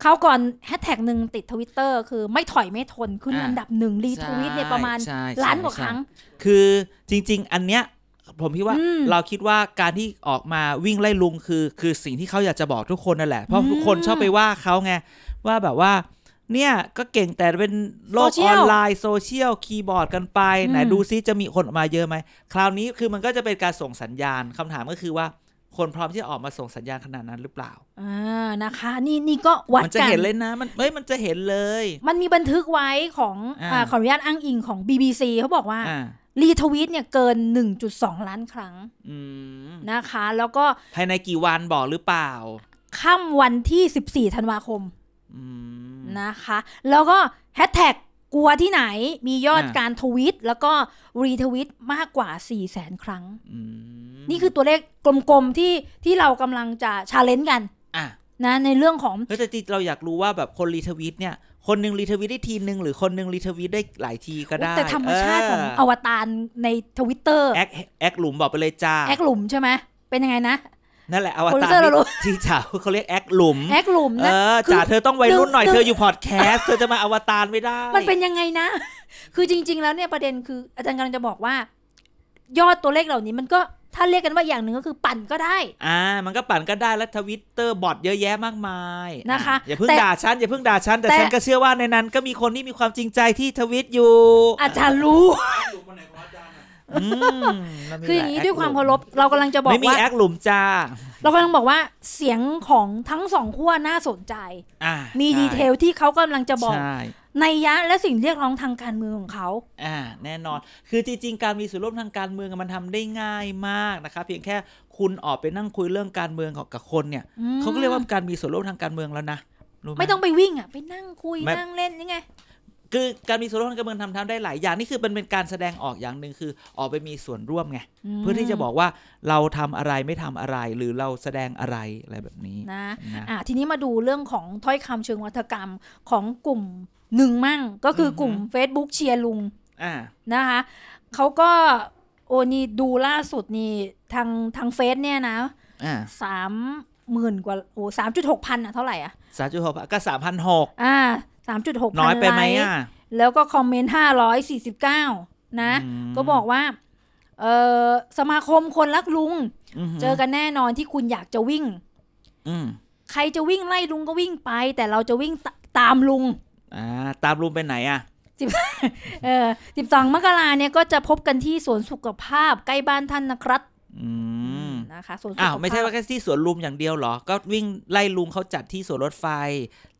Speaker 1: เขาวก่อนแฮชแท็กหนึ่งติดทวิตเตอร์คือไม่ถอยไม่ทนขึ้น
Speaker 2: อ่า
Speaker 1: อันดับหนึ่งรีทวิตเนี่ยประมาณ
Speaker 2: ใช่ใช่
Speaker 1: ล้านกว่า
Speaker 2: ใช่
Speaker 1: ครั้ง
Speaker 2: คือจริง ๆ อันเนี้ยผมคิดว่า
Speaker 1: อืม
Speaker 2: เราคิดว่าการที่ออกมาวิ่งไล่ลุงคือ คือสิ่งที่เขาอยากจะบอกทุกคนนั่นแหละ เพราะทุกคน
Speaker 1: อืม
Speaker 2: ชอบไปว่าเขาไง ว่าแบบว่า เนี่ยก็เก่งแต่เป็นโลก
Speaker 1: โซเชี
Speaker 2: อย อ
Speaker 1: ล
Speaker 2: นไลน์โซเชียลคีย์บอร์ดกันไป
Speaker 1: อืม
Speaker 2: ไหนดูซิจะมีคนออกมาเยอะไหม คราวนี้คือมันก็จะเป็นการส่งสัญญาณคำถามก็คือว่าคนพร้อมที่จะออกมาส่งสัญญาณขนาดนั้นหรือเปล่า
Speaker 1: อ่านะคะ นี่นี่ก็วัด
Speaker 2: มัจะ
Speaker 1: กัน
Speaker 2: เห็นเลยนะ มันเอ้ยมันจะเห็นเลย
Speaker 1: มันมีบันทึกไว้ของ
Speaker 2: อ่า
Speaker 1: อาขออนุญาตอ้างอิงของ BBC เขาบอกว่า
Speaker 2: อ่า
Speaker 1: รีทวิตเนี่ยเกิน 1.2 ล้านครั้ง
Speaker 2: อืม
Speaker 1: นะคะ แล้วก็
Speaker 2: ภายในกี่วันบอกหรือเปล่า
Speaker 1: ค่ำวันที่ 14 ธันวาคม
Speaker 2: อืม
Speaker 1: นะคะ แล้วก็แฮชแท็กกลัวที่ไหนมียอด
Speaker 2: อ่า
Speaker 1: การทวิต แล้วก็รีทวิตมากกว่า 4 0 0 0 0 0 ครั้ง
Speaker 2: อืม
Speaker 1: นี่คือตัวเลขกลมๆ ที่ที่เรากำลังจะชาเลนจ์กัน
Speaker 2: อ่ะ
Speaker 1: นะในเรื่องของ
Speaker 2: เฮ้ยแต่จริงเราอยากรู้ว่าแบบคนรีทวิตเนี่ย คนหนึ่งรีทวิตได้ทีนึง หรือคนหนึ่งรีทวิตได้หลายทีก็ได้
Speaker 1: แต่ธรรมชาติของอวตารในทวิตเตอร์
Speaker 2: แอคแอคหลุมบอกไปเลยจ้า
Speaker 1: แอคหลุมใช่ไหมเป็นยังไงนะ
Speaker 2: นั่นแหละอว
Speaker 1: โปรดิ
Speaker 2: ตาว
Speaker 1: เซอร์เรารู้
Speaker 2: รที่จ๋าเขาเรียกแอคหลุม
Speaker 1: แอคหลุม
Speaker 2: เอ
Speaker 1: นะ
Speaker 2: อ
Speaker 1: คือ
Speaker 2: จ๋าเธอต้องวัยรุ่นหน่อย
Speaker 1: ดึง
Speaker 2: เธออยู่พอดแคสต์เธอจะมาอวตารไม่ได้
Speaker 1: มันเป็นยังไงนะ คือจริง ๆ แล้วเนี่ยประเด็นคืออาจารย์กำลังจะบอกว่า ยอดตัวเลขเหล่านี้มันก็ถ้าเรียกกันว่าอย่างหนึ่งก็คือปั่นก็ได้
Speaker 2: อ่า มันก็ปั่นก็ได้แล้วทวิตเตอร์บอทเยอะแยะมากมาย
Speaker 1: นะคะ
Speaker 2: อ่อย่าเพิ่ง
Speaker 1: แต่
Speaker 2: ด่าฉันอย่าเพิ่งด่าฉันแต่
Speaker 1: แต่
Speaker 2: ฉันก็เชื่อว่าในนั้นก็มีคนที่มีความจริงใจที่ทวิตอยู่
Speaker 1: อาจารย์ รู้
Speaker 3: อยู่คนไหนของวัดดังอ่ะ
Speaker 2: อืมมันมี
Speaker 1: คืออย่างนี้
Speaker 2: หล
Speaker 1: ด้วยความ
Speaker 2: แอ
Speaker 1: เคา
Speaker 2: หลุ
Speaker 1: รพเรากำลังจะบอก
Speaker 2: ไม่มี
Speaker 1: ว่า
Speaker 2: แอคหลุมจ้า
Speaker 1: เรากำลังบอกว่าเสียงของทั้งสองขั้วน่าสนใจ
Speaker 2: อ่า
Speaker 1: มี
Speaker 2: มี
Speaker 1: ดีเทลที่เขากำลังจะบอก
Speaker 2: ใช่
Speaker 1: ในยยะและสิ่งเรียกร้องทางการเมืองของเขา
Speaker 2: อ่าแน่นอน คือจริง ๆ การมีส่วนร่วมทางการเมืองอะมันทำได้ง่ายมากนะคะเพียงแค่คุณออกไปนั่งคุยเรื่องการเมืองของกับคนเนี่ย
Speaker 1: อืม
Speaker 2: เขาก็เรียกว่าการมีส่วนร่วมทางการเมืองแล้วนะรู้ห
Speaker 1: ไม่ต้องไปวิ่งอ่ะ ไปนั่งคุย
Speaker 2: ไม่
Speaker 1: นั่งเล่นยังไง
Speaker 2: คือการมีส่วนร่วมทางการเมืองทำทำได้หลายอย่างนี่คือมันเป็นการแสดงออกอย่างหนึ่งคือออกไปมีส่วนร่วมไงเพื่อที่จะบอกว่าเราทำอะไรไม่ทำอะไร หรือเราแสดงอะไรอะไรแบบนี้นะ
Speaker 1: นะ อ่ะทีนี้มาดูเรื่องของถ้อยคำเชิงวัฒกรรมของกลุ่มหนึ่งมั่ง ก็คือ
Speaker 2: อฮึ
Speaker 1: กลุ่ม Facebook เชียร์ลุง
Speaker 2: อ่า
Speaker 1: นะคะเขาก็โอ้นี่ดูล่าสุดนี่ทางทางเฟซเนี่ยนะ
Speaker 2: อ่า
Speaker 1: สามหมื่นกว่าโอ้สามจุดหกพันอ่ะเท่าไหร่อ่ะ
Speaker 2: สามจุดหกก็สามพันหก
Speaker 1: อ่าสามจุดหก
Speaker 2: น้อยไปไหมอ่ะ
Speaker 1: แล้วก็คอมเมนต์ห้าร้อยสี่สิบเก้านะ
Speaker 2: อืม
Speaker 1: ก็บอกว่า เออสมาคมคนรักลุง
Speaker 2: หื
Speaker 1: เจอกันแน่นอนที่คุณอยากจะวิ่ง
Speaker 2: อืม
Speaker 1: ใครจะวิ่งไล่ลุงก็วิ่งไป แต่เราจะวิ่งตตามลุง
Speaker 2: อ่าตามรูมไปไหนอ่ะ
Speaker 1: เออ12 มกราเนี่ยก็จะพบกันที่สวนสุขภาพใกล้บ้านท่านนะครับ
Speaker 2: อืม
Speaker 1: นะคะสวนสุข
Speaker 2: อ้า
Speaker 1: ภาว พ
Speaker 2: ไม่ใช่ว่าแค่ที่สวนลุมอย่างเดียวเหรอ ก็วิ่งไล่ลุงเขาจัดที่สวนรถไฟ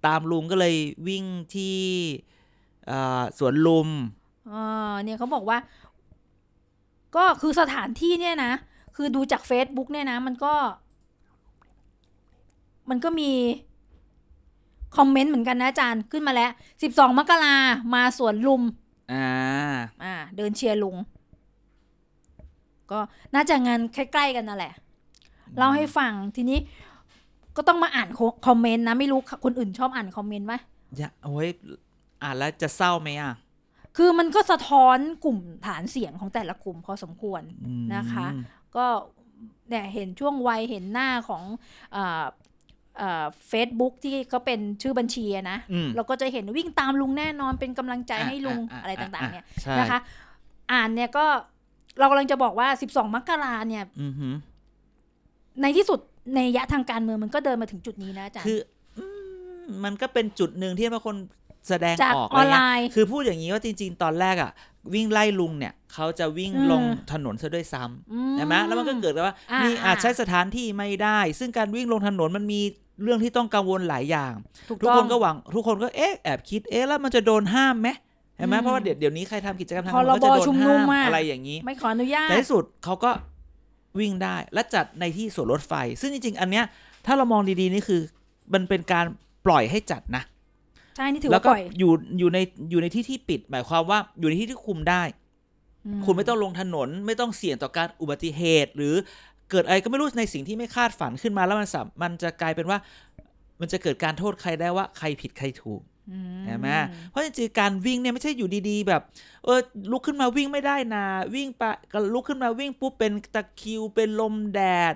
Speaker 2: ตามลุงก็เลยวิ่งที่เอ่อสวนลุม
Speaker 1: เออเนี่ยเขาบอกว่า ก็คือสถานที่เนี่ยนะ คือดูจาก Facebook เนี่ยนะ มันก็ มันก็มี คอมเมนต์เหมือนกันนะอาจารย์ขึ้นมาแล้ว 12 มกรามาสวนลุม
Speaker 2: อ่า
Speaker 1: อ่า เดินเชียร์ลุง ก็น่าจะงานใกล้ๆกันนั่นแหละ เล่าให้ฟังทีนี้ก็ต้องมาอ่านคอมเมนต์นะ ไม่รู้คนอื่นชอบอ่านคอมเมนต์ไหม
Speaker 2: อย่าโอ้ยอ่านแล้วจะเศร้าไหมอ่ะ
Speaker 1: คือมันก็สะท้อนกลุ่มฐานเสียงของแต่ละกลุ่มพอสมควร
Speaker 2: อืม
Speaker 1: นะคะ ก็เนี่ยเห็นช่วงวัยเห็นหน้าของเฟซบุ๊กที่เขาเป็นชื่อบัญชีอะนะ
Speaker 2: อืม
Speaker 1: เราก็จะเห็นวิ่งตามลุงแน่นอนเป็นกำลังใจให้ลุง
Speaker 2: า
Speaker 1: อะไรต่างๆ เนี่ย
Speaker 2: ใช่
Speaker 1: นะคะ อ่านเนี่ยก็เรากำลังจะบอกว่า 12 มกราเนี่ย
Speaker 2: อือหือ
Speaker 1: ในที่สุดในยะทางการเมืองมันก็เดินมาถึงจุดนี้นะอาจารย์
Speaker 2: คืออืมมันก็เป็นจุดหนึ่งที่บางคนแสดง
Speaker 1: จาก
Speaker 2: ออก
Speaker 1: ออนไล
Speaker 2: เงี้ย
Speaker 1: น์
Speaker 2: คือพูดอย่างนี้ว่าจริง ๆ ตอนแรกอ่ะ วิ่งไล่ลุงเนี่ยเขาจะวิ่ง
Speaker 1: อืม
Speaker 2: ลงถนนซะด้วยซ้ำ
Speaker 1: อื
Speaker 2: ใช่ไหมแล้วมันก็เกิดกับว่า
Speaker 1: อ่า
Speaker 2: นี่อาจ
Speaker 1: อ่า
Speaker 2: ใช้สถานที่ไม่ได้ ซึ่งการวิ่งลงถนนมันมีเรื่องที่ต้องกังวลหลายอย่าง
Speaker 1: ถูก
Speaker 2: ทุก
Speaker 1: ต้อง
Speaker 2: คนก็หวังทุกคนก็เอ๊ะแอบคิดเอ๊ะแล้วมันจะโดนห้ามไหมใช่ไหม
Speaker 1: อืม
Speaker 2: เพราะว่าเดี๋ยวเดี๋ยวนี้ใครทำกิจกรรมทางการเมือง
Speaker 1: พรบ
Speaker 2: ก็จะโด
Speaker 1: ชุ
Speaker 2: น
Speaker 1: มนุม
Speaker 2: ห้าม
Speaker 1: อะ
Speaker 2: อะไรอย่างนี้
Speaker 1: ไม่ขออนุญาต
Speaker 2: ในที่สุดเขาก็วิ่งได้และจัดในที่สวนรถไฟ ซึ่งจริง ๆ อันเนี้ยถ้าเรามองดีๆนี่คือ มันเป็นการปล่อยให้จัดนะ
Speaker 1: ใช่ นี่ถือ
Speaker 2: แล้ว
Speaker 1: ว่า
Speaker 2: ก็
Speaker 1: ปล่อย
Speaker 2: อยู่อยู่ในอยู่ในที่ที่ปิด หมายความว่าอยู่ในที่ที่คุมได้ คุณไม่ต้องลงถนนไม่ต้องเสี่ยงต่อการอุบัติเหตุ หรือเกิดอะไรก็ไม่รู้ในสิ่งที่ไม่คาดฝันขึ้นมาแล้วมันสามมันจะกลายเป็นว่า มันจะเกิดการโทษใครได้ว่าใครผิดใครถูก
Speaker 1: อื
Speaker 2: ใช่ไหมเพราะจริงๆการวิ่งเนี่ยไม่ใช่อยู่ดีๆ แบบเออลุกขึ้นมาวิ่งไม่ได้นะวิ่งไปก็ลุกขึ้นมาวิ่งปุ๊บเป็นตะคริวเป็นลมแดด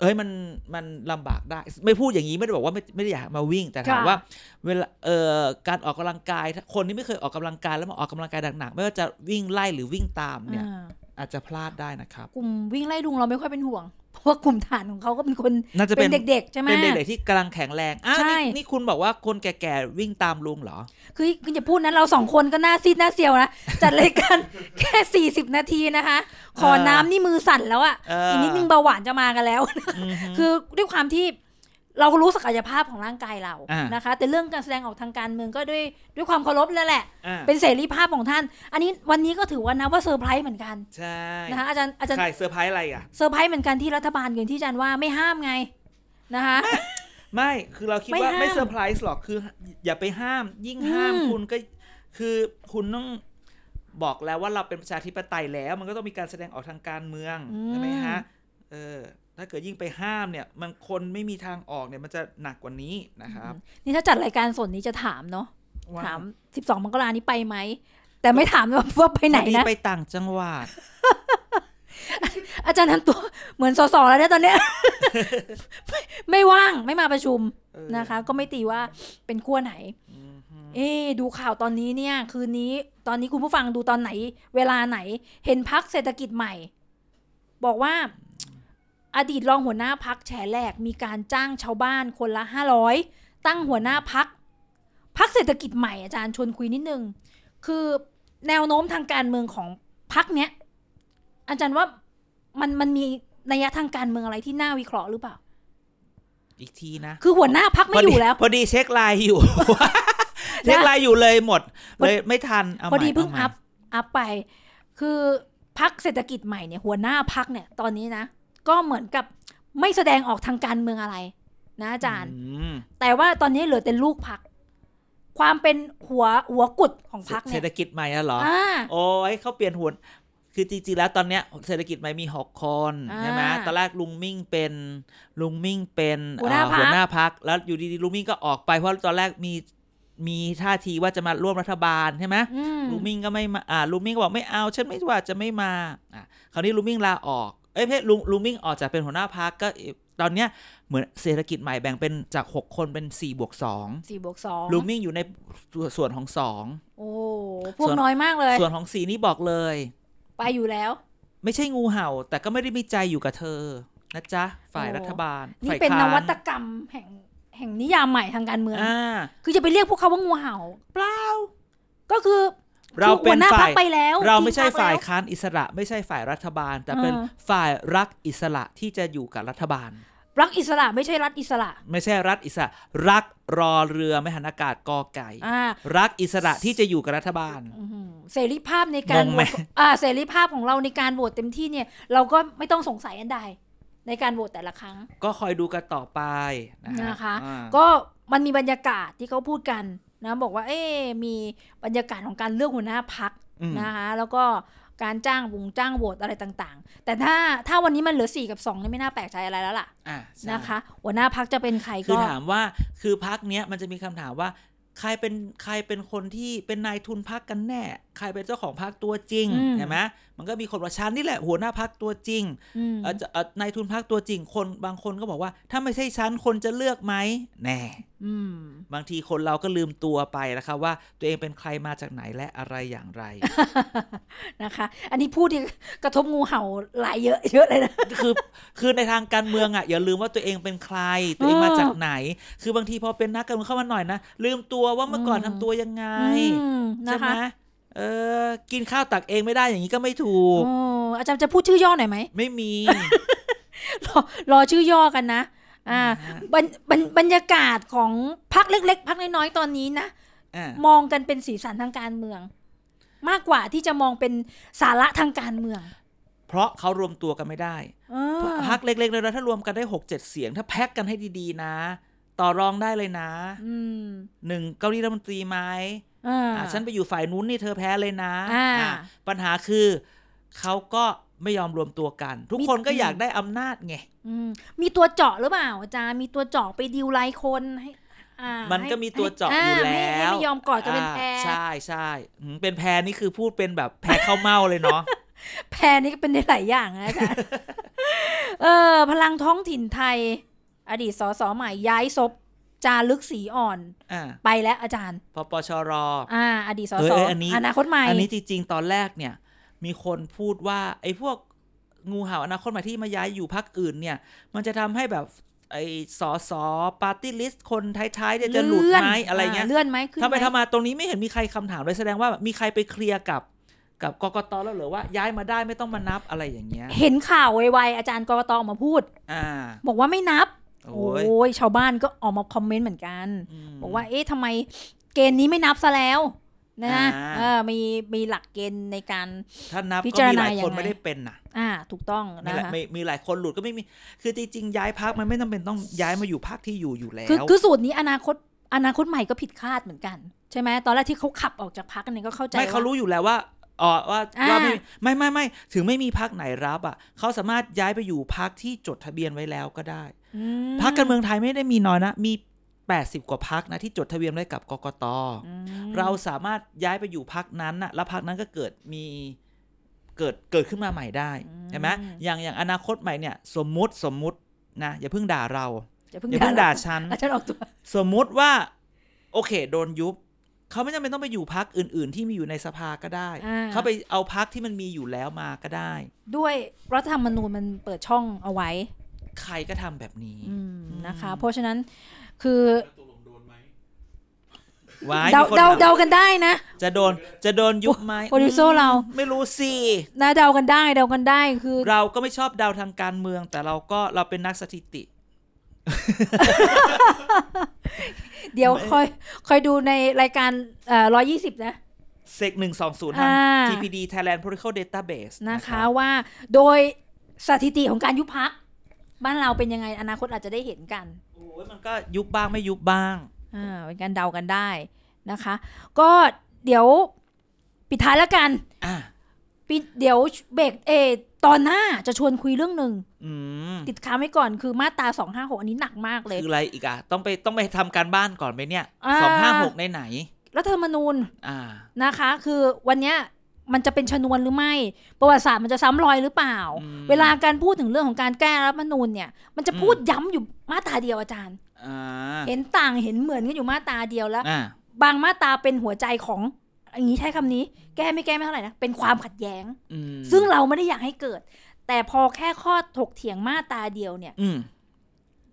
Speaker 2: เอ้ยมันมันลำบากได้ ไม่พูดอย่างนี้ไม่ได้บอกว่าไม่ไม่ได้อยากมาวิ่งแต่ถามว่า เวลาเอ่อการออกกำลังกายถ้าคนที่ไม่เคยออกกำลังกายแล้วมาออกกำลังกายหนักๆไม่ว่าจะวิ่งไล่หรือวิ่งตามเนี่ย
Speaker 1: อ่า
Speaker 2: อาจจะพลาดได้นะครับ
Speaker 1: กลุ่มวิ่งไล่ดุงเราไม่ค่อยเป็นห่วง เพราะว่ากลุ่มฐานของเขาก็เป็นคน
Speaker 2: น่าจะ
Speaker 1: เป็
Speaker 2: เป็น
Speaker 1: นเด็กๆใช่ไหม
Speaker 2: เป็นเด็กๆที่กำลังแข็งแรงอ่ะ
Speaker 1: ใช่
Speaker 2: นี่นี่คุณบอกว่าคนแก่ๆวิ่งตามลุงเหรอ
Speaker 1: คือคุณอย่าพูดนั้นเราสองคนก็หน้าซีดหน้าเซียวนะ จัดรายการ แค่สี่สิบนาทีนะคะ ขอ
Speaker 2: เออ
Speaker 1: น้ำนี่มือสั่นแล้วอ่ะ
Speaker 2: เออ
Speaker 1: อี
Speaker 2: อี
Speaker 1: กนิดนึงเบาหวานจะมากันแล้ว
Speaker 2: มฮึ
Speaker 1: คือด้วยความที่เรารู้ศักยภาพของร่างกายเรา
Speaker 2: อ่าน
Speaker 1: นะคะ แต่เรื่องการแสดงออกทางการเมืองก็ด้วยด้วยความเคารพแล้วแหละ
Speaker 2: อ่ะ
Speaker 1: เป็นเสรีภาพของท่าน อันนี้วันนี้ก็ถือว่านะว่าเซอร์ไพรส์เหมือนกัน
Speaker 2: ใช่
Speaker 1: นะคะอาจารย์อาจารย์
Speaker 2: ใครเซอร์ไพรส์อะไรอ่ะ
Speaker 1: เซอร์ไพรส์เหมือนกันที่รัฐบาลอย่างที่อาจารย์ว่าไม่ห้ามไงนะคะ
Speaker 2: ไม่คือเราคิดว่า
Speaker 1: ไม่ห้าม
Speaker 2: ไม่เซอร์ไพรส์หรอกคือ อย่าไปห้าม ยิ่งห้าม
Speaker 1: อืม
Speaker 2: คุณก็คือคุณต้องบอกแล้วว่าเราเป็นประชาธิปไตยแล้ว มันก็ต้องมีการแสดงออกทางการเมืองใช่ไหมฮะเออถ้าเกิดยิ่งไปห้ามเนี่ยมันคนไม่มีทางออกเนี่ยมันจะหนักกว่านี้นะครับ
Speaker 1: นี่ถ้าจัดรายการสดนี้จะถามเนาะ
Speaker 2: ว่
Speaker 1: ถาม 12มกรานี้ไปไหม แต่ไม่ถาม ว่าว่าไปไหน
Speaker 2: พอดี
Speaker 1: นะ
Speaker 2: ไปต่างจังหวัด
Speaker 1: อาจารย์ทำตัวเหมือนสสแล้วเนี่ยตอน เนี้ย ไม่ไม่ว่างไม่มาประชุม
Speaker 2: เออ
Speaker 1: นะคะ ก็ไม่ตีว่าเป็นขั้วไหน
Speaker 2: อืมฮึ
Speaker 1: เอ๊ะดูข่าวตอนนี้เนี่ย คืนนี้ตอนนี้คุณผู้ฟังดูตอนไหน เวลาไหน เห็นพักเศรษฐกิจใหม่ บอกว่า อดีตรองหัวหน้าพักแฉแหลกมีการจ้างชาวบ้านคนละห้าร้อยตั้งหัวหน้าพักพักเศรษฐกิจใหม่อาจารย์ชวนคุยนิดนึง คือแนวโน้มทางการเมืองของพักเนี้ย อาจารย์ว่ามันมันมีนัยยะทางการเมืองอะไรที่น่าวิเคราะห์หรือเปล่า
Speaker 2: อีกทีนะ
Speaker 1: คือหัวหน้าพักไม่อยู่แล้ว
Speaker 2: พอดีเช็คไลน์อยู่ เช็คไลน์อยู่เลยหมด เลยไม่ทันเอาให
Speaker 1: พอ
Speaker 2: ม่
Speaker 1: ดีเพิ่ง
Speaker 2: าใหม่
Speaker 1: อัพอัพไป คือพักเศรษฐกิจใหม่เนี่ยหัวหน้าพักเนี่ยตอนนี้นะ ก็เหมือนกับไม่แสดงออกทางการเมืองอะไร นะอาจารย์
Speaker 2: อืม
Speaker 1: แต่ว่าตอนนี้เหลือแต่ลูกพัก ความเป็นหัวหัวกุดของพัก
Speaker 2: เศ
Speaker 1: เนี่
Speaker 2: ร
Speaker 1: ย
Speaker 2: ษฐกิจใหม่อะเหรอ
Speaker 1: อ่า
Speaker 2: โอ้ยเขาเปลี่ยนหัวคือจริงๆแล้วตอนเนี้ยเศรษฐกิจใหม่มีหกคน
Speaker 1: อ่า
Speaker 2: ใช่ไหมตอนแรกลุงมิ่งเป็นลุงมิ่งเป็น
Speaker 1: หัวหน้า
Speaker 2: เอ่อ
Speaker 1: พรรค
Speaker 2: หัวหน้าพักแล้วอยู่ดีๆลุงมิ่งก็ออกไปเพราะตอนแรกมีมีท่าทีว่าจะมาร่วมรัฐบาลใช่ไหม
Speaker 1: อืม
Speaker 2: ลุงมิ่งก็ไม่มาอ่าลุงมิ่งก็บอกไม่เอาฉันไม่ว่าจะไม่มาอ่ะคราวนี้ลุงมิ่งลาออกเอ้ยไม่ใช่ลุงลุงมิ่งออกจากเป็นหัวหน้าพักก็ตอนเนี้ยเหมือนเศรษฐกิจใหม่แบ่งเป็นจากหกคนเป็นสี่บวกสอง
Speaker 1: สี่บวกสอง
Speaker 2: ลุงมิ่งอยู่ในส่วนของสอง
Speaker 1: โอ้พวกน้อยมากเลย
Speaker 2: ส่วนของสี่นี่บอกเลย
Speaker 1: ไปอยู่แล้ว
Speaker 2: ไม่ใช่งูเห่า แต่ก็ไม่ได้มีใจอยู่กับเธอ นะจ๊ะ ฝ่าย
Speaker 1: โอ้
Speaker 2: รัฐบาล
Speaker 1: นี่
Speaker 2: ฝ่าย
Speaker 1: เป็น
Speaker 2: ค้าน
Speaker 1: วัตกรรมแห่งแห่งนิยามใหม่ทางการเมือง
Speaker 2: อ่า
Speaker 1: คือจะไปเรียกพวกเขาว่างูเห่า
Speaker 2: เปล่า
Speaker 1: ก็คือ
Speaker 2: เรา
Speaker 1: คือ
Speaker 2: เป็
Speaker 1: หั
Speaker 2: น
Speaker 1: วหน้าพั
Speaker 2: ฝ่าก ย
Speaker 1: ไปแล้ว
Speaker 2: เราไม่ใช่
Speaker 1: ทิ้งพรรค
Speaker 2: ฝ่าย
Speaker 1: แล้ว
Speaker 2: ค้านอิสระ ไม่ใช่ฝ่ายรัฐบาล แต่เป็น
Speaker 1: อ่า
Speaker 2: ฝ่ายรักอิสระที่จะอยู่กับรัฐบาล
Speaker 1: รักอิสระไม่ใช่รัฐอิสระ
Speaker 2: ไม่ใช่รัฐอิสระ รักรอเรือไม่หันอากาศกอไก่
Speaker 1: อ่า
Speaker 2: รักอิสระที่จะอยู่กับรัฐบาล
Speaker 1: อื้อหือเสรีภาพในการ
Speaker 2: งง
Speaker 1: โห
Speaker 2: ไห
Speaker 1: ว
Speaker 2: ม
Speaker 1: ตอ่าเสรีภาพของเราในการโหวตเต็มที่เนี่ย เราก็ไม่ต้องสงสัยอันใด ในการโหวตแต่ละครั้ง
Speaker 2: ก็คอยดูกันต่อไปนะฮ
Speaker 1: นะคะ
Speaker 2: อ่า
Speaker 1: ก็มันมีบรรยากาศที่เขาพูดกันนะ บอกว่า เอ๊ะมีบรรยากาศของการเลือกหัวหน้าพัก
Speaker 2: อืม
Speaker 1: นะคะ แล้วก็การจ้างวงจ้างโหวตอะไรต่างๆ แต่ถ้าถ้าวันนี้มันเหลือ 4 กับ2นี่ไม่น่าแปลกใจอะไรแล้วล่ะ
Speaker 2: อ่าใช่
Speaker 1: นะคะ หัวหน้าพักจะเป็นใครก็
Speaker 2: คือถามว่าคือพักเนี้ยมันจะมีคำถามว่า ใครเป็นใครเป็นคนที่เป็นนายทุนพักกันแน่ ใครเป็นเจ้าของพักตัวจริง
Speaker 1: อืม
Speaker 2: ใช่ไหมมันก็มีคนว่าฉันนี่แหละหัวหน้าพักตัวจริง
Speaker 1: อืม
Speaker 2: เอ่อจะเอ่อนายทุนพักตัวจริงคนบางคนก็บอกว่า ถ้าไม่ใช่ฉันคนจะเลือกไหมแน่
Speaker 1: อืม
Speaker 2: บางทีคนเราก็ลืมตัวไปนะคะว่าตัวเองเป็นใครมาจากไหนและอะไรอย่างไร
Speaker 1: นะคะ อันนี้พูดที่กระทบงูเห่าหลายเยอะเยอะเลยนะ
Speaker 2: คือคือในทางการเมืองอ่ะอย่าลืมว่าตัวเองเป็นใคร ตัวเองมาจากไหน คือบางทีพอเป็นนักการเมืองเข้ามาหน่อยนะลืมตัวว่าเมื่อก่อน
Speaker 1: อื
Speaker 2: ทำ
Speaker 1: ม
Speaker 2: ตัวยังไง
Speaker 1: อืม
Speaker 2: นะ
Speaker 1: นะคะ คะ
Speaker 2: เออ กินข้าวตักเองไม่ได้อย่างนี้ก็ไม่ถูก
Speaker 1: โอ้อาจารย์จะพูดชื่อย่อหน่อยไหม
Speaker 2: ไม่มี
Speaker 1: รอรอชื่อย่อกันนะ อ่า
Speaker 2: นะฮะ
Speaker 1: บรรบรรบรรยากาศของพักเล็ก ๆพักน้อยๆตอนนี้นะ
Speaker 2: อ่ะ
Speaker 1: มองกันเป็นสีสันทางการเมือง มากกว่าที่จะมองเป็นสาระทางการเมือง
Speaker 2: เพราะเขารวมตัวกันไม่ได้
Speaker 1: เออ
Speaker 2: พักเล็กๆเลยนะถ้ารวมกันได้หกเจ็ดเสียง ถ้าแพ็กกันให้ดีๆนะ ต่อรองได้เลยนะ
Speaker 1: อืม
Speaker 2: หนึ่งเก้าอี้รัฐมนตรีไหม
Speaker 1: อ่า
Speaker 2: อ่ะฉันไปอยู่ฝ่ายนู้นนี่เธอแพ้เลยนะ
Speaker 1: อ่า
Speaker 2: อ่ะปัญหาคือเขาก็ไม่ยอมรวมตัวกัน ทุกคนก็
Speaker 1: มี
Speaker 2: อยากได้อำนาจไง
Speaker 1: อืมมีตัวเจาะหรือเปล่าอาจารย์มีตัวเจาะไปดิวไลายคนให้อ่า
Speaker 2: มันก็มีตัวเจาะอยู่
Speaker 1: าไม่
Speaker 2: แล้
Speaker 1: ให้
Speaker 2: ว
Speaker 1: ไม่ยอมกอดกันเป็นแพ
Speaker 2: อ่าร ใช่ใช่อืมเป็นแพรนี่คือพูดเป็นแบบแพรเข้าเมาเลยเนาะ
Speaker 1: แพรนี่ก็เป็นได้หลายอย่างนะอา จารย์ เออ พลังท้องถิ่นไทย อดีตสสใหม่ย้ายศพจารึกสีอ่อน
Speaker 2: อ่า
Speaker 1: ไปแล้วอาจารย์
Speaker 2: พอปชร
Speaker 1: อ่า อดีตส
Speaker 2: เอ้ย
Speaker 1: ส
Speaker 2: เอ้ยอันนี้
Speaker 1: อนาคตใหม่
Speaker 2: อันนี้จริงๆ ตอนแรกเนี่ย มีคนพูดว่า ไอ้พวกงูเห่าอนาคตใหม่ที่มาย้ายอยู่พักอื่นเนี่ย มันจะทำให้แบบไอ้สอสอปาร์ตี้ลิสต์คนท้ายๆเนี่ยจะหลุดไหมอะไรเงี้ย
Speaker 1: เลื่อนไหมขึ้น
Speaker 2: ทำไป
Speaker 1: หม
Speaker 2: ทำมาตรงนี้ไม่เห็นมีใครคำถามเลยแสดงว่ามีใครไปเคลียร์กับ กับกกตแล้วเหรือว่าย้ายมาได้ไม่ต้องมานับอะไรอย่างเงี้ย
Speaker 1: เห็นข่าวไวๆอาจารย์กรกตออกมาพูด
Speaker 2: อ่า
Speaker 1: บอกว่าไม่นับ
Speaker 2: โอ้
Speaker 1: โอ้
Speaker 2: ย
Speaker 1: ยชาวบ้านก็ออกมาคอมเมนต์เหมือนกัน
Speaker 2: ม
Speaker 1: บอกว่าเอ๊ะทำไมเกณฑ์นี้ไม่นับซะแล้วนะ
Speaker 2: อ่า
Speaker 1: เออมีมีหลักเกณฑ์ในการ
Speaker 2: ถ้านับ
Speaker 1: พิ
Speaker 2: ก็
Speaker 1: จาร
Speaker 2: มีห
Speaker 1: ณา
Speaker 2: ลายคน
Speaker 1: ยังไง
Speaker 2: ไม่ได้เป็นนะ
Speaker 1: อ่าถูกต้อง
Speaker 2: มี
Speaker 1: นะ
Speaker 2: หลาย
Speaker 1: คะ
Speaker 2: มีมีหลายคนหลุดก็ไม่มี คือจริงๆย้ายพักมันไม่จำเป็นต้องย้ายมาอยู่พักที่อยู่อยู่แล้
Speaker 1: คือ
Speaker 2: ว
Speaker 1: คือสูตรนี้อนาคตอนาคตใหม่ก็ผิดคาดเหมือนกัน ใช่ไหมตอนแรกที่เขาขับออกจากพักนี่ก็เข้าใจ
Speaker 2: ไม่เขา
Speaker 1: ว่า
Speaker 2: รู้อยู่แล้วว่าอ๋อว่า
Speaker 1: อ่า
Speaker 2: ว่าไม่ไม่ไม่ไม่ถึงไม่มีพักไหนรับอ่ะเขาสามารถย้ายไปอยู่พักที่จดทะเบียนไว้แล้วก็ได้
Speaker 1: อืม
Speaker 2: พักการเมืองไทยไม่ได้มีน้อยนะ มี 80 กว่าพักนะที่จดทะเบียนไว้กับกกต
Speaker 1: อืม
Speaker 2: เราสามารถย้ายไปอยู่พักนั้นนะแล้วพักนั้นก็เกิดมีเกิดเกิดขึ้นมาใหม่ได้ใช่ไหมอย่างอย่างอนาคตใหม่เนี่ย สมมุติสมมุตินะอย่าเพิ่งด่าเรา
Speaker 1: อย่าเพิ่ง
Speaker 2: อย่าเพิ่งด่า
Speaker 1: ด่า
Speaker 2: ฉัน
Speaker 1: อาจารย์ออกตัว
Speaker 2: สมมุติว่า โอเค โดนยุบเขาไม่จำเป็นต้องไปอยู่พักอื่น ๆ ที่มีอยู่ในสภาก็ได้
Speaker 1: อ่า
Speaker 2: เขาไปเอาพักที่มันมีอยู่แล้วมาก็ได้
Speaker 1: ด้วยรัฐธรรมนูญมันเปิดช่องเอาไว้
Speaker 2: ใครก็ทำแบบนี้
Speaker 1: อืมนะคะ เพราะฉะนั้นคือ
Speaker 3: แล้วตกลงโดนไหม
Speaker 2: ว้าย
Speaker 1: เดา
Speaker 2: มีคน
Speaker 1: เดา
Speaker 2: ถาม
Speaker 1: เดากันได้นะ
Speaker 2: จะโดนจะโดนยุบไหม
Speaker 1: โปรดิวเซอร์เรา
Speaker 2: ไม่รู้สิ
Speaker 1: นะเดากันได้เดากันได้คือ
Speaker 2: เราก็ไม่ชอบเดาทางการเมือง แต่เราก็เราเป็นนักสถิติ
Speaker 1: เดี๋ยวค
Speaker 2: ไม่
Speaker 1: อยคอยดูในรายการเอ่อร้อยยี่สิบนะ
Speaker 2: เซกหนึ่งสองศูนย์ทาง
Speaker 1: อ่า
Speaker 2: TPD Thailand Political Database
Speaker 1: นะคะ
Speaker 2: รับ
Speaker 1: ว่าโดยสถิติของการยุบพัก บ้านเราเป็นยังไงอนาคตอาจจะได้เห็นกัน
Speaker 2: โอ้ยมันก็ยุบบ้างไม่ยุบบ้าง
Speaker 1: อ่าเป็นการเดากันได้นะคะ ก็เดี๋ยวปิดท้ายแล้วกัน
Speaker 2: อ่ะ
Speaker 1: ปิดเดี๋ยวเบรกเออตอนหน้าจะชวนคุยเรื่องหนึ่ง
Speaker 2: อืม
Speaker 1: ติดค้างไว้ก่อนคือมาตรา256 อันนี้หนักมากเลย
Speaker 2: คืออะไรอีกอ่ะต้องไปต้องไปทำการบ้านก่อนไหมเนี่ย
Speaker 1: อ่า
Speaker 2: สองห้าหกในไหน
Speaker 1: รัฐธรรมนูญ
Speaker 2: อ่า
Speaker 1: นะคะคือวันเนี้ยมันจะเป็นชนวนหรือไม่ ประวัติศาสตร์มันจะซ้ำรอยหรือเปล่า
Speaker 2: อืม
Speaker 1: เวลาการพูดถึงเรื่องของการแก้รัฐธรรมนูญเนี่ยมันจะพูดย้ำอยู่มาตราเดียวอาจารย์
Speaker 2: อ่า
Speaker 1: เห็นต่างเห็นเหมือนกันอยู่มาตราเดียวแล้ว
Speaker 2: อ่า
Speaker 1: บางมาตราเป็นหัวใจของอย่างนี้ใช้คำนี้ แก้ไม่แก้ไม่เท่าไหร่นะเป็นความขัดแย้ง
Speaker 2: อืม
Speaker 1: ซึ่งเราไม่ได้อยากให้เกิด แต่พอแค่ข้อถกเถียงมาตราเดียวเนี่ย
Speaker 2: อืม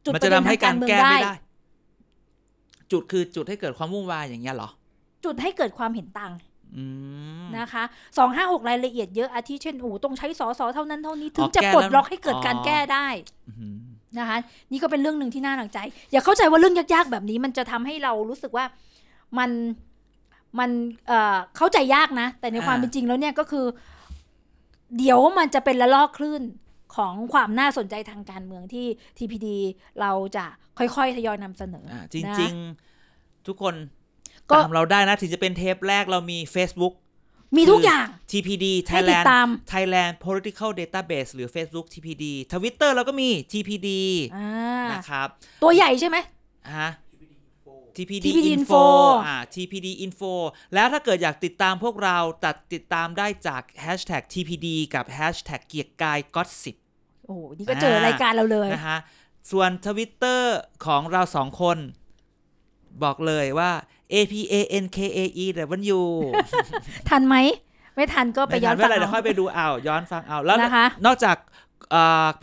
Speaker 1: จุด
Speaker 2: มัน
Speaker 1: ป
Speaker 2: จะ
Speaker 1: ระเด็น
Speaker 2: ทำให้
Speaker 1: ทาง
Speaker 2: กา
Speaker 1: การ รเมือง
Speaker 2: แก้
Speaker 1: ได้
Speaker 2: ไม่ได้ จุดคือจุดให้เกิดความวุ่นวายอย่างเงี้ยเหรอ
Speaker 1: จุดให้เกิดความเห็นต่าง
Speaker 2: อืม
Speaker 1: นะคะสองห้าหกรายละเอียดเยอะอาทิเช่นอูต้องใช้สอสอเท่านั้นเท่านี้ ถึ
Speaker 2: อ๋
Speaker 1: ง
Speaker 2: อ
Speaker 1: จะ
Speaker 2: แก้
Speaker 1: ปลด
Speaker 2: แล้ว
Speaker 1: ล็อกให้เกิดการ
Speaker 2: อ๋อ
Speaker 1: แก้ได้
Speaker 2: อื้อหือ
Speaker 1: นะคะนี่ก็เป็นเรื่องหนึ่งที่น่าหนักใจ อย่าเข้าใจว่าเรื่องยากๆแบบนี้มันจะทำให้เรารู้สึกว่ามันมันเอ่อเข้าใจยากนะ แต่ในความเป็นจริงแล้วเนี่ยก็คือ เดี๋ยวมันจะเป็นละลอกคลื่นของความน่าสนใจทางการเมืองที่ TPD เราจะค่อยๆทยอยนำเสนอ
Speaker 2: อ่า
Speaker 1: อ่ะ
Speaker 2: จริง ๆ ทุกคน
Speaker 1: ก็
Speaker 2: ตามเราได้นะ ถึงจะเป็นเทปแรกเรามี Facebook
Speaker 1: มีทุกอย่าง
Speaker 2: TPD
Speaker 1: ให้ติด
Speaker 2: Thailand
Speaker 1: ตาม
Speaker 2: Thailand Political Database หรือ Facebook TPD Twitter เราก็มี TPD
Speaker 1: อ่า
Speaker 2: นะครับ
Speaker 1: ตัวใหญ่ใช่ไหม
Speaker 2: ฮะ
Speaker 3: TPD Info
Speaker 1: TPD
Speaker 2: TPD
Speaker 1: Info
Speaker 2: Info อ่า TPD Info แล้วถ้าเกิดอยากติดตามพวกเราตัดติดตามได้จาก Hashtag TPD กับ Hashtag เกียร์กายก็สิบ
Speaker 1: โอ้โหนี่ก็เจอรายการเราเลย
Speaker 2: นะฮะ ส่วนทวิตเตอร์ของเราสองคน บอกเลยว่า A P A N K A E W
Speaker 1: ทันไหม ไม่ทันก็ไปย้อน
Speaker 2: ไม่
Speaker 1: ฟัง
Speaker 2: ทันเวลาเดี๋ยวค่อย
Speaker 1: เอา
Speaker 2: ไปดูเอา ย้อนฟังเอา แล้ว
Speaker 1: นะคะ
Speaker 2: นอกจาก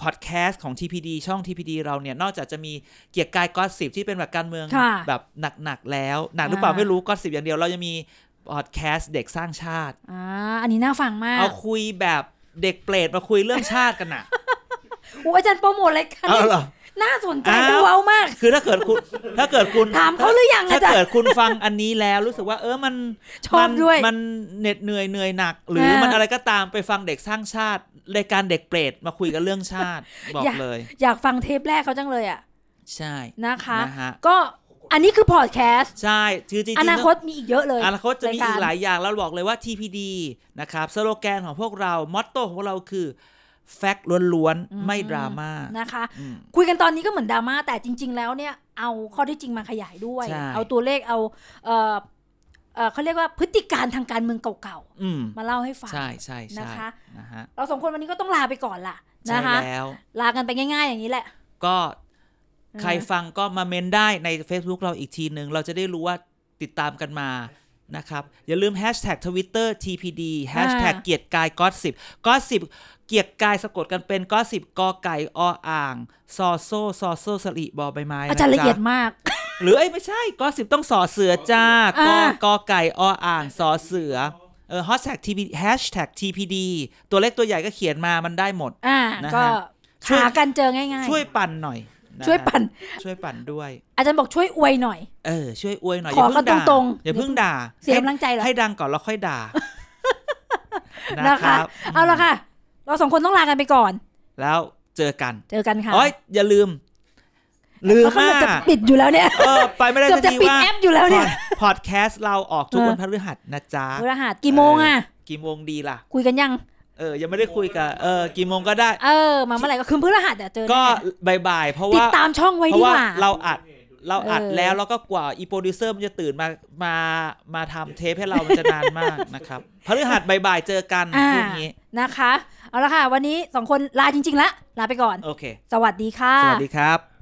Speaker 2: พอดแคสต์ของ TPD ช่อง TPD เราเนี่ย นอกจากจะมีเกียร์กายก็สิบที่เป็นแบบการเมือง
Speaker 1: ค่ะ
Speaker 2: แบบหนัก ๆ แล้ว หนักหรือเปล่า
Speaker 1: อ่า
Speaker 2: ไม่รู้ก็สิบอย่างเดียว เรายังมีพอดแคสต์เด็กสร้างชาติ
Speaker 1: อ่าอันนี้น่าฟังมาก
Speaker 2: เอาคุยแบบเด็กเปรตมาคุยเรื่องชาติกันนะ
Speaker 1: อู้อาจารย์โปรโมทรายการ
Speaker 2: เอาเหรอ
Speaker 1: น่าสนใจ
Speaker 2: อ้าว
Speaker 1: ดูเว้ามาก
Speaker 2: คือถ้าเกิดคุณถ้าเกิดคุณ
Speaker 1: ถามเขาหรือยัง
Speaker 2: ถ้า
Speaker 1: อาจาร
Speaker 2: เกิ
Speaker 1: ย์
Speaker 2: ดคุณฟังอันนี้แล้วรู้สึกว่าเออมัน
Speaker 1: ชอบ
Speaker 2: มัน
Speaker 1: ด้วย
Speaker 2: มันเหน็ดเหนื่อยเหนื่อยหนัก หรือ
Speaker 1: เออ
Speaker 2: มันอะไรก็ตามไปฟังเด็กสร้าง ชาติรายการเด็กเปรตมาคุยกันเรื่องชาติ บอกเลย
Speaker 1: อยากฟังเทปแรกเขาจังเลยอ่ะ
Speaker 2: ใช่
Speaker 1: นะคะ
Speaker 2: นะฮะ
Speaker 1: ก็อันนี้คือพอดแคสต์
Speaker 2: ใช่ คือจริงๆ
Speaker 1: อนา
Speaker 2: แล้ว
Speaker 1: คตมีอีกเยอะเลย
Speaker 2: อนาคตจะมีอี
Speaker 1: รายกา
Speaker 2: ก
Speaker 1: ร
Speaker 2: หลายอย่างเราบอกเลยว่า TPD นะครับสโลแกนของพวกเรามอตโต้ของพวกเราคือ แฟกต์ล้วนๆ ไม่ดราม่า
Speaker 1: นะคะ
Speaker 2: อืม
Speaker 1: คุยกันตอนนี้ก็เหมือนดราม่าแต่จริง ๆ แล้วเนี่ยเอาข้อเที่จริงมาขยายด้วย
Speaker 2: ใช่
Speaker 1: เอาตัวเลขเอาเอ่อเอ่อเขาเรียกว่าพฤติการทางการเมืองเก่า
Speaker 2: อืม
Speaker 1: ๆ มาเล่าให้ฟัง
Speaker 2: ใช่ใช่ใช่
Speaker 1: นะคะ
Speaker 2: นะฮะ
Speaker 1: เราสองคนวันนี้ก็ต้องลาไปก่อนล่ะ
Speaker 2: ใช่
Speaker 1: นะคะ
Speaker 2: แล้ว
Speaker 1: ลากันไปง่าย ๆ อย่างนี้แหละ
Speaker 2: ก็
Speaker 1: เออ
Speaker 2: ใครฟังก็มาเมนได้ใน Facebook เราอีกทีหนึ่ง เราจะได้รู้ว่าติดตามกันมานะครับ อย่าลืม Hashtag Twitter TPD Hashtag เกียรติกายก็สิบก็สิบเกียรติกายสะกดกันเป็นก็สิบกอไก่ออ่างซอโซซอโซสลีบอใบไม้น
Speaker 1: อาจารย์ละเอียด
Speaker 2: จ๊
Speaker 1: มาก
Speaker 2: หรือเอ้ยไม่ใช่ก็สิบต้องสอเสือจ้า
Speaker 1: อ่า
Speaker 2: กอกอไก่ออ่างสอเสือเออ hashtag tp hashtag tpd ตัวเล็กตัวใหญ่ก็เขียนมามันได้หมด
Speaker 1: อ่า
Speaker 2: นะฮะ
Speaker 1: ก็
Speaker 2: ช่วย
Speaker 1: หากันเจอง่ายๆ
Speaker 2: ช่วยปั่นหน่อยะฮะ
Speaker 1: ช่วยปั่น
Speaker 2: ช่วยปั่นด้วย
Speaker 1: อาจารย์บอกช่วยอวยหน่อย
Speaker 2: เออ ช่วยอวยหน่อย
Speaker 1: ข
Speaker 2: อย่า
Speaker 1: อ
Speaker 2: เพิ่งด่า
Speaker 1: ตรงๆ
Speaker 2: อย่าเพิ่งด่า
Speaker 1: เสียกำลังใจเหรอ
Speaker 2: ให้ดังก่อนแล้วค่อยด่านะ
Speaker 1: นะคะ
Speaker 2: บ
Speaker 1: เอาละค่ะ เราสองคนต้องลากันไปก่อน
Speaker 2: แล้วเจอกัน
Speaker 1: เจอกันค่ะ
Speaker 2: โอ้ยอย่าลืม ลืม
Speaker 1: เขากำลัง
Speaker 2: มา
Speaker 1: จะ
Speaker 2: ก
Speaker 1: ปิดอยู่แล้วเนี่ย
Speaker 2: เออไปไม่ได้
Speaker 1: เกือบจะ
Speaker 2: ที
Speaker 1: ปิด
Speaker 2: ว่า
Speaker 1: แอปอยู่แล้วเนี่ย
Speaker 2: พอดแคสต์เราออกทุก
Speaker 1: เออ
Speaker 2: วันพฤหัสนะจ๊ะ
Speaker 1: เวลาหาดกี่โมงอ่ะ
Speaker 2: กี่โมงดีล่ะ
Speaker 1: คุยกันยัง
Speaker 2: เออ ยังไม่ได้คุยกับ เออ กี่โมงก็ได้
Speaker 1: เออ มาเมื่อไหร่ก็คืนพฤหัสอะเจอ
Speaker 2: ก็
Speaker 1: แน่
Speaker 2: บ่ายๆ เพราะ
Speaker 1: ติด
Speaker 2: ว่า
Speaker 1: ตามช่องไว้
Speaker 2: เพ
Speaker 1: ดี
Speaker 2: ราะว่าก
Speaker 1: ว่า
Speaker 2: เราอัด เราอัด
Speaker 1: เออ
Speaker 2: แล้ว แล้วก็กว่าอีโปรดิวเซอร์มันจะตื่นมา มา มาทำเทปให้เรา มันจะนานมากนะครับ พฤหัสบ่ายๆ เจอกัน
Speaker 1: อ่า
Speaker 2: พรุ่งนี้
Speaker 1: นะคะ เอาละค่ะ วันนี้สองคนลาจริงๆละ ลาไปก่อน
Speaker 2: โอเค
Speaker 1: สวัสดีค่ะ
Speaker 2: สวัสดีครับ